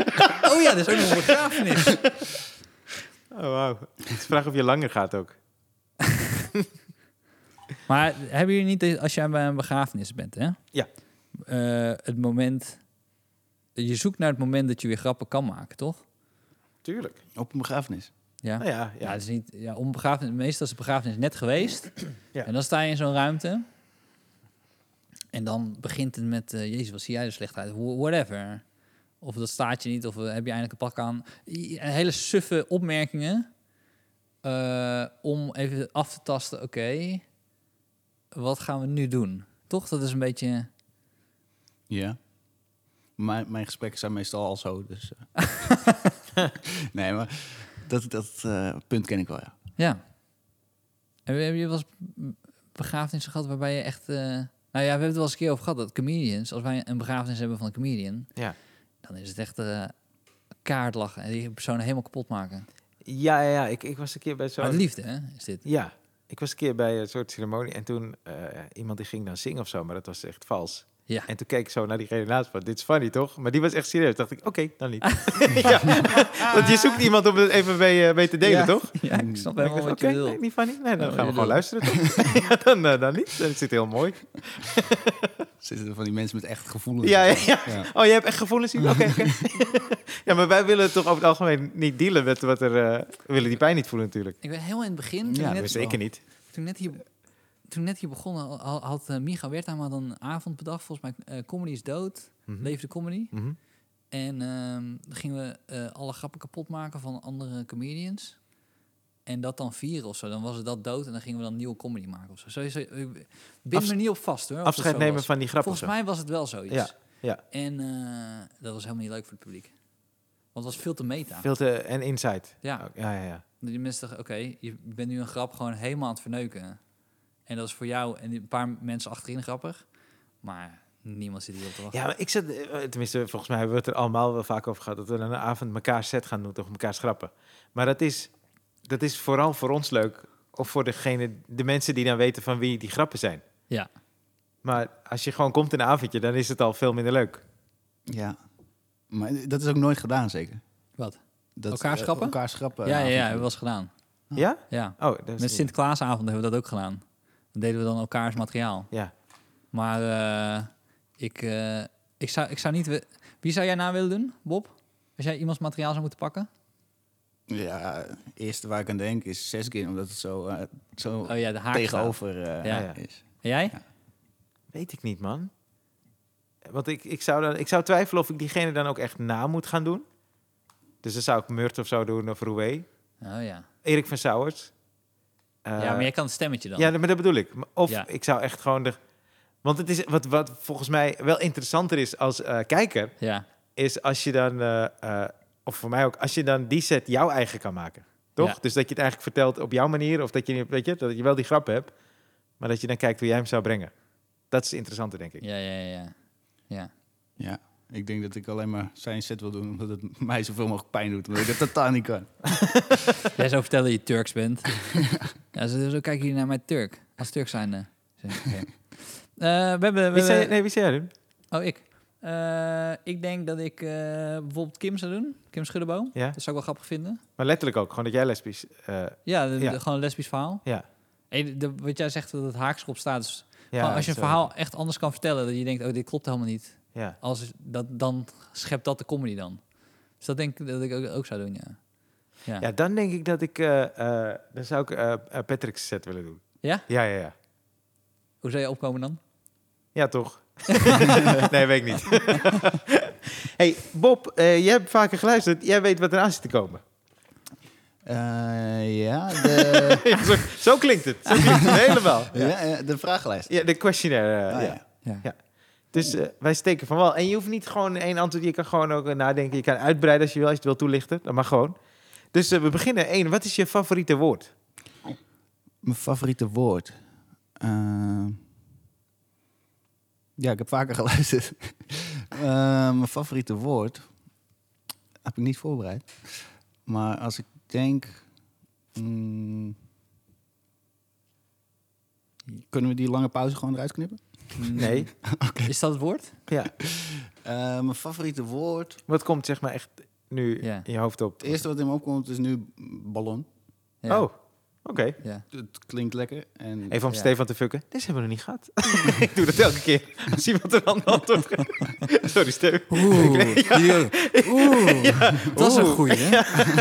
[SPEAKER 2] Oh ja, dit is ook nog een begrafenis.
[SPEAKER 1] Oh, wauw. Het is de vraag of je langer gaat ook.
[SPEAKER 2] Maar hebben jullie niet, dat als jij bij een begrafenis bent, hè?
[SPEAKER 1] Ja.
[SPEAKER 2] Eh, het moment... Je zoekt naar het moment dat je weer grappen kan maken, toch?
[SPEAKER 1] Tuurlijk.
[SPEAKER 3] Op een begrafenis.
[SPEAKER 2] Ja.
[SPEAKER 1] Nou ja,
[SPEAKER 2] Ja,
[SPEAKER 1] ja.
[SPEAKER 2] het is niet... Ja, om begrafenis, meestal is de begrafenis net geweest.
[SPEAKER 1] Ja.
[SPEAKER 2] En dan sta je in zo'n ruimte. En dan begint het met... eh, Jezus, wat zie jij er slecht uit? Wh- Whatever. Of dat staat je niet. Of eh, heb je eindelijk een pak aan. I- Hele suffe opmerkingen. eh, om even af te tasten. Oké, wat gaan we nu doen? Toch? Dat is een beetje...
[SPEAKER 3] Ja. Mijn, mijn gesprekken zijn meestal al zo, dus... eh. nee, maar dat, dat eh, punt ken ik wel, ja.
[SPEAKER 2] Ja. En we hebben je wel eens begrafenissen gehad waarbij je echt... eh, nou ja, we hebben het wel eens een keer over gehad. Dat comedians, als wij een begrafenis hebben van een comedian...
[SPEAKER 1] Ja.
[SPEAKER 2] dan is het echt eh kaart lachen en die persoon helemaal kapot maken.
[SPEAKER 1] Ja, ja, ja. Ik, ik was een keer bij
[SPEAKER 2] Uit
[SPEAKER 1] zo'n...
[SPEAKER 2] liefde, hè, is dit.
[SPEAKER 1] Ja, ik was een keer bij een soort ceremonie en toen eh, iemand die ging dan zingen of zo, maar dat was echt vals.
[SPEAKER 2] Ja.
[SPEAKER 1] En toen keek ik zo naar diegene naast me. Dit is funny, toch? Maar die was echt serieus. Dacht ik, oké, dan niet. ja, want je zoekt iemand om het even mee, eh, mee te delen,
[SPEAKER 2] Ja.
[SPEAKER 1] toch?
[SPEAKER 2] Ja, ik snap
[SPEAKER 1] Dan denk ik,
[SPEAKER 2] helemaal
[SPEAKER 1] Oké,
[SPEAKER 2] wat je
[SPEAKER 1] nee,
[SPEAKER 2] bedoelt.
[SPEAKER 1] niet funny. Nee, dan
[SPEAKER 2] Oh,
[SPEAKER 1] gaan we
[SPEAKER 2] je
[SPEAKER 1] gewoon
[SPEAKER 2] lul.
[SPEAKER 1] luisteren, toch? ja, dan, eh, dan niet. Dat zit heel mooi.
[SPEAKER 3] Zitten er van die mensen met echt gevoelens.
[SPEAKER 1] Ja, ja, ja.
[SPEAKER 3] Ja.
[SPEAKER 1] Oh, je hebt echt gevoelens hier? Oké, oké. ja, maar wij willen toch over het algemeen niet dealen met wat er... eh, we willen die pijn niet voelen, natuurlijk.
[SPEAKER 2] Ik ben heel in het begin, toen,
[SPEAKER 1] Ja,
[SPEAKER 2] ik
[SPEAKER 1] dat
[SPEAKER 2] net,
[SPEAKER 1] zeker niet.
[SPEAKER 2] toen, net hier, toen net hier begonnen, al- al- had eh, Micha Wertheim had een avond bedacht. Volgens mij, eh, comedy is dood,
[SPEAKER 1] Mhm.
[SPEAKER 2] leefde comedy.
[SPEAKER 1] Mhm.
[SPEAKER 2] En ehm, dan gingen we eh, alle grappen kapot maken van andere comedians. En dat dan vieren of zo. Dan was het dat dood en dan gingen we dan nieuwe comedy maken of zo. zo, zo ik bind
[SPEAKER 1] Afs-
[SPEAKER 2] me niet op vast hoor. of dat
[SPEAKER 1] Afscheid
[SPEAKER 2] zo
[SPEAKER 1] nemen
[SPEAKER 2] was.
[SPEAKER 1] van die grap of
[SPEAKER 2] Volgens
[SPEAKER 1] zo.
[SPEAKER 2] mij was het wel zoiets.
[SPEAKER 1] Ja, ja.
[SPEAKER 2] En eh, dat was helemaal niet leuk voor het publiek. Want het was veel te meta.
[SPEAKER 1] Veel Oh. te... En insight.
[SPEAKER 2] Ja,
[SPEAKER 1] Ja, ja, ja.
[SPEAKER 2] dat die mensen dachten, oké, je bent nu een grap gewoon helemaal aan het verneuken. En dat is voor jou en een paar mensen achterin grappig. Maar niemand zit hierop te wachten.
[SPEAKER 1] Ja, maar ik zat, eh, tenminste, volgens mij hebben we het er allemaal wel vaak over gehad dat we dan een avond elkaar set gaan doen, toch elkaar schrappen. Maar dat is, dat is vooral voor ons leuk, of voor degene, de mensen die dan weten van wie die grappen zijn.
[SPEAKER 2] Ja.
[SPEAKER 1] Maar als je gewoon komt in een avondje, dan is het al veel minder leuk.
[SPEAKER 3] Ja. Maar dat is ook nooit gedaan, zeker?
[SPEAKER 2] Wat?
[SPEAKER 3] Dat,
[SPEAKER 2] Elkaar
[SPEAKER 3] eh,
[SPEAKER 2] schrappen?
[SPEAKER 3] elkaar schrappen. eh,
[SPEAKER 2] Ja, ja, ja,
[SPEAKER 3] avond.
[SPEAKER 2] hebben we wel eens gedaan.
[SPEAKER 1] Ja?
[SPEAKER 2] Ja.
[SPEAKER 1] Oh, dat is
[SPEAKER 2] Met Sinterklaasavond hebben we dat ook gedaan. Dan deden we dan elkaars materiaal.
[SPEAKER 1] Ja.
[SPEAKER 2] Maar eh, ik, eh, ik, zou, ik zou niet... we- Wie zou jij na willen doen, Bob? Als jij iemands materiaal zou moeten pakken?
[SPEAKER 3] Ja, het eerste waar ik aan denk is Seskin, omdat het zo, eh, zo
[SPEAKER 2] Oh ja, de haak
[SPEAKER 3] tegenover eh,
[SPEAKER 2] Ja.
[SPEAKER 1] Ja.
[SPEAKER 3] is.
[SPEAKER 2] En jij?
[SPEAKER 1] Weet ik niet, man. Want ik, ik, zou dan, ik zou twijfelen of ik diegene dan ook echt na moet gaan doen. Dus dan zou ik Murt of zo doen, of Roué.
[SPEAKER 2] Oh ja.
[SPEAKER 1] Erik van Sauwers. Eh,
[SPEAKER 2] ja, maar jij kan het stemmetje dan.
[SPEAKER 1] Ja, maar dat bedoel ik. Of
[SPEAKER 2] Ja.
[SPEAKER 1] ik zou echt gewoon de... Want het is, wat, wat volgens mij wel interessanter is als eh, kijker...
[SPEAKER 2] Ja.
[SPEAKER 1] is als je dan, eh, eh, of voor mij ook, als je dan die set jouw eigen kan maken. Toch?
[SPEAKER 2] Ja.
[SPEAKER 1] Dus dat je het eigenlijk vertelt op jouw manier, of dat je, weet je, dat je wel die grap hebt, maar dat je dan kijkt hoe jij hem zou brengen. Dat is interessanter, denk ik.
[SPEAKER 2] Ja, ja, ja, ja. Ja.
[SPEAKER 3] Ja, ik denk dat ik alleen maar zijn set wil doen, omdat het mij zoveel mogelijk pijn doet. Omdat ik dat totaal niet kan.
[SPEAKER 2] Jij zou vertellen dat je Turks bent. ja, zo, zo kijken jullie naar mij Turk. Als Turk zijnde. Zeg, oké. Eh, we hebben... We
[SPEAKER 1] Wie zei,
[SPEAKER 2] hebben-
[SPEAKER 1] nee, wie zei jij hem?
[SPEAKER 2] Oh, ik. Eh, ik denk dat ik eh, bijvoorbeeld Kim zou doen. Kim Schuddeboom.
[SPEAKER 1] Ja?
[SPEAKER 2] Dat zou ik wel grappig vinden.
[SPEAKER 1] Maar letterlijk ook, gewoon dat jij lesbisch... eh,
[SPEAKER 2] Ja, de- de-
[SPEAKER 1] Ja.
[SPEAKER 2] gewoon een lesbisch verhaal.
[SPEAKER 1] ja.
[SPEAKER 2] Hey, de- wat jij zegt dat het haaks op staat. is
[SPEAKER 1] ja
[SPEAKER 2] gewoon als je een
[SPEAKER 1] sorry.
[SPEAKER 2] verhaal echt anders kan vertellen, dat je denkt, oh, dit klopt helemaal niet.
[SPEAKER 1] Ja.
[SPEAKER 2] Als dat, dan schept dat de comedy dan. Dus dat denk ik dat ik ook, ook zou doen, ja. Ja?
[SPEAKER 1] ja, dan denk ik dat ik, eh, eh, dan zou ik eh, eh, Patrick's set willen doen.
[SPEAKER 2] Ja?
[SPEAKER 1] Ja, ja, ja.
[SPEAKER 2] Hoe zou je opkomen dan?
[SPEAKER 1] Ja, toch? nee, weet ik niet. hey, Bob, eh, jij hebt vaker geluisterd. Jij weet wat eraan zit te komen.
[SPEAKER 3] Eh, ja, de,
[SPEAKER 1] Ja, zo, zo klinkt het. Zo klinkt het helemaal.
[SPEAKER 3] ja. eh, de vragenlijst.
[SPEAKER 1] Ja, de questionnaire. eh,
[SPEAKER 3] Ah,
[SPEAKER 1] ja.
[SPEAKER 3] ja.
[SPEAKER 2] Ja.
[SPEAKER 1] Ja. Dus eh, wij steken van wel. En je hoeft niet gewoon één antwoord. Je kan gewoon ook eh, nadenken. Je kan uitbreiden als je wil, als je het wil toelichten. Dat mag gewoon. Dus eh, we beginnen. Eén, wat is je favoriete woord?
[SPEAKER 3] Mijn favoriete woord. Ehm, ja, ik heb vaker geluisterd. Eh, mijn favoriete woord. Heb ik niet voorbereid. Maar als ik denk. mm, kunnen we die lange pauze gewoon eruit knippen?
[SPEAKER 1] Nee.
[SPEAKER 2] Is dat het woord?
[SPEAKER 1] Ja.
[SPEAKER 3] Eh, mijn favoriete woord.
[SPEAKER 1] Wat komt zeg maar echt nu
[SPEAKER 2] Ja.
[SPEAKER 1] in je hoofd op?
[SPEAKER 3] Het eerste wat in me opkomt is nu ballon.
[SPEAKER 2] Ja.
[SPEAKER 1] Oh, oké.
[SPEAKER 2] Ja.
[SPEAKER 3] Het klinkt lekker. En
[SPEAKER 1] Even om
[SPEAKER 2] Ja.
[SPEAKER 1] Stefan te fukken. Dit hebben we nog niet gehad. ik doe dat elke keer. Als iemand een ander antwoord geeft. Sorry, Stef.
[SPEAKER 2] Oeh, jullie ook. Oeh, dat is een goeie, hè?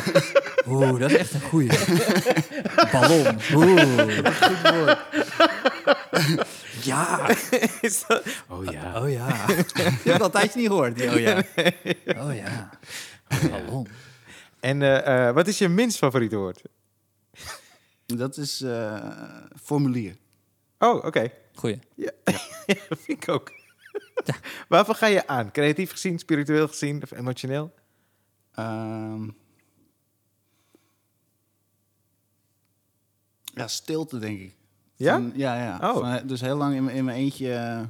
[SPEAKER 2] Oeh, dat is echt een goeie. Ballon. Oeh.
[SPEAKER 3] goed woord.
[SPEAKER 2] Ja.
[SPEAKER 1] Is dat- Oh ja.
[SPEAKER 2] Oh ja. Je hebt het al een tijdje niet gehoord. die Oh ja. Oh ja. Ballon.
[SPEAKER 1] En eh, eh, wat is je minst favoriete woord?
[SPEAKER 3] Dat is eh, formulier.
[SPEAKER 1] Oh, oké.
[SPEAKER 2] Goeie.
[SPEAKER 1] Ja. Ja, vind ik ook. Waarvan ga je aan? Creatief gezien, spiritueel gezien of emotioneel?
[SPEAKER 3] Ehm, ja, stilte, denk ik.
[SPEAKER 1] Ja?
[SPEAKER 3] Van- ja, ja.
[SPEAKER 1] Oh.
[SPEAKER 3] Van, eh, dus heel lang in, mijn- in mijn eentje... eh,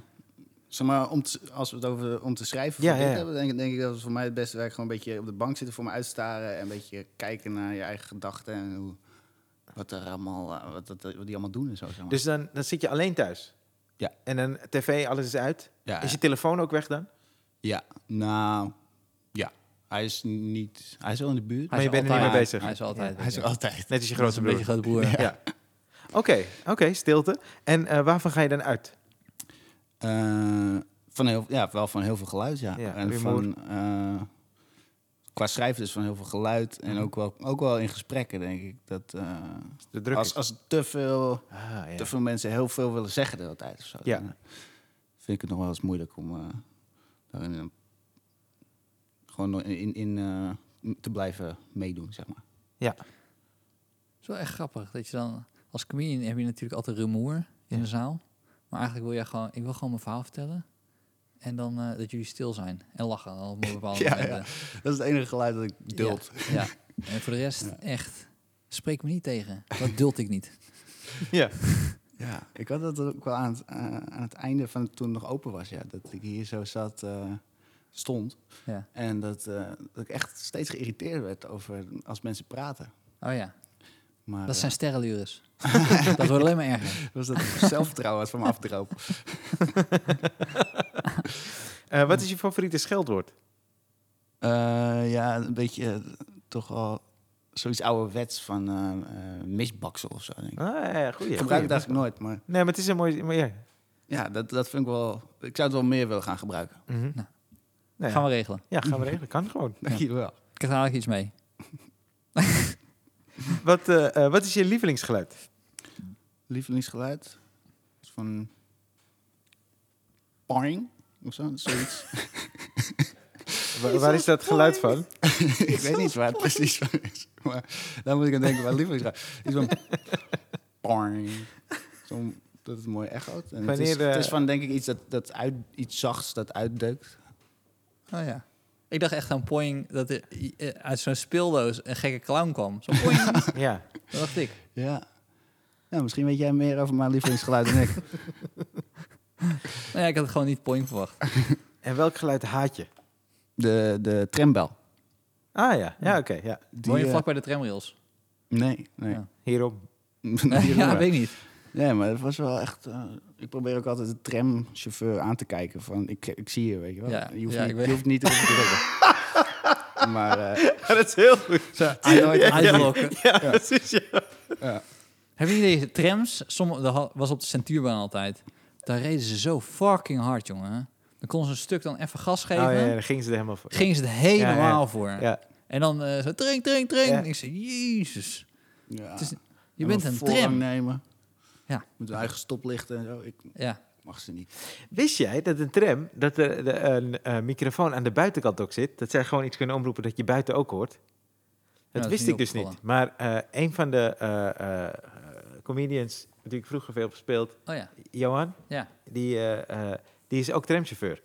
[SPEAKER 3] zeg maar, om te- als we het over om te schrijven
[SPEAKER 1] Ja,
[SPEAKER 3] voor dit
[SPEAKER 1] ja, ja.
[SPEAKER 3] hebben... Denk, denk ik dat het voor mij het beste werk... gewoon een beetje op de bank zitten voor me uitstaren... en een beetje kijken naar je eigen gedachten... en hoe, wat, er allemaal, eh, wat, dat- wat die allemaal doen en zo. Zeg maar.
[SPEAKER 1] Dus dan, dan zit je alleen thuis?
[SPEAKER 3] Ja.
[SPEAKER 1] En dan tv, alles is uit?
[SPEAKER 3] ja,
[SPEAKER 1] Is je telefoon ook weg dan?
[SPEAKER 3] ja, nou... Ja, hij is niet... Hij is wel in de buurt.
[SPEAKER 1] Maar je bent er niet mee bezig.
[SPEAKER 2] Hij is er altijd.
[SPEAKER 3] hij is er altijd.
[SPEAKER 1] Net als je
[SPEAKER 2] Dat is
[SPEAKER 1] grote
[SPEAKER 2] een
[SPEAKER 1] broer.
[SPEAKER 2] beetje grote broer.
[SPEAKER 1] Ja. Oké, oké, stilte. En eh, waarvan ga je dan uit?
[SPEAKER 3] Eh, van heel, ja, wel van heel veel geluid, ja.
[SPEAKER 1] Ja,
[SPEAKER 3] en
[SPEAKER 1] rumoer.
[SPEAKER 3] van, eh, qua schrijven dus van heel veel geluid. En
[SPEAKER 1] Mhm.
[SPEAKER 3] ook wel, ook wel in gesprekken, denk ik. Dat, eh,
[SPEAKER 1] De druk
[SPEAKER 3] als
[SPEAKER 1] is-
[SPEAKER 3] als te, veel,
[SPEAKER 1] Ah, ja.
[SPEAKER 3] te veel mensen heel veel willen zeggen de hele tijd of zo,
[SPEAKER 1] Ja.
[SPEAKER 3] dan, eh, vind ik het nog wel eens moeilijk om eh, daarin eh, gewoon in, in, eh, te blijven meedoen, zeg maar.
[SPEAKER 1] ja.
[SPEAKER 2] Het is wel echt grappig dat je dan als comedian heb je natuurlijk altijd rumoer in
[SPEAKER 1] Ja.
[SPEAKER 2] de zaal, maar eigenlijk wil jij gewoon, ik wil gewoon mijn verhaal vertellen en dan eh, dat jullie stil zijn en lachen op een bepaalde
[SPEAKER 3] Ja,
[SPEAKER 2] momenten.
[SPEAKER 3] Dat is het enige geluid dat ik duld.
[SPEAKER 2] Ja, ja. En voor de rest echt spreek me niet tegen. Dat duld ik niet.
[SPEAKER 1] ja.
[SPEAKER 3] Ja, ik had dat ook wel aan het, eh, aan het einde van toen het nog open was. Ja, dat ik hier zo zat, eh, stond.
[SPEAKER 2] Ja.
[SPEAKER 3] En dat, eh, dat ik echt steeds geïrriteerd werd over als mensen praten.
[SPEAKER 2] Oh ja,
[SPEAKER 3] Maar
[SPEAKER 2] dat
[SPEAKER 3] eh,
[SPEAKER 2] zijn sterrenlures. dat wordt alleen maar erger.
[SPEAKER 3] was dat zelfvertrouwen wat van me afdroop.
[SPEAKER 1] Eh, wat is je favoriete scheldwoord?
[SPEAKER 3] Eh, ja, een beetje eh, toch wel zoiets ouderwets van eh, eh, misbaksel of zo. Denk ik.
[SPEAKER 1] Ah, ja, ja, goeie.
[SPEAKER 3] ik gebruik
[SPEAKER 1] goeie.
[SPEAKER 3] het eigenlijk nooit, maar
[SPEAKER 1] Nee, maar het is een mooi... Maar ja.
[SPEAKER 3] ja, dat, dat vind ik wel... Ik zou het wel meer willen gaan gebruiken.
[SPEAKER 1] Mhm.
[SPEAKER 2] Nou.
[SPEAKER 1] Nou ja.
[SPEAKER 2] Gaan we regelen.
[SPEAKER 1] Ja, gaan we regelen. Kan gewoon.
[SPEAKER 3] Dank jullie wel.
[SPEAKER 2] Ik krijg dadelijk iets mee.
[SPEAKER 1] Wat, eh, eh, wat is je lievelingsgeluid?
[SPEAKER 3] Lievelingsgeluid is van... Poing of zo, zoiets.
[SPEAKER 1] Wa- waar is dat geluid van?
[SPEAKER 3] ik weet niet waar het precies van is. Maar daar moet ik aan denken, waar lievelingsgeluid. Iets van... Poing. Zo, dat het mooi echoot. En het, is,
[SPEAKER 1] Wanneer, eh,
[SPEAKER 3] het is van, denk ik, iets, dat, dat uit, iets zachts dat uitdeukt.
[SPEAKER 2] Oh ja. Ik dacht echt aan Poing dat er eh, uit zo'n speeldoos een gekke clown kwam. Zo'n Poing. dat
[SPEAKER 1] Ja.
[SPEAKER 2] dacht ik.
[SPEAKER 3] Ja. Nou, misschien weet jij meer over mijn lievelingsgeluid dan ik.
[SPEAKER 2] Nou ja, ik had het gewoon niet Poing verwacht.
[SPEAKER 1] En welk geluid haat je?
[SPEAKER 3] De, de trambel.
[SPEAKER 1] Ah ja, ja oké. ja.
[SPEAKER 2] Woon je
[SPEAKER 3] eh,
[SPEAKER 2] vlak bij de tramrails?
[SPEAKER 3] Nee, nee.
[SPEAKER 2] Ja.
[SPEAKER 1] Hierom.
[SPEAKER 3] Die
[SPEAKER 2] ja,
[SPEAKER 3] roemer.
[SPEAKER 2] weet ik niet.
[SPEAKER 3] Nee, maar het was wel echt... eh, ik probeer ook altijd de tramchauffeur aan te kijken. Van, ik, ik zie je, weet je wel.
[SPEAKER 2] Ja,
[SPEAKER 3] je, hoeft
[SPEAKER 2] ja, ik
[SPEAKER 3] niet,
[SPEAKER 2] weet-
[SPEAKER 3] je hoeft niet erop te drukken. maar... eh,
[SPEAKER 1] dat is heel goed.
[SPEAKER 3] I know it, I know it.
[SPEAKER 2] Uitlokken.
[SPEAKER 1] Ja, precies. Ja.
[SPEAKER 2] Hebben jullie deze trams? Sommige dat ha- was op de centuurbaan altijd. Daar reden ze zo fucking hard, jongen. Dan konden ze een stuk dan even gas geven.
[SPEAKER 1] Oh, ja, ja, daar gingen ze er helemaal voor.
[SPEAKER 2] Gingen ze het helemaal
[SPEAKER 1] Ja, ja.
[SPEAKER 2] voor.
[SPEAKER 1] Ja.
[SPEAKER 2] En dan eh, zo trink, trink, trink.
[SPEAKER 1] Ja.
[SPEAKER 2] Ik zei, jezus.
[SPEAKER 3] Ja.
[SPEAKER 2] Het is- Je
[SPEAKER 3] En
[SPEAKER 2] bent
[SPEAKER 3] dan
[SPEAKER 2] een
[SPEAKER 3] voorrang
[SPEAKER 2] tram.
[SPEAKER 3] nemen.
[SPEAKER 2] Ja.
[SPEAKER 3] Met hun eigen stoplichten en zo. Ik
[SPEAKER 2] Ja.
[SPEAKER 3] mag ze niet.
[SPEAKER 1] Wist jij dat een tram, dat er de- een eh, microfoon aan de buitenkant ook zit? Dat zij gewoon iets kunnen omroepen dat je buiten ook hoort? Dat
[SPEAKER 2] dat is
[SPEAKER 1] wist
[SPEAKER 2] niet
[SPEAKER 1] ik dus
[SPEAKER 2] opgevallen.
[SPEAKER 1] niet. Maar eh, een van de eh, eh, eh, comedians die ik vroeger veel heb gespeeld,
[SPEAKER 2] Oh ja.
[SPEAKER 1] Johan,
[SPEAKER 2] Ja.
[SPEAKER 1] die, eh, eh, die is ook tramchauffeur.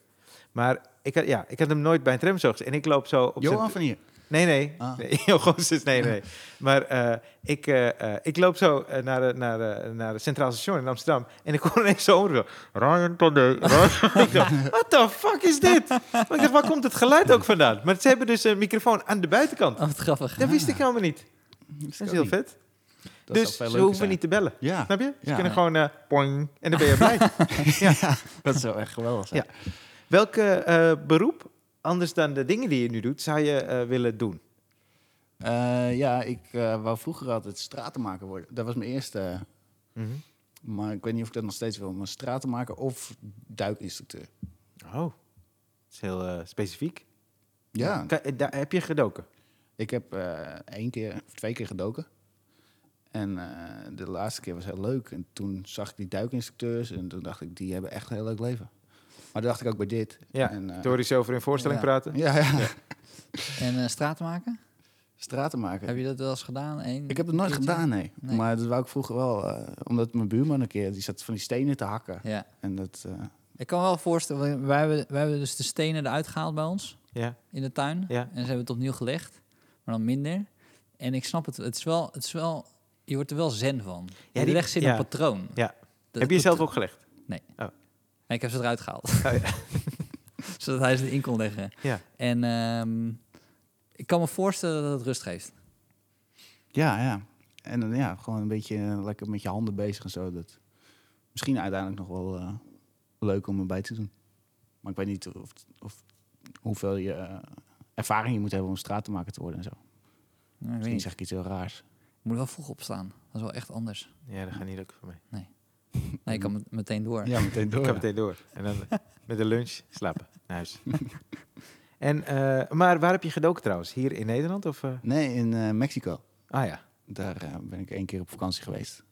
[SPEAKER 1] Maar ik had, ja, ik had hem nooit bij een tram zo gezien. En ik loop zo op zijn
[SPEAKER 3] Johan van hier.
[SPEAKER 1] Nee, nee.
[SPEAKER 3] Ah.
[SPEAKER 1] nee Augustus, nee, nee. Maar eh, ik, eh, eh, ik loop zo eh, naar, eh, naar, eh, naar het Centraal Station in Amsterdam. En ik hoor ineens zo omroepen. Ryan Tandé, Ryan Ik dacht, what the fuck is dit? Maar ik dacht, waar komt het geluid ook vandaan? Maar ze hebben dus een microfoon aan de buitenkant.
[SPEAKER 3] Ah.
[SPEAKER 2] Oh, wat grappig.
[SPEAKER 1] Dat wist
[SPEAKER 2] Ja.
[SPEAKER 1] ik helemaal niet.
[SPEAKER 3] Dat
[SPEAKER 1] Dat is heel vet.
[SPEAKER 3] Dat
[SPEAKER 1] dus
[SPEAKER 3] zou veel
[SPEAKER 1] ze
[SPEAKER 3] leuker
[SPEAKER 1] hoeven
[SPEAKER 3] zijn.
[SPEAKER 1] niet te bellen.
[SPEAKER 3] Ja,
[SPEAKER 1] Snap je? Ze
[SPEAKER 3] Ja.
[SPEAKER 1] kunnen gewoon eh poing en dan ben je blij.
[SPEAKER 3] dat zou echt geweldig zijn.
[SPEAKER 1] Welk eh, eh, beroep, anders dan de dingen die je nu doet, zou je eh, willen doen?
[SPEAKER 3] Eh, ja, ik eh, wou vroeger altijd stratenmaker worden. Dat was mijn eerste. eh, Maar ik weet niet of ik dat nog steeds wil. Maar stratenmaker of duikinstructeur.
[SPEAKER 1] Oh, dat is heel eh, specifiek.
[SPEAKER 3] Ja.
[SPEAKER 1] Ka- eh, daar heb je gedoken?
[SPEAKER 3] Ik heb eh, één keer of twee keer gedoken. En eh, de laatste keer was heel leuk. En toen zag ik die duikinstructeurs. En toen dacht ik, die hebben echt een heel leuk leven. Maar dat dacht ik ook bij dit.
[SPEAKER 1] Ja,
[SPEAKER 3] En, eh,
[SPEAKER 1] Door eens over een voorstelling
[SPEAKER 2] ja.
[SPEAKER 1] praten.
[SPEAKER 3] ja, ja.
[SPEAKER 2] En eh, straat maken?
[SPEAKER 3] Stratenmaker.
[SPEAKER 2] Heb je dat wel eens gedaan? Eén
[SPEAKER 3] Ik heb het nooit
[SPEAKER 2] keertje?
[SPEAKER 3] gedaan, nee.
[SPEAKER 2] Nee.
[SPEAKER 3] Maar dat wou ik vroeger wel. eh, omdat mijn buurman een keer, die zat van die stenen te hakken.
[SPEAKER 2] Ja.
[SPEAKER 3] En dat... eh,
[SPEAKER 2] Ik kan me wel voorstellen, wij hebben, wij hebben dus de stenen eruit gehaald bij ons
[SPEAKER 1] Ja.
[SPEAKER 2] in de tuin.
[SPEAKER 1] Ja.
[SPEAKER 2] En ze hebben het opnieuw gelegd, maar dan minder. En ik snap het, het is wel, het is wel je wordt er wel zen van.
[SPEAKER 1] Ja,
[SPEAKER 2] je
[SPEAKER 1] die-
[SPEAKER 2] legt zit
[SPEAKER 1] ja.
[SPEAKER 2] een patroon.
[SPEAKER 1] Ja.
[SPEAKER 2] Dat-
[SPEAKER 1] heb je jezelf
[SPEAKER 2] dat-
[SPEAKER 1] opgelegd?
[SPEAKER 2] Nee, ik heb ze eruit gehaald.
[SPEAKER 1] ja.
[SPEAKER 2] Zodat hij ze erin kon leggen.
[SPEAKER 1] Ja.
[SPEAKER 2] En ehm, ik kan me voorstellen dat het rust geeft.
[SPEAKER 3] ja, ja. En dan ja, gewoon een beetje eh, lekker met je handen bezig en zo. Dat, misschien uiteindelijk nog wel eh, leuk om erbij te doen. Maar ik weet niet of, of hoeveel je eh, ervaring je moet hebben om straat te maken te worden en zo.
[SPEAKER 2] Nou, ik weet
[SPEAKER 3] Misschien
[SPEAKER 2] niet.
[SPEAKER 3] zeg ik iets heel raars.
[SPEAKER 2] Ik moet er wel vroeg opstaan. Dat is wel echt anders.
[SPEAKER 1] Ja, dat gaat niet lukken voor mij.
[SPEAKER 2] Nee, ik kan met- meteen door.
[SPEAKER 3] Ja, meteen door.
[SPEAKER 1] Ik ga meteen door. En dan met de lunch slapen naar huis. en, eh, maar waar heb je gedoken trouwens? Hier in Nederland? Of, eh?
[SPEAKER 3] Nee, in eh, Mexico.
[SPEAKER 1] Ah ja.
[SPEAKER 3] Daar eh, ben ik één keer op vakantie geweest.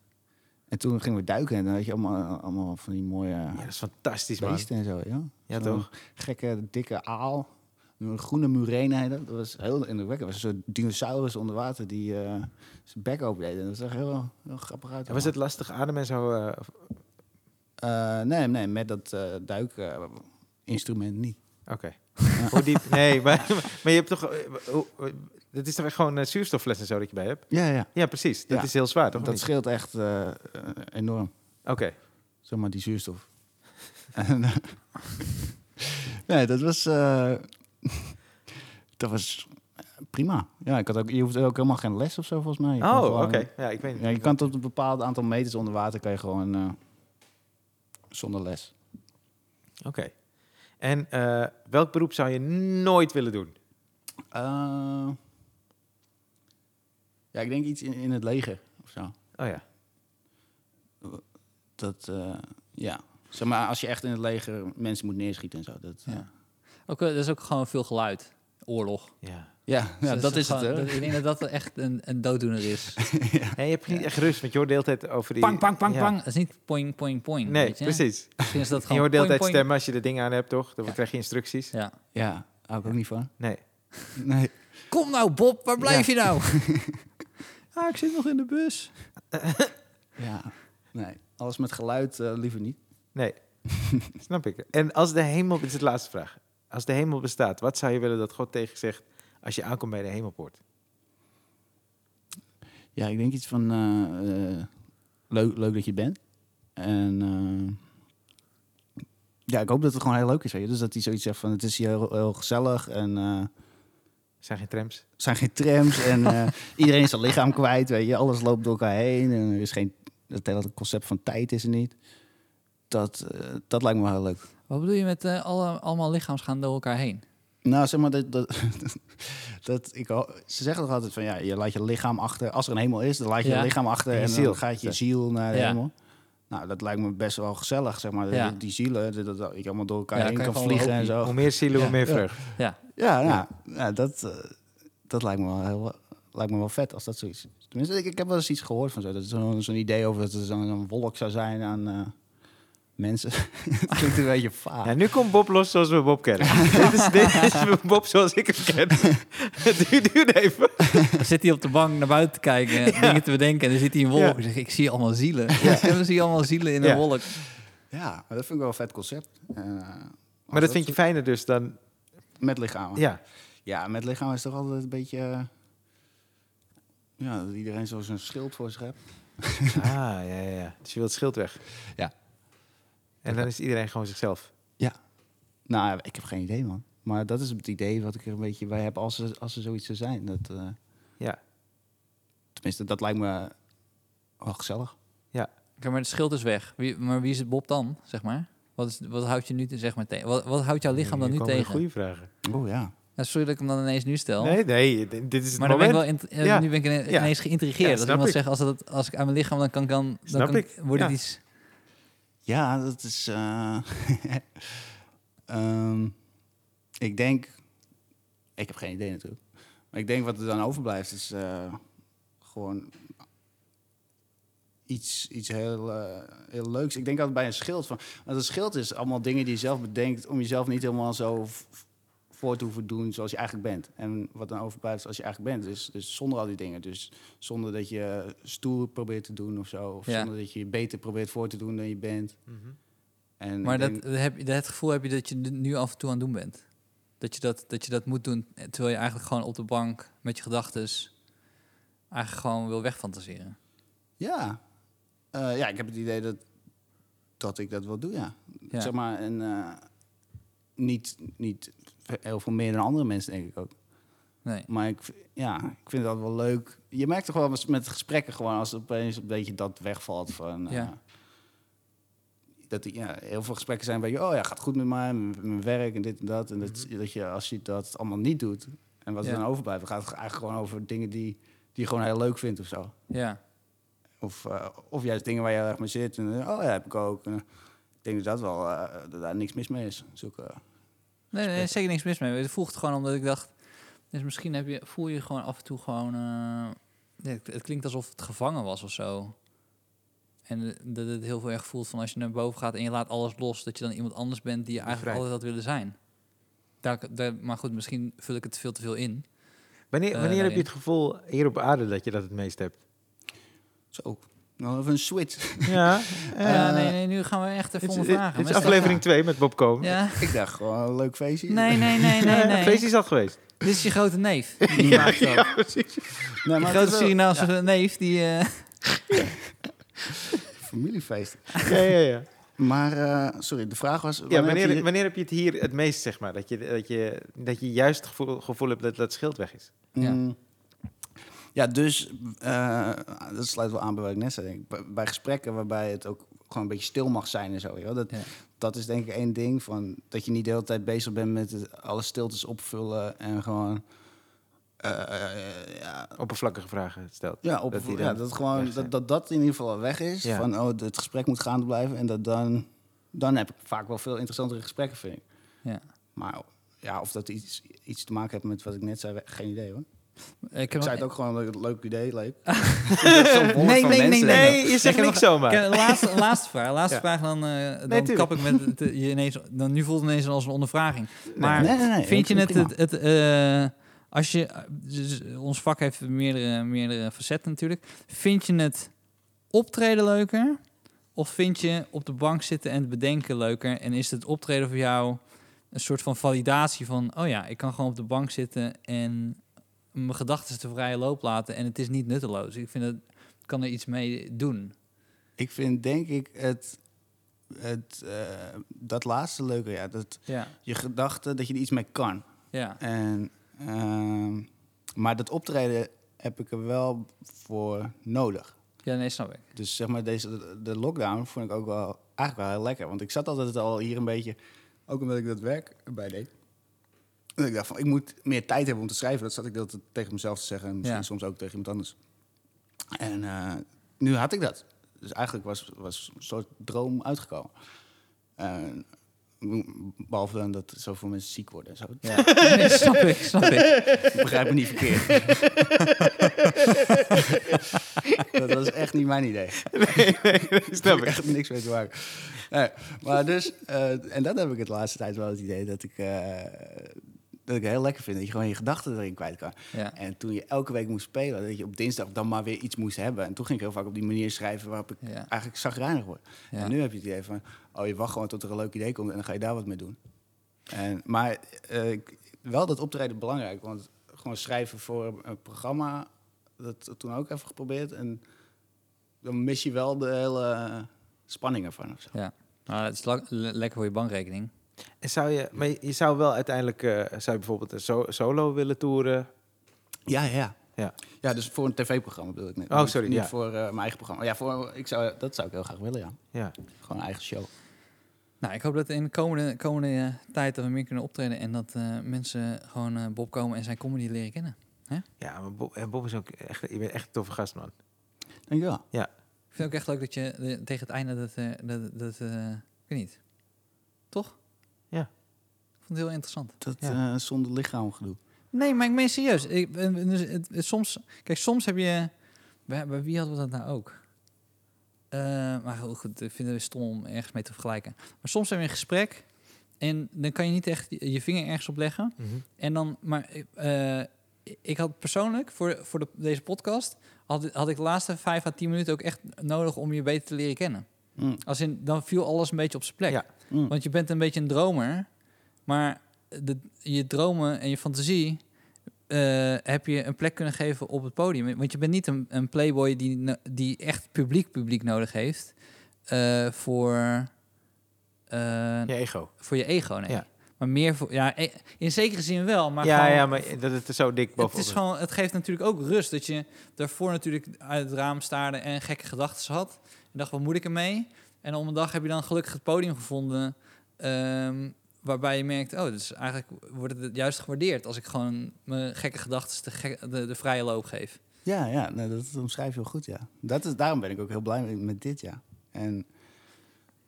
[SPEAKER 3] En toen gingen we duiken en dan had je allemaal, eh, allemaal van die mooie...
[SPEAKER 1] ja, dat is fantastisch man.
[SPEAKER 3] beesten en zo, ja.
[SPEAKER 1] Ja,
[SPEAKER 3] Zo'n
[SPEAKER 1] toch?
[SPEAKER 3] Gekke, dikke aal. Een groene murena. heet Dat Dat was heel indrukwekkend. Dat was een soort dinosaurus onder water die eh zijn bek opendeed. En dat zag heel, heel grappig uit.
[SPEAKER 1] En was het lastig ademen en zo? eh, of-
[SPEAKER 3] Eh, nee, nee, met dat eh, duikinstrument instrument niet.
[SPEAKER 1] Oké. Hoe diep? Nee, maar, maar je hebt toch... eh, hoe- Dat is toch echt gewoon eh, zuurstoffles en zo dat je bij hebt?
[SPEAKER 3] Ja, ja.
[SPEAKER 1] Ja, precies. Dat
[SPEAKER 3] Ja.
[SPEAKER 1] is heel zwaar, toch?
[SPEAKER 3] Dat,
[SPEAKER 1] Of niet?
[SPEAKER 3] scheelt echt eh, eh, enorm.
[SPEAKER 1] Oké.
[SPEAKER 3] Zeg maar die zuurstof. En, eh, nee, dat was... eh, dat was prima. Ja, ik had ook, je hoeft ook helemaal geen les of zo, volgens mij. Je kon
[SPEAKER 1] Oh, oké.
[SPEAKER 3] gewoon-
[SPEAKER 1] Ja, ik weet niet.
[SPEAKER 3] Ja, je kan tot een bepaald aantal meters onder water kan je gewoon eh, zonder les.
[SPEAKER 1] Oké. En eh, welk beroep zou je nooit willen doen?
[SPEAKER 3] Eh, ja, ik denk iets in, in het leger of zo.
[SPEAKER 1] Oh ja.
[SPEAKER 3] Dat, eh, ja. Zeg maar, als je echt in het leger mensen moet neerschieten en zo. Dat, eh,
[SPEAKER 2] Ja. Ook, eh, dat is ook gewoon veel geluid. Oorlog.
[SPEAKER 1] Ja.
[SPEAKER 3] Ja, ja
[SPEAKER 2] Dus
[SPEAKER 3] dat is het.
[SPEAKER 2] gewoon-
[SPEAKER 3] hè.
[SPEAKER 2] dat- ik denk dat dat echt een, een dooddoener is.
[SPEAKER 1] Nee, je hebt niet echt rust, want je hoort de hele tijd over die...
[SPEAKER 2] Pang, pang, pang,
[SPEAKER 1] Ja.
[SPEAKER 2] pang. Dat is niet poing, poing, poing.
[SPEAKER 1] Nee,
[SPEAKER 2] weet je?
[SPEAKER 1] precies.
[SPEAKER 2] Misschien is dat
[SPEAKER 1] En
[SPEAKER 2] gewoon
[SPEAKER 1] je hoort de hele
[SPEAKER 2] poing,
[SPEAKER 1] tijd stemmen als je de dingen aan hebt, toch? Dan krijg je instructies.
[SPEAKER 2] poing. Ja.
[SPEAKER 3] Ja, hou ik ook niet van.
[SPEAKER 1] Nee.
[SPEAKER 3] Nee.
[SPEAKER 2] Kom nou, Bob, waar blijf
[SPEAKER 1] Ja.
[SPEAKER 2] je nou? ah, ik zit nog in de bus.
[SPEAKER 3] Ja, nee. Alles met geluid eh, liever niet.
[SPEAKER 1] Nee. Snap ik. En als de hemel... Dit is de laatste vraag. Als de hemel bestaat, wat zou je willen dat God tegen je zegt als je aankomt bij de hemelpoort?
[SPEAKER 3] Ja, ik denk iets van eh, eh, leuk, leuk dat je bent. En eh, ja, ik hoop dat het gewoon heel leuk is. Weet je? Dus dat hij zoiets zegt van het is hier heel, heel gezellig en eh,
[SPEAKER 1] Er zijn geen trams.
[SPEAKER 3] er zijn geen trams en eh, iedereen is zijn lichaam kwijt. Weet je? Alles loopt door elkaar heen en er is geen, het hele concept van tijd is er niet. Dat, eh, dat lijkt me wel heel leuk.
[SPEAKER 2] Wat bedoel je met eh, alle, allemaal lichaams gaan door elkaar heen?
[SPEAKER 3] Nou, zeg maar, dat, dat, dat ik, ho- ze zeggen toch altijd van ja, je laat je lichaam achter. Als er een hemel is, dan laat je
[SPEAKER 2] Ja.
[SPEAKER 3] je lichaam achter
[SPEAKER 1] En
[SPEAKER 3] en,
[SPEAKER 1] je ziel.
[SPEAKER 3] dan gaat je ziel naar de
[SPEAKER 2] Ja.
[SPEAKER 3] hemel. Nou, dat lijkt me best wel gezellig, zeg maar.
[SPEAKER 2] Ja.
[SPEAKER 3] Die, die zielen, dat, dat, dat ik allemaal door elkaar
[SPEAKER 2] Ja,
[SPEAKER 3] heen
[SPEAKER 2] kan je
[SPEAKER 3] kan,
[SPEAKER 2] gewoon
[SPEAKER 3] vliegen en
[SPEAKER 1] Hoe
[SPEAKER 3] zo.
[SPEAKER 1] meer zielen, hoe
[SPEAKER 3] Ja.
[SPEAKER 1] meer vreugde.
[SPEAKER 2] Oh. Ja,
[SPEAKER 3] Ja, nou, nou, dat, eh, dat lijkt me wel heel, lijkt me wel vet als dat zoiets is. Tenminste, ik, ik heb wel eens iets gehoord van zo. Dat is zo'n zo'n idee over dat er zo'n zo'n wolk zou zijn aan eh, mensen. dat klinkt een beetje vaag.
[SPEAKER 1] Ja, Nou, nu komt Bob los zoals we Bob kennen. dit, is, dit is Bob zoals ik hem ken. Het duurt- duurt even.
[SPEAKER 2] Oh, dan zit hij op de bank naar buiten te kijken, en dingen te bedenken. En dan zit hij in een wolk
[SPEAKER 1] Ja.
[SPEAKER 2] en zegt, ik zie allemaal zielen. En we zien allemaal zielen in een
[SPEAKER 1] Ja.
[SPEAKER 2] wolk.
[SPEAKER 3] Ja, maar dat vind ik wel een vet concept. Eh,
[SPEAKER 1] Maar
[SPEAKER 3] als
[SPEAKER 1] dat vind je fijner dus dan...
[SPEAKER 3] Met
[SPEAKER 2] Oh.
[SPEAKER 3] lichamen.
[SPEAKER 1] Ja,
[SPEAKER 3] Ja, met lichaam is toch altijd een beetje... eh, ja, dat iedereen zo zijn schild voor zich hebt.
[SPEAKER 1] ah, ja, ja, ja. Dus je wilt het schild weg.
[SPEAKER 3] Ja.
[SPEAKER 1] En dan is iedereen gewoon zichzelf.
[SPEAKER 3] Nou, ik heb geen idee, man. Maar dat is het idee wat ik er een beetje bij heb als er, als er zoiets zou zijn. Dat, eh,
[SPEAKER 1] Ja.
[SPEAKER 3] tenminste, dat lijkt me wel gezellig.
[SPEAKER 2] Oké, maar het schild is weg. Wie, maar wie is het Bob dan, zeg maar? Wat, is, wat houdt je nu te, zeg maar, tegen? Wat, wat houdt jouw lichaam dan nu tegen?
[SPEAKER 1] goede vragen.
[SPEAKER 3] Oh ja.
[SPEAKER 2] Ja, sorry dat ik hem dan ineens nu stel.
[SPEAKER 1] Nee, nee, d- dit is het
[SPEAKER 2] maar dan ben
[SPEAKER 1] moment.
[SPEAKER 2] ik wel int- eh,
[SPEAKER 1] Ja.
[SPEAKER 2] nu ben ik ine-
[SPEAKER 1] Ja.
[SPEAKER 2] ineens geïntrigeerd.
[SPEAKER 1] Ja,
[SPEAKER 2] als
[SPEAKER 1] snap
[SPEAKER 2] iemand
[SPEAKER 1] ik.
[SPEAKER 2] zegt, als, dat, als ik aan mijn lichaam dan kan, kan, dan
[SPEAKER 1] Snap
[SPEAKER 2] kan,
[SPEAKER 1] ik,
[SPEAKER 2] wordt het
[SPEAKER 1] ja.
[SPEAKER 2] iets...
[SPEAKER 3] Ja, dat is... eh, ehm, ik denk... Ik heb geen idee natuurlijk. Maar ik denk wat er dan overblijft is eh, gewoon iets, iets heel, eh, heel leuks. Ik denk altijd bij een schild. Van, want een schild is allemaal dingen die je zelf bedenkt... om jezelf niet helemaal zo v- voor te hoeven doen zoals je eigenlijk bent. En wat dan overblijft als je eigenlijk bent. Dus, dus zonder al die dingen. Dus zonder dat je stoer probeert te doen of zo. Of
[SPEAKER 2] Ja.
[SPEAKER 3] zonder dat je je beter probeert voor te doen dan je bent.
[SPEAKER 1] Mhm.
[SPEAKER 3] En
[SPEAKER 2] Maar
[SPEAKER 3] ik
[SPEAKER 2] dat,
[SPEAKER 3] denk-
[SPEAKER 2] dat heb, je- dat gevoel heb je dat je er nu af en toe aan het doen bent. Dat je dat, dat je dat moet doen eh, terwijl je eigenlijk gewoon op de bank met je gedachten eigenlijk gewoon wil wegfantaseren.
[SPEAKER 3] ja. Eh, ja, ik heb het idee dat, dat ik dat wel doe, ja.
[SPEAKER 2] Ja.
[SPEAKER 3] Zeg maar, en eh, niet, niet heel veel meer dan andere mensen, denk ik ook.
[SPEAKER 2] Nee.
[SPEAKER 3] Maar ik, v- ja, ik vind dat wel leuk. Je merkt toch wel eens met gesprekken gewoon als het opeens een beetje dat wegvalt van... eh,
[SPEAKER 2] Ja.
[SPEAKER 3] dat, die- ja, heel veel gesprekken zijn waar je, oh ja, gaat goed met mij, met mijn werk en dit en dat. En dat, dat je, als je dat allemaal niet doet en wat
[SPEAKER 2] Mhm. Ja.
[SPEAKER 3] er dan overblijft, dan gaat het eigenlijk gewoon over dingen die, die je gewoon heel leuk vindt of zo.
[SPEAKER 2] Ja.
[SPEAKER 3] Of, eh, of juist dingen waar je heel erg mee zit. En, eh, oh ja, heb ik ook. En, eh, ik denk dat dat wel, eh, dat daar niks mis mee is. eh, Zulke,
[SPEAKER 2] Nee, nee, zeker niks mis mee. Het voegt gewoon omdat ik dacht... Dus misschien heb je, voel je gewoon af en toe gewoon... eh, ja, het, het klinkt alsof het gevangen was of zo. En eh, dat het heel veel erg voelt van als je naar boven gaat en je laat alles los... dat je dan iemand anders bent die je eigenlijk
[SPEAKER 1] Bevrijd.
[SPEAKER 2] altijd had willen zijn. Daar, daar, maar goed, misschien vul ik het veel te veel in.
[SPEAKER 1] Wanneer, wanneer
[SPEAKER 2] Eh,
[SPEAKER 1] heb
[SPEAKER 2] daarin.
[SPEAKER 1] je het gevoel hier op aarde dat je dat het meest hebt?
[SPEAKER 3] zo. Nou, even een switch.
[SPEAKER 1] Ja,
[SPEAKER 2] ja,
[SPEAKER 3] Eh,
[SPEAKER 2] nee, nee, nu gaan we echt even om vragen.
[SPEAKER 1] Dit is
[SPEAKER 2] Maar dat-
[SPEAKER 1] aflevering 2 met Bob Koom.
[SPEAKER 2] Ja?
[SPEAKER 3] ik dacht gewoon een leuk feestje.
[SPEAKER 2] Nee, nee, nee, nee,
[SPEAKER 1] Ja,
[SPEAKER 2] nee.
[SPEAKER 1] Feest is dat geweest.
[SPEAKER 2] Dit is je grote neef. Die ja, maakt dat.
[SPEAKER 3] Nee,
[SPEAKER 2] Je
[SPEAKER 3] maar
[SPEAKER 2] grote
[SPEAKER 3] het is wel
[SPEAKER 2] Surinaamse neef die... eh,
[SPEAKER 3] een familiefeest.
[SPEAKER 1] Ja, ja, ja.
[SPEAKER 3] Maar, eh, sorry, de vraag was...
[SPEAKER 1] Ja,
[SPEAKER 3] wanneer heb
[SPEAKER 1] wanneer,
[SPEAKER 3] je-
[SPEAKER 1] wanneer heb je het hier het meest, zeg maar? Dat je, dat je, dat je juist het gevoel, gevoel hebt dat dat schild weg is.
[SPEAKER 2] Ja.
[SPEAKER 3] Mm. Ja, dus eh, dat sluit wel aan bij wat ik net zei. Denk ik. Bij, bij gesprekken waarbij het ook gewoon een beetje stil mag zijn en zo. weet je wel. Dat,
[SPEAKER 2] Ja.
[SPEAKER 3] dat is denk ik één ding van dat je niet de hele tijd bezig bent met het, alle stiltes opvullen en gewoon. eh, ja,
[SPEAKER 1] Oppervlakkige vragen stelt.
[SPEAKER 3] ja, op,
[SPEAKER 1] Dat
[SPEAKER 3] dat,
[SPEAKER 1] die
[SPEAKER 3] ja,
[SPEAKER 1] dan
[SPEAKER 3] dat, gewoon,
[SPEAKER 1] weg zijn.
[SPEAKER 3] dat, dat dat in ieder geval weg is.
[SPEAKER 1] Ja.
[SPEAKER 3] Van oh, het gesprek moet gaande blijven. En dat dan, dan heb ik vaak wel veel interessantere gesprekken, vind ik.
[SPEAKER 2] ja.
[SPEAKER 3] Maar Ja, of dat iets, iets te maken heeft met wat ik net zei, we- geen idee hoor.
[SPEAKER 2] Ik
[SPEAKER 3] Ik
[SPEAKER 2] heb
[SPEAKER 3] zei
[SPEAKER 2] nog-
[SPEAKER 3] het ook gewoon een leuk idee, leuk.
[SPEAKER 2] Nee, nee, nee, nee.
[SPEAKER 1] Nee, je zegt
[SPEAKER 2] Ik heb
[SPEAKER 1] niks
[SPEAKER 2] nog-
[SPEAKER 1] zomaar.
[SPEAKER 2] ik heb een laatste, laatste vraag. Laatste
[SPEAKER 1] Ja.
[SPEAKER 2] vraag, dan, eh, dan
[SPEAKER 1] tuurlijk.
[SPEAKER 2] kap ik met het- het- je ineens. Dan, nu voelt het ineens als een ondervraging. Maar
[SPEAKER 3] nee, nee, nee, ik
[SPEAKER 2] vind je
[SPEAKER 3] vind
[SPEAKER 2] het.
[SPEAKER 3] het
[SPEAKER 2] het, het eh, als je, dus ons vak heeft meerdere, meerdere facetten natuurlijk. Vind je het optreden leuker? Of vind je op de bank zitten en het bedenken leuker? En is het optreden voor jou een soort van validatie van... oh ja, ik kan gewoon op de bank zitten en mijn gedachten te vrije loop laten... en het is niet nutteloos. Ik vind dat ik kan er iets mee doen.
[SPEAKER 3] Ik vind denk ik het, het, eh, dat laatste leuker, ja. Dat
[SPEAKER 2] Ja,
[SPEAKER 3] je gedachte dat je er iets mee kan.
[SPEAKER 2] ja.
[SPEAKER 3] En, ehm, maar dat optreden heb ik er wel voor nodig.
[SPEAKER 2] ja nee, snap ik.
[SPEAKER 3] Dus zeg maar, deze, de lockdown vond ik ook wel eigenlijk wel heel lekker. Want ik zat altijd al hier een beetje, ook omdat ik dat werk erbij deed. Dat ik dacht van, ik moet meer tijd hebben om te schrijven. Dat zat ik dat tegen mezelf te zeggen en misschien
[SPEAKER 2] Ja.
[SPEAKER 3] soms ook tegen iemand anders. En eh, nu had ik dat. Dus eigenlijk was, was een soort droom uitgekomen. En behalve dan dat zoveel mensen ziek worden en zo.
[SPEAKER 2] Nee, snap ik, snap ik.
[SPEAKER 3] Begrijp me niet verkeerd. dat was echt niet mijn idee.
[SPEAKER 1] Snap
[SPEAKER 3] ik
[SPEAKER 1] ik.
[SPEAKER 3] echt niks mee te maken. Nee, maar dus, eh, en dat heb ik het laatste tijd wel het idee dat ik, eh, dat ik het heel lekker vind. Dat je gewoon je gedachten erin kwijt kan.
[SPEAKER 2] Ja.
[SPEAKER 3] En toen je elke week moest spelen, dat je op dinsdag dan maar weer iets moest hebben. En toen ging ik heel vaak op die manier schrijven waarop ik
[SPEAKER 2] Ja.
[SPEAKER 3] eigenlijk zagrijnig word.
[SPEAKER 2] Ja.
[SPEAKER 3] En nu heb je het idee van, oh je wacht gewoon tot er een leuk idee komt en dan ga je daar wat mee doen. En, maar eh, ik- wel dat optreden belangrijk, want gewoon schrijven voor een programma, dat toen ook even geprobeerd. En dan mis je wel de hele eh, spanning ervan of zo.
[SPEAKER 2] Ja. Nou, het is lang- le- lekker voor je bankrekening.
[SPEAKER 1] En zou je, maar je zou wel uiteindelijk, eh, zou je bijvoorbeeld een so- solo willen toeren?
[SPEAKER 3] Ja, ja.
[SPEAKER 1] Ja.
[SPEAKER 3] Ja, dus voor een tv-programma bedoel ik net.
[SPEAKER 1] Oh, sorry,
[SPEAKER 3] Niet
[SPEAKER 1] ja.
[SPEAKER 3] voor eh, mijn eigen programma. Ja, voor, ik zou, dat zou ik heel graag willen, ja.
[SPEAKER 1] Ja.
[SPEAKER 3] Gewoon een eigen show.
[SPEAKER 2] Nou, ik hoop dat in de komende, komende eh, tijd dat we meer kunnen optreden... en dat eh, mensen gewoon eh, Bob komen en zijn comedy leren kennen.
[SPEAKER 1] Ja, maar Bob, en Bob is ook echt, je bent echt een toffe gast, man.
[SPEAKER 3] Dankjewel.
[SPEAKER 2] Ik vind het ook echt leuk dat je eh, tegen het einde dat... eh, dat, dat eh, ik weet niet. Toch?
[SPEAKER 1] Ja.
[SPEAKER 2] Ik vond het heel interessant.
[SPEAKER 3] Dat
[SPEAKER 1] Ja.
[SPEAKER 3] eh, zonder lichaam gedoe.
[SPEAKER 2] Nee, maar ik meen serieus. Ik, eh, dus het- het- soms, kijk, soms heb je... Bij, bij wie hadden we dat nou ook? Eh, maar heel goed, ik vind het stom om ergens mee te vergelijken. Maar soms heb je een gesprek... en dan kan je niet echt je je vinger ergens op leggen. En dan, maar eh, ik had persoonlijk voor, voor de, deze podcast had, had ik de laatste 5 à 10 minuten ook echt nodig om je beter te leren kennen.
[SPEAKER 3] Mm.
[SPEAKER 2] Als in, dan viel alles een beetje op zijn plek.
[SPEAKER 1] Ja.
[SPEAKER 3] Mm.
[SPEAKER 2] Want je bent een beetje een dromer, maar de, je dromen en je fantasie eh, heb je een plek kunnen geven op het podium. Want je bent niet een, een playboy die, no- die echt publiek publiek nodig heeft eh, voor. eh,
[SPEAKER 1] Je ego.
[SPEAKER 2] voor je ego, nee.
[SPEAKER 1] Ja.
[SPEAKER 2] Maar meer voor... Ja, e- in zekere zin wel, maar
[SPEAKER 1] ja,
[SPEAKER 2] gewoon-
[SPEAKER 1] ja, maar dat het zo dik bovenop
[SPEAKER 2] het, is gewoon, het geeft natuurlijk ook rust dat je daarvoor natuurlijk uit het raam staarde en gekke gedachten had. En dacht, wat moet ik ermee? En om een dag heb je dan gelukkig het podium gevonden ehm, waarbij je merkt, oh, dus eigenlijk wordt het juist gewaardeerd als ik gewoon mijn gekke gedachten de, gek- de, de vrije loop geef.
[SPEAKER 3] Ja, ja nou, dat omschrijf je heel goed, ja. Dat is, daarom ben ik ook heel blij met, met dit, ja. En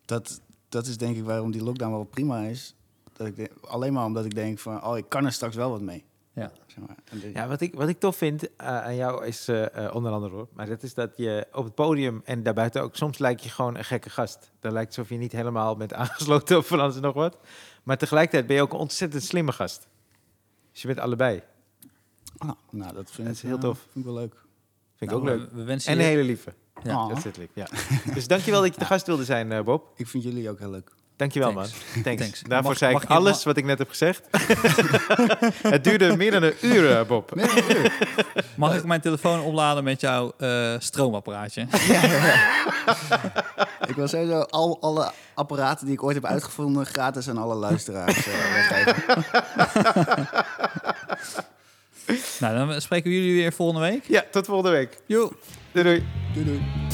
[SPEAKER 3] dat, dat is denk ik waarom die lockdown wel prima is. Dat ik denk- alleen maar omdat ik denk van, oh, ik kan er straks wel wat mee.
[SPEAKER 2] Ja.
[SPEAKER 3] Zeg maar. En de-
[SPEAKER 1] Ja, wat ik, wat ik tof vind eh, aan jou is, eh, eh, onder andere hoor, maar dat is dat je op het podium en daarbuiten ook, soms lijkt je gewoon een gekke gast. Dan lijkt het alsof je niet helemaal bent aangesloten op van alles en nog wat. Maar tegelijkertijd ben je ook een ontzettend slimme gast. Dus je bent allebei.
[SPEAKER 3] Ah, nou, dat vind
[SPEAKER 1] Dat is
[SPEAKER 3] ik
[SPEAKER 1] heel
[SPEAKER 3] eh,
[SPEAKER 1] tof.
[SPEAKER 3] Vind ik wel leuk.
[SPEAKER 1] Vind ik
[SPEAKER 2] Nou,
[SPEAKER 1] ook leuk.
[SPEAKER 2] We, we wensen
[SPEAKER 1] En een
[SPEAKER 2] je- Oh.
[SPEAKER 1] hele lieve.
[SPEAKER 2] Ja.
[SPEAKER 3] Ah,
[SPEAKER 1] Dat is het lief, ja. Dus dankjewel dat je de gast wilde zijn, eh, Bob.
[SPEAKER 3] ik vind jullie ook heel leuk.
[SPEAKER 1] Dankjewel,
[SPEAKER 2] Thanks.
[SPEAKER 1] man. Thanks.
[SPEAKER 2] Thanks.
[SPEAKER 1] Daarvoor
[SPEAKER 2] Mag-
[SPEAKER 1] zei
[SPEAKER 2] mag
[SPEAKER 1] ik
[SPEAKER 2] je-
[SPEAKER 1] alles
[SPEAKER 2] mag-
[SPEAKER 1] wat ik net heb gezegd. het duurde meer dan een uur, eh, Bob.
[SPEAKER 2] Mag ik mijn telefoon opladen met jouw eh, stroomapparaatje?
[SPEAKER 3] Ik wil sowieso al, alle apparaten die ik ooit heb uitgevonden gratis aan alle luisteraars eh, weggeven.
[SPEAKER 2] nou, dan spreken we jullie weer volgende week.
[SPEAKER 1] Ja, tot volgende week.
[SPEAKER 2] Joe!
[SPEAKER 1] Doei doei.
[SPEAKER 3] Doei doei.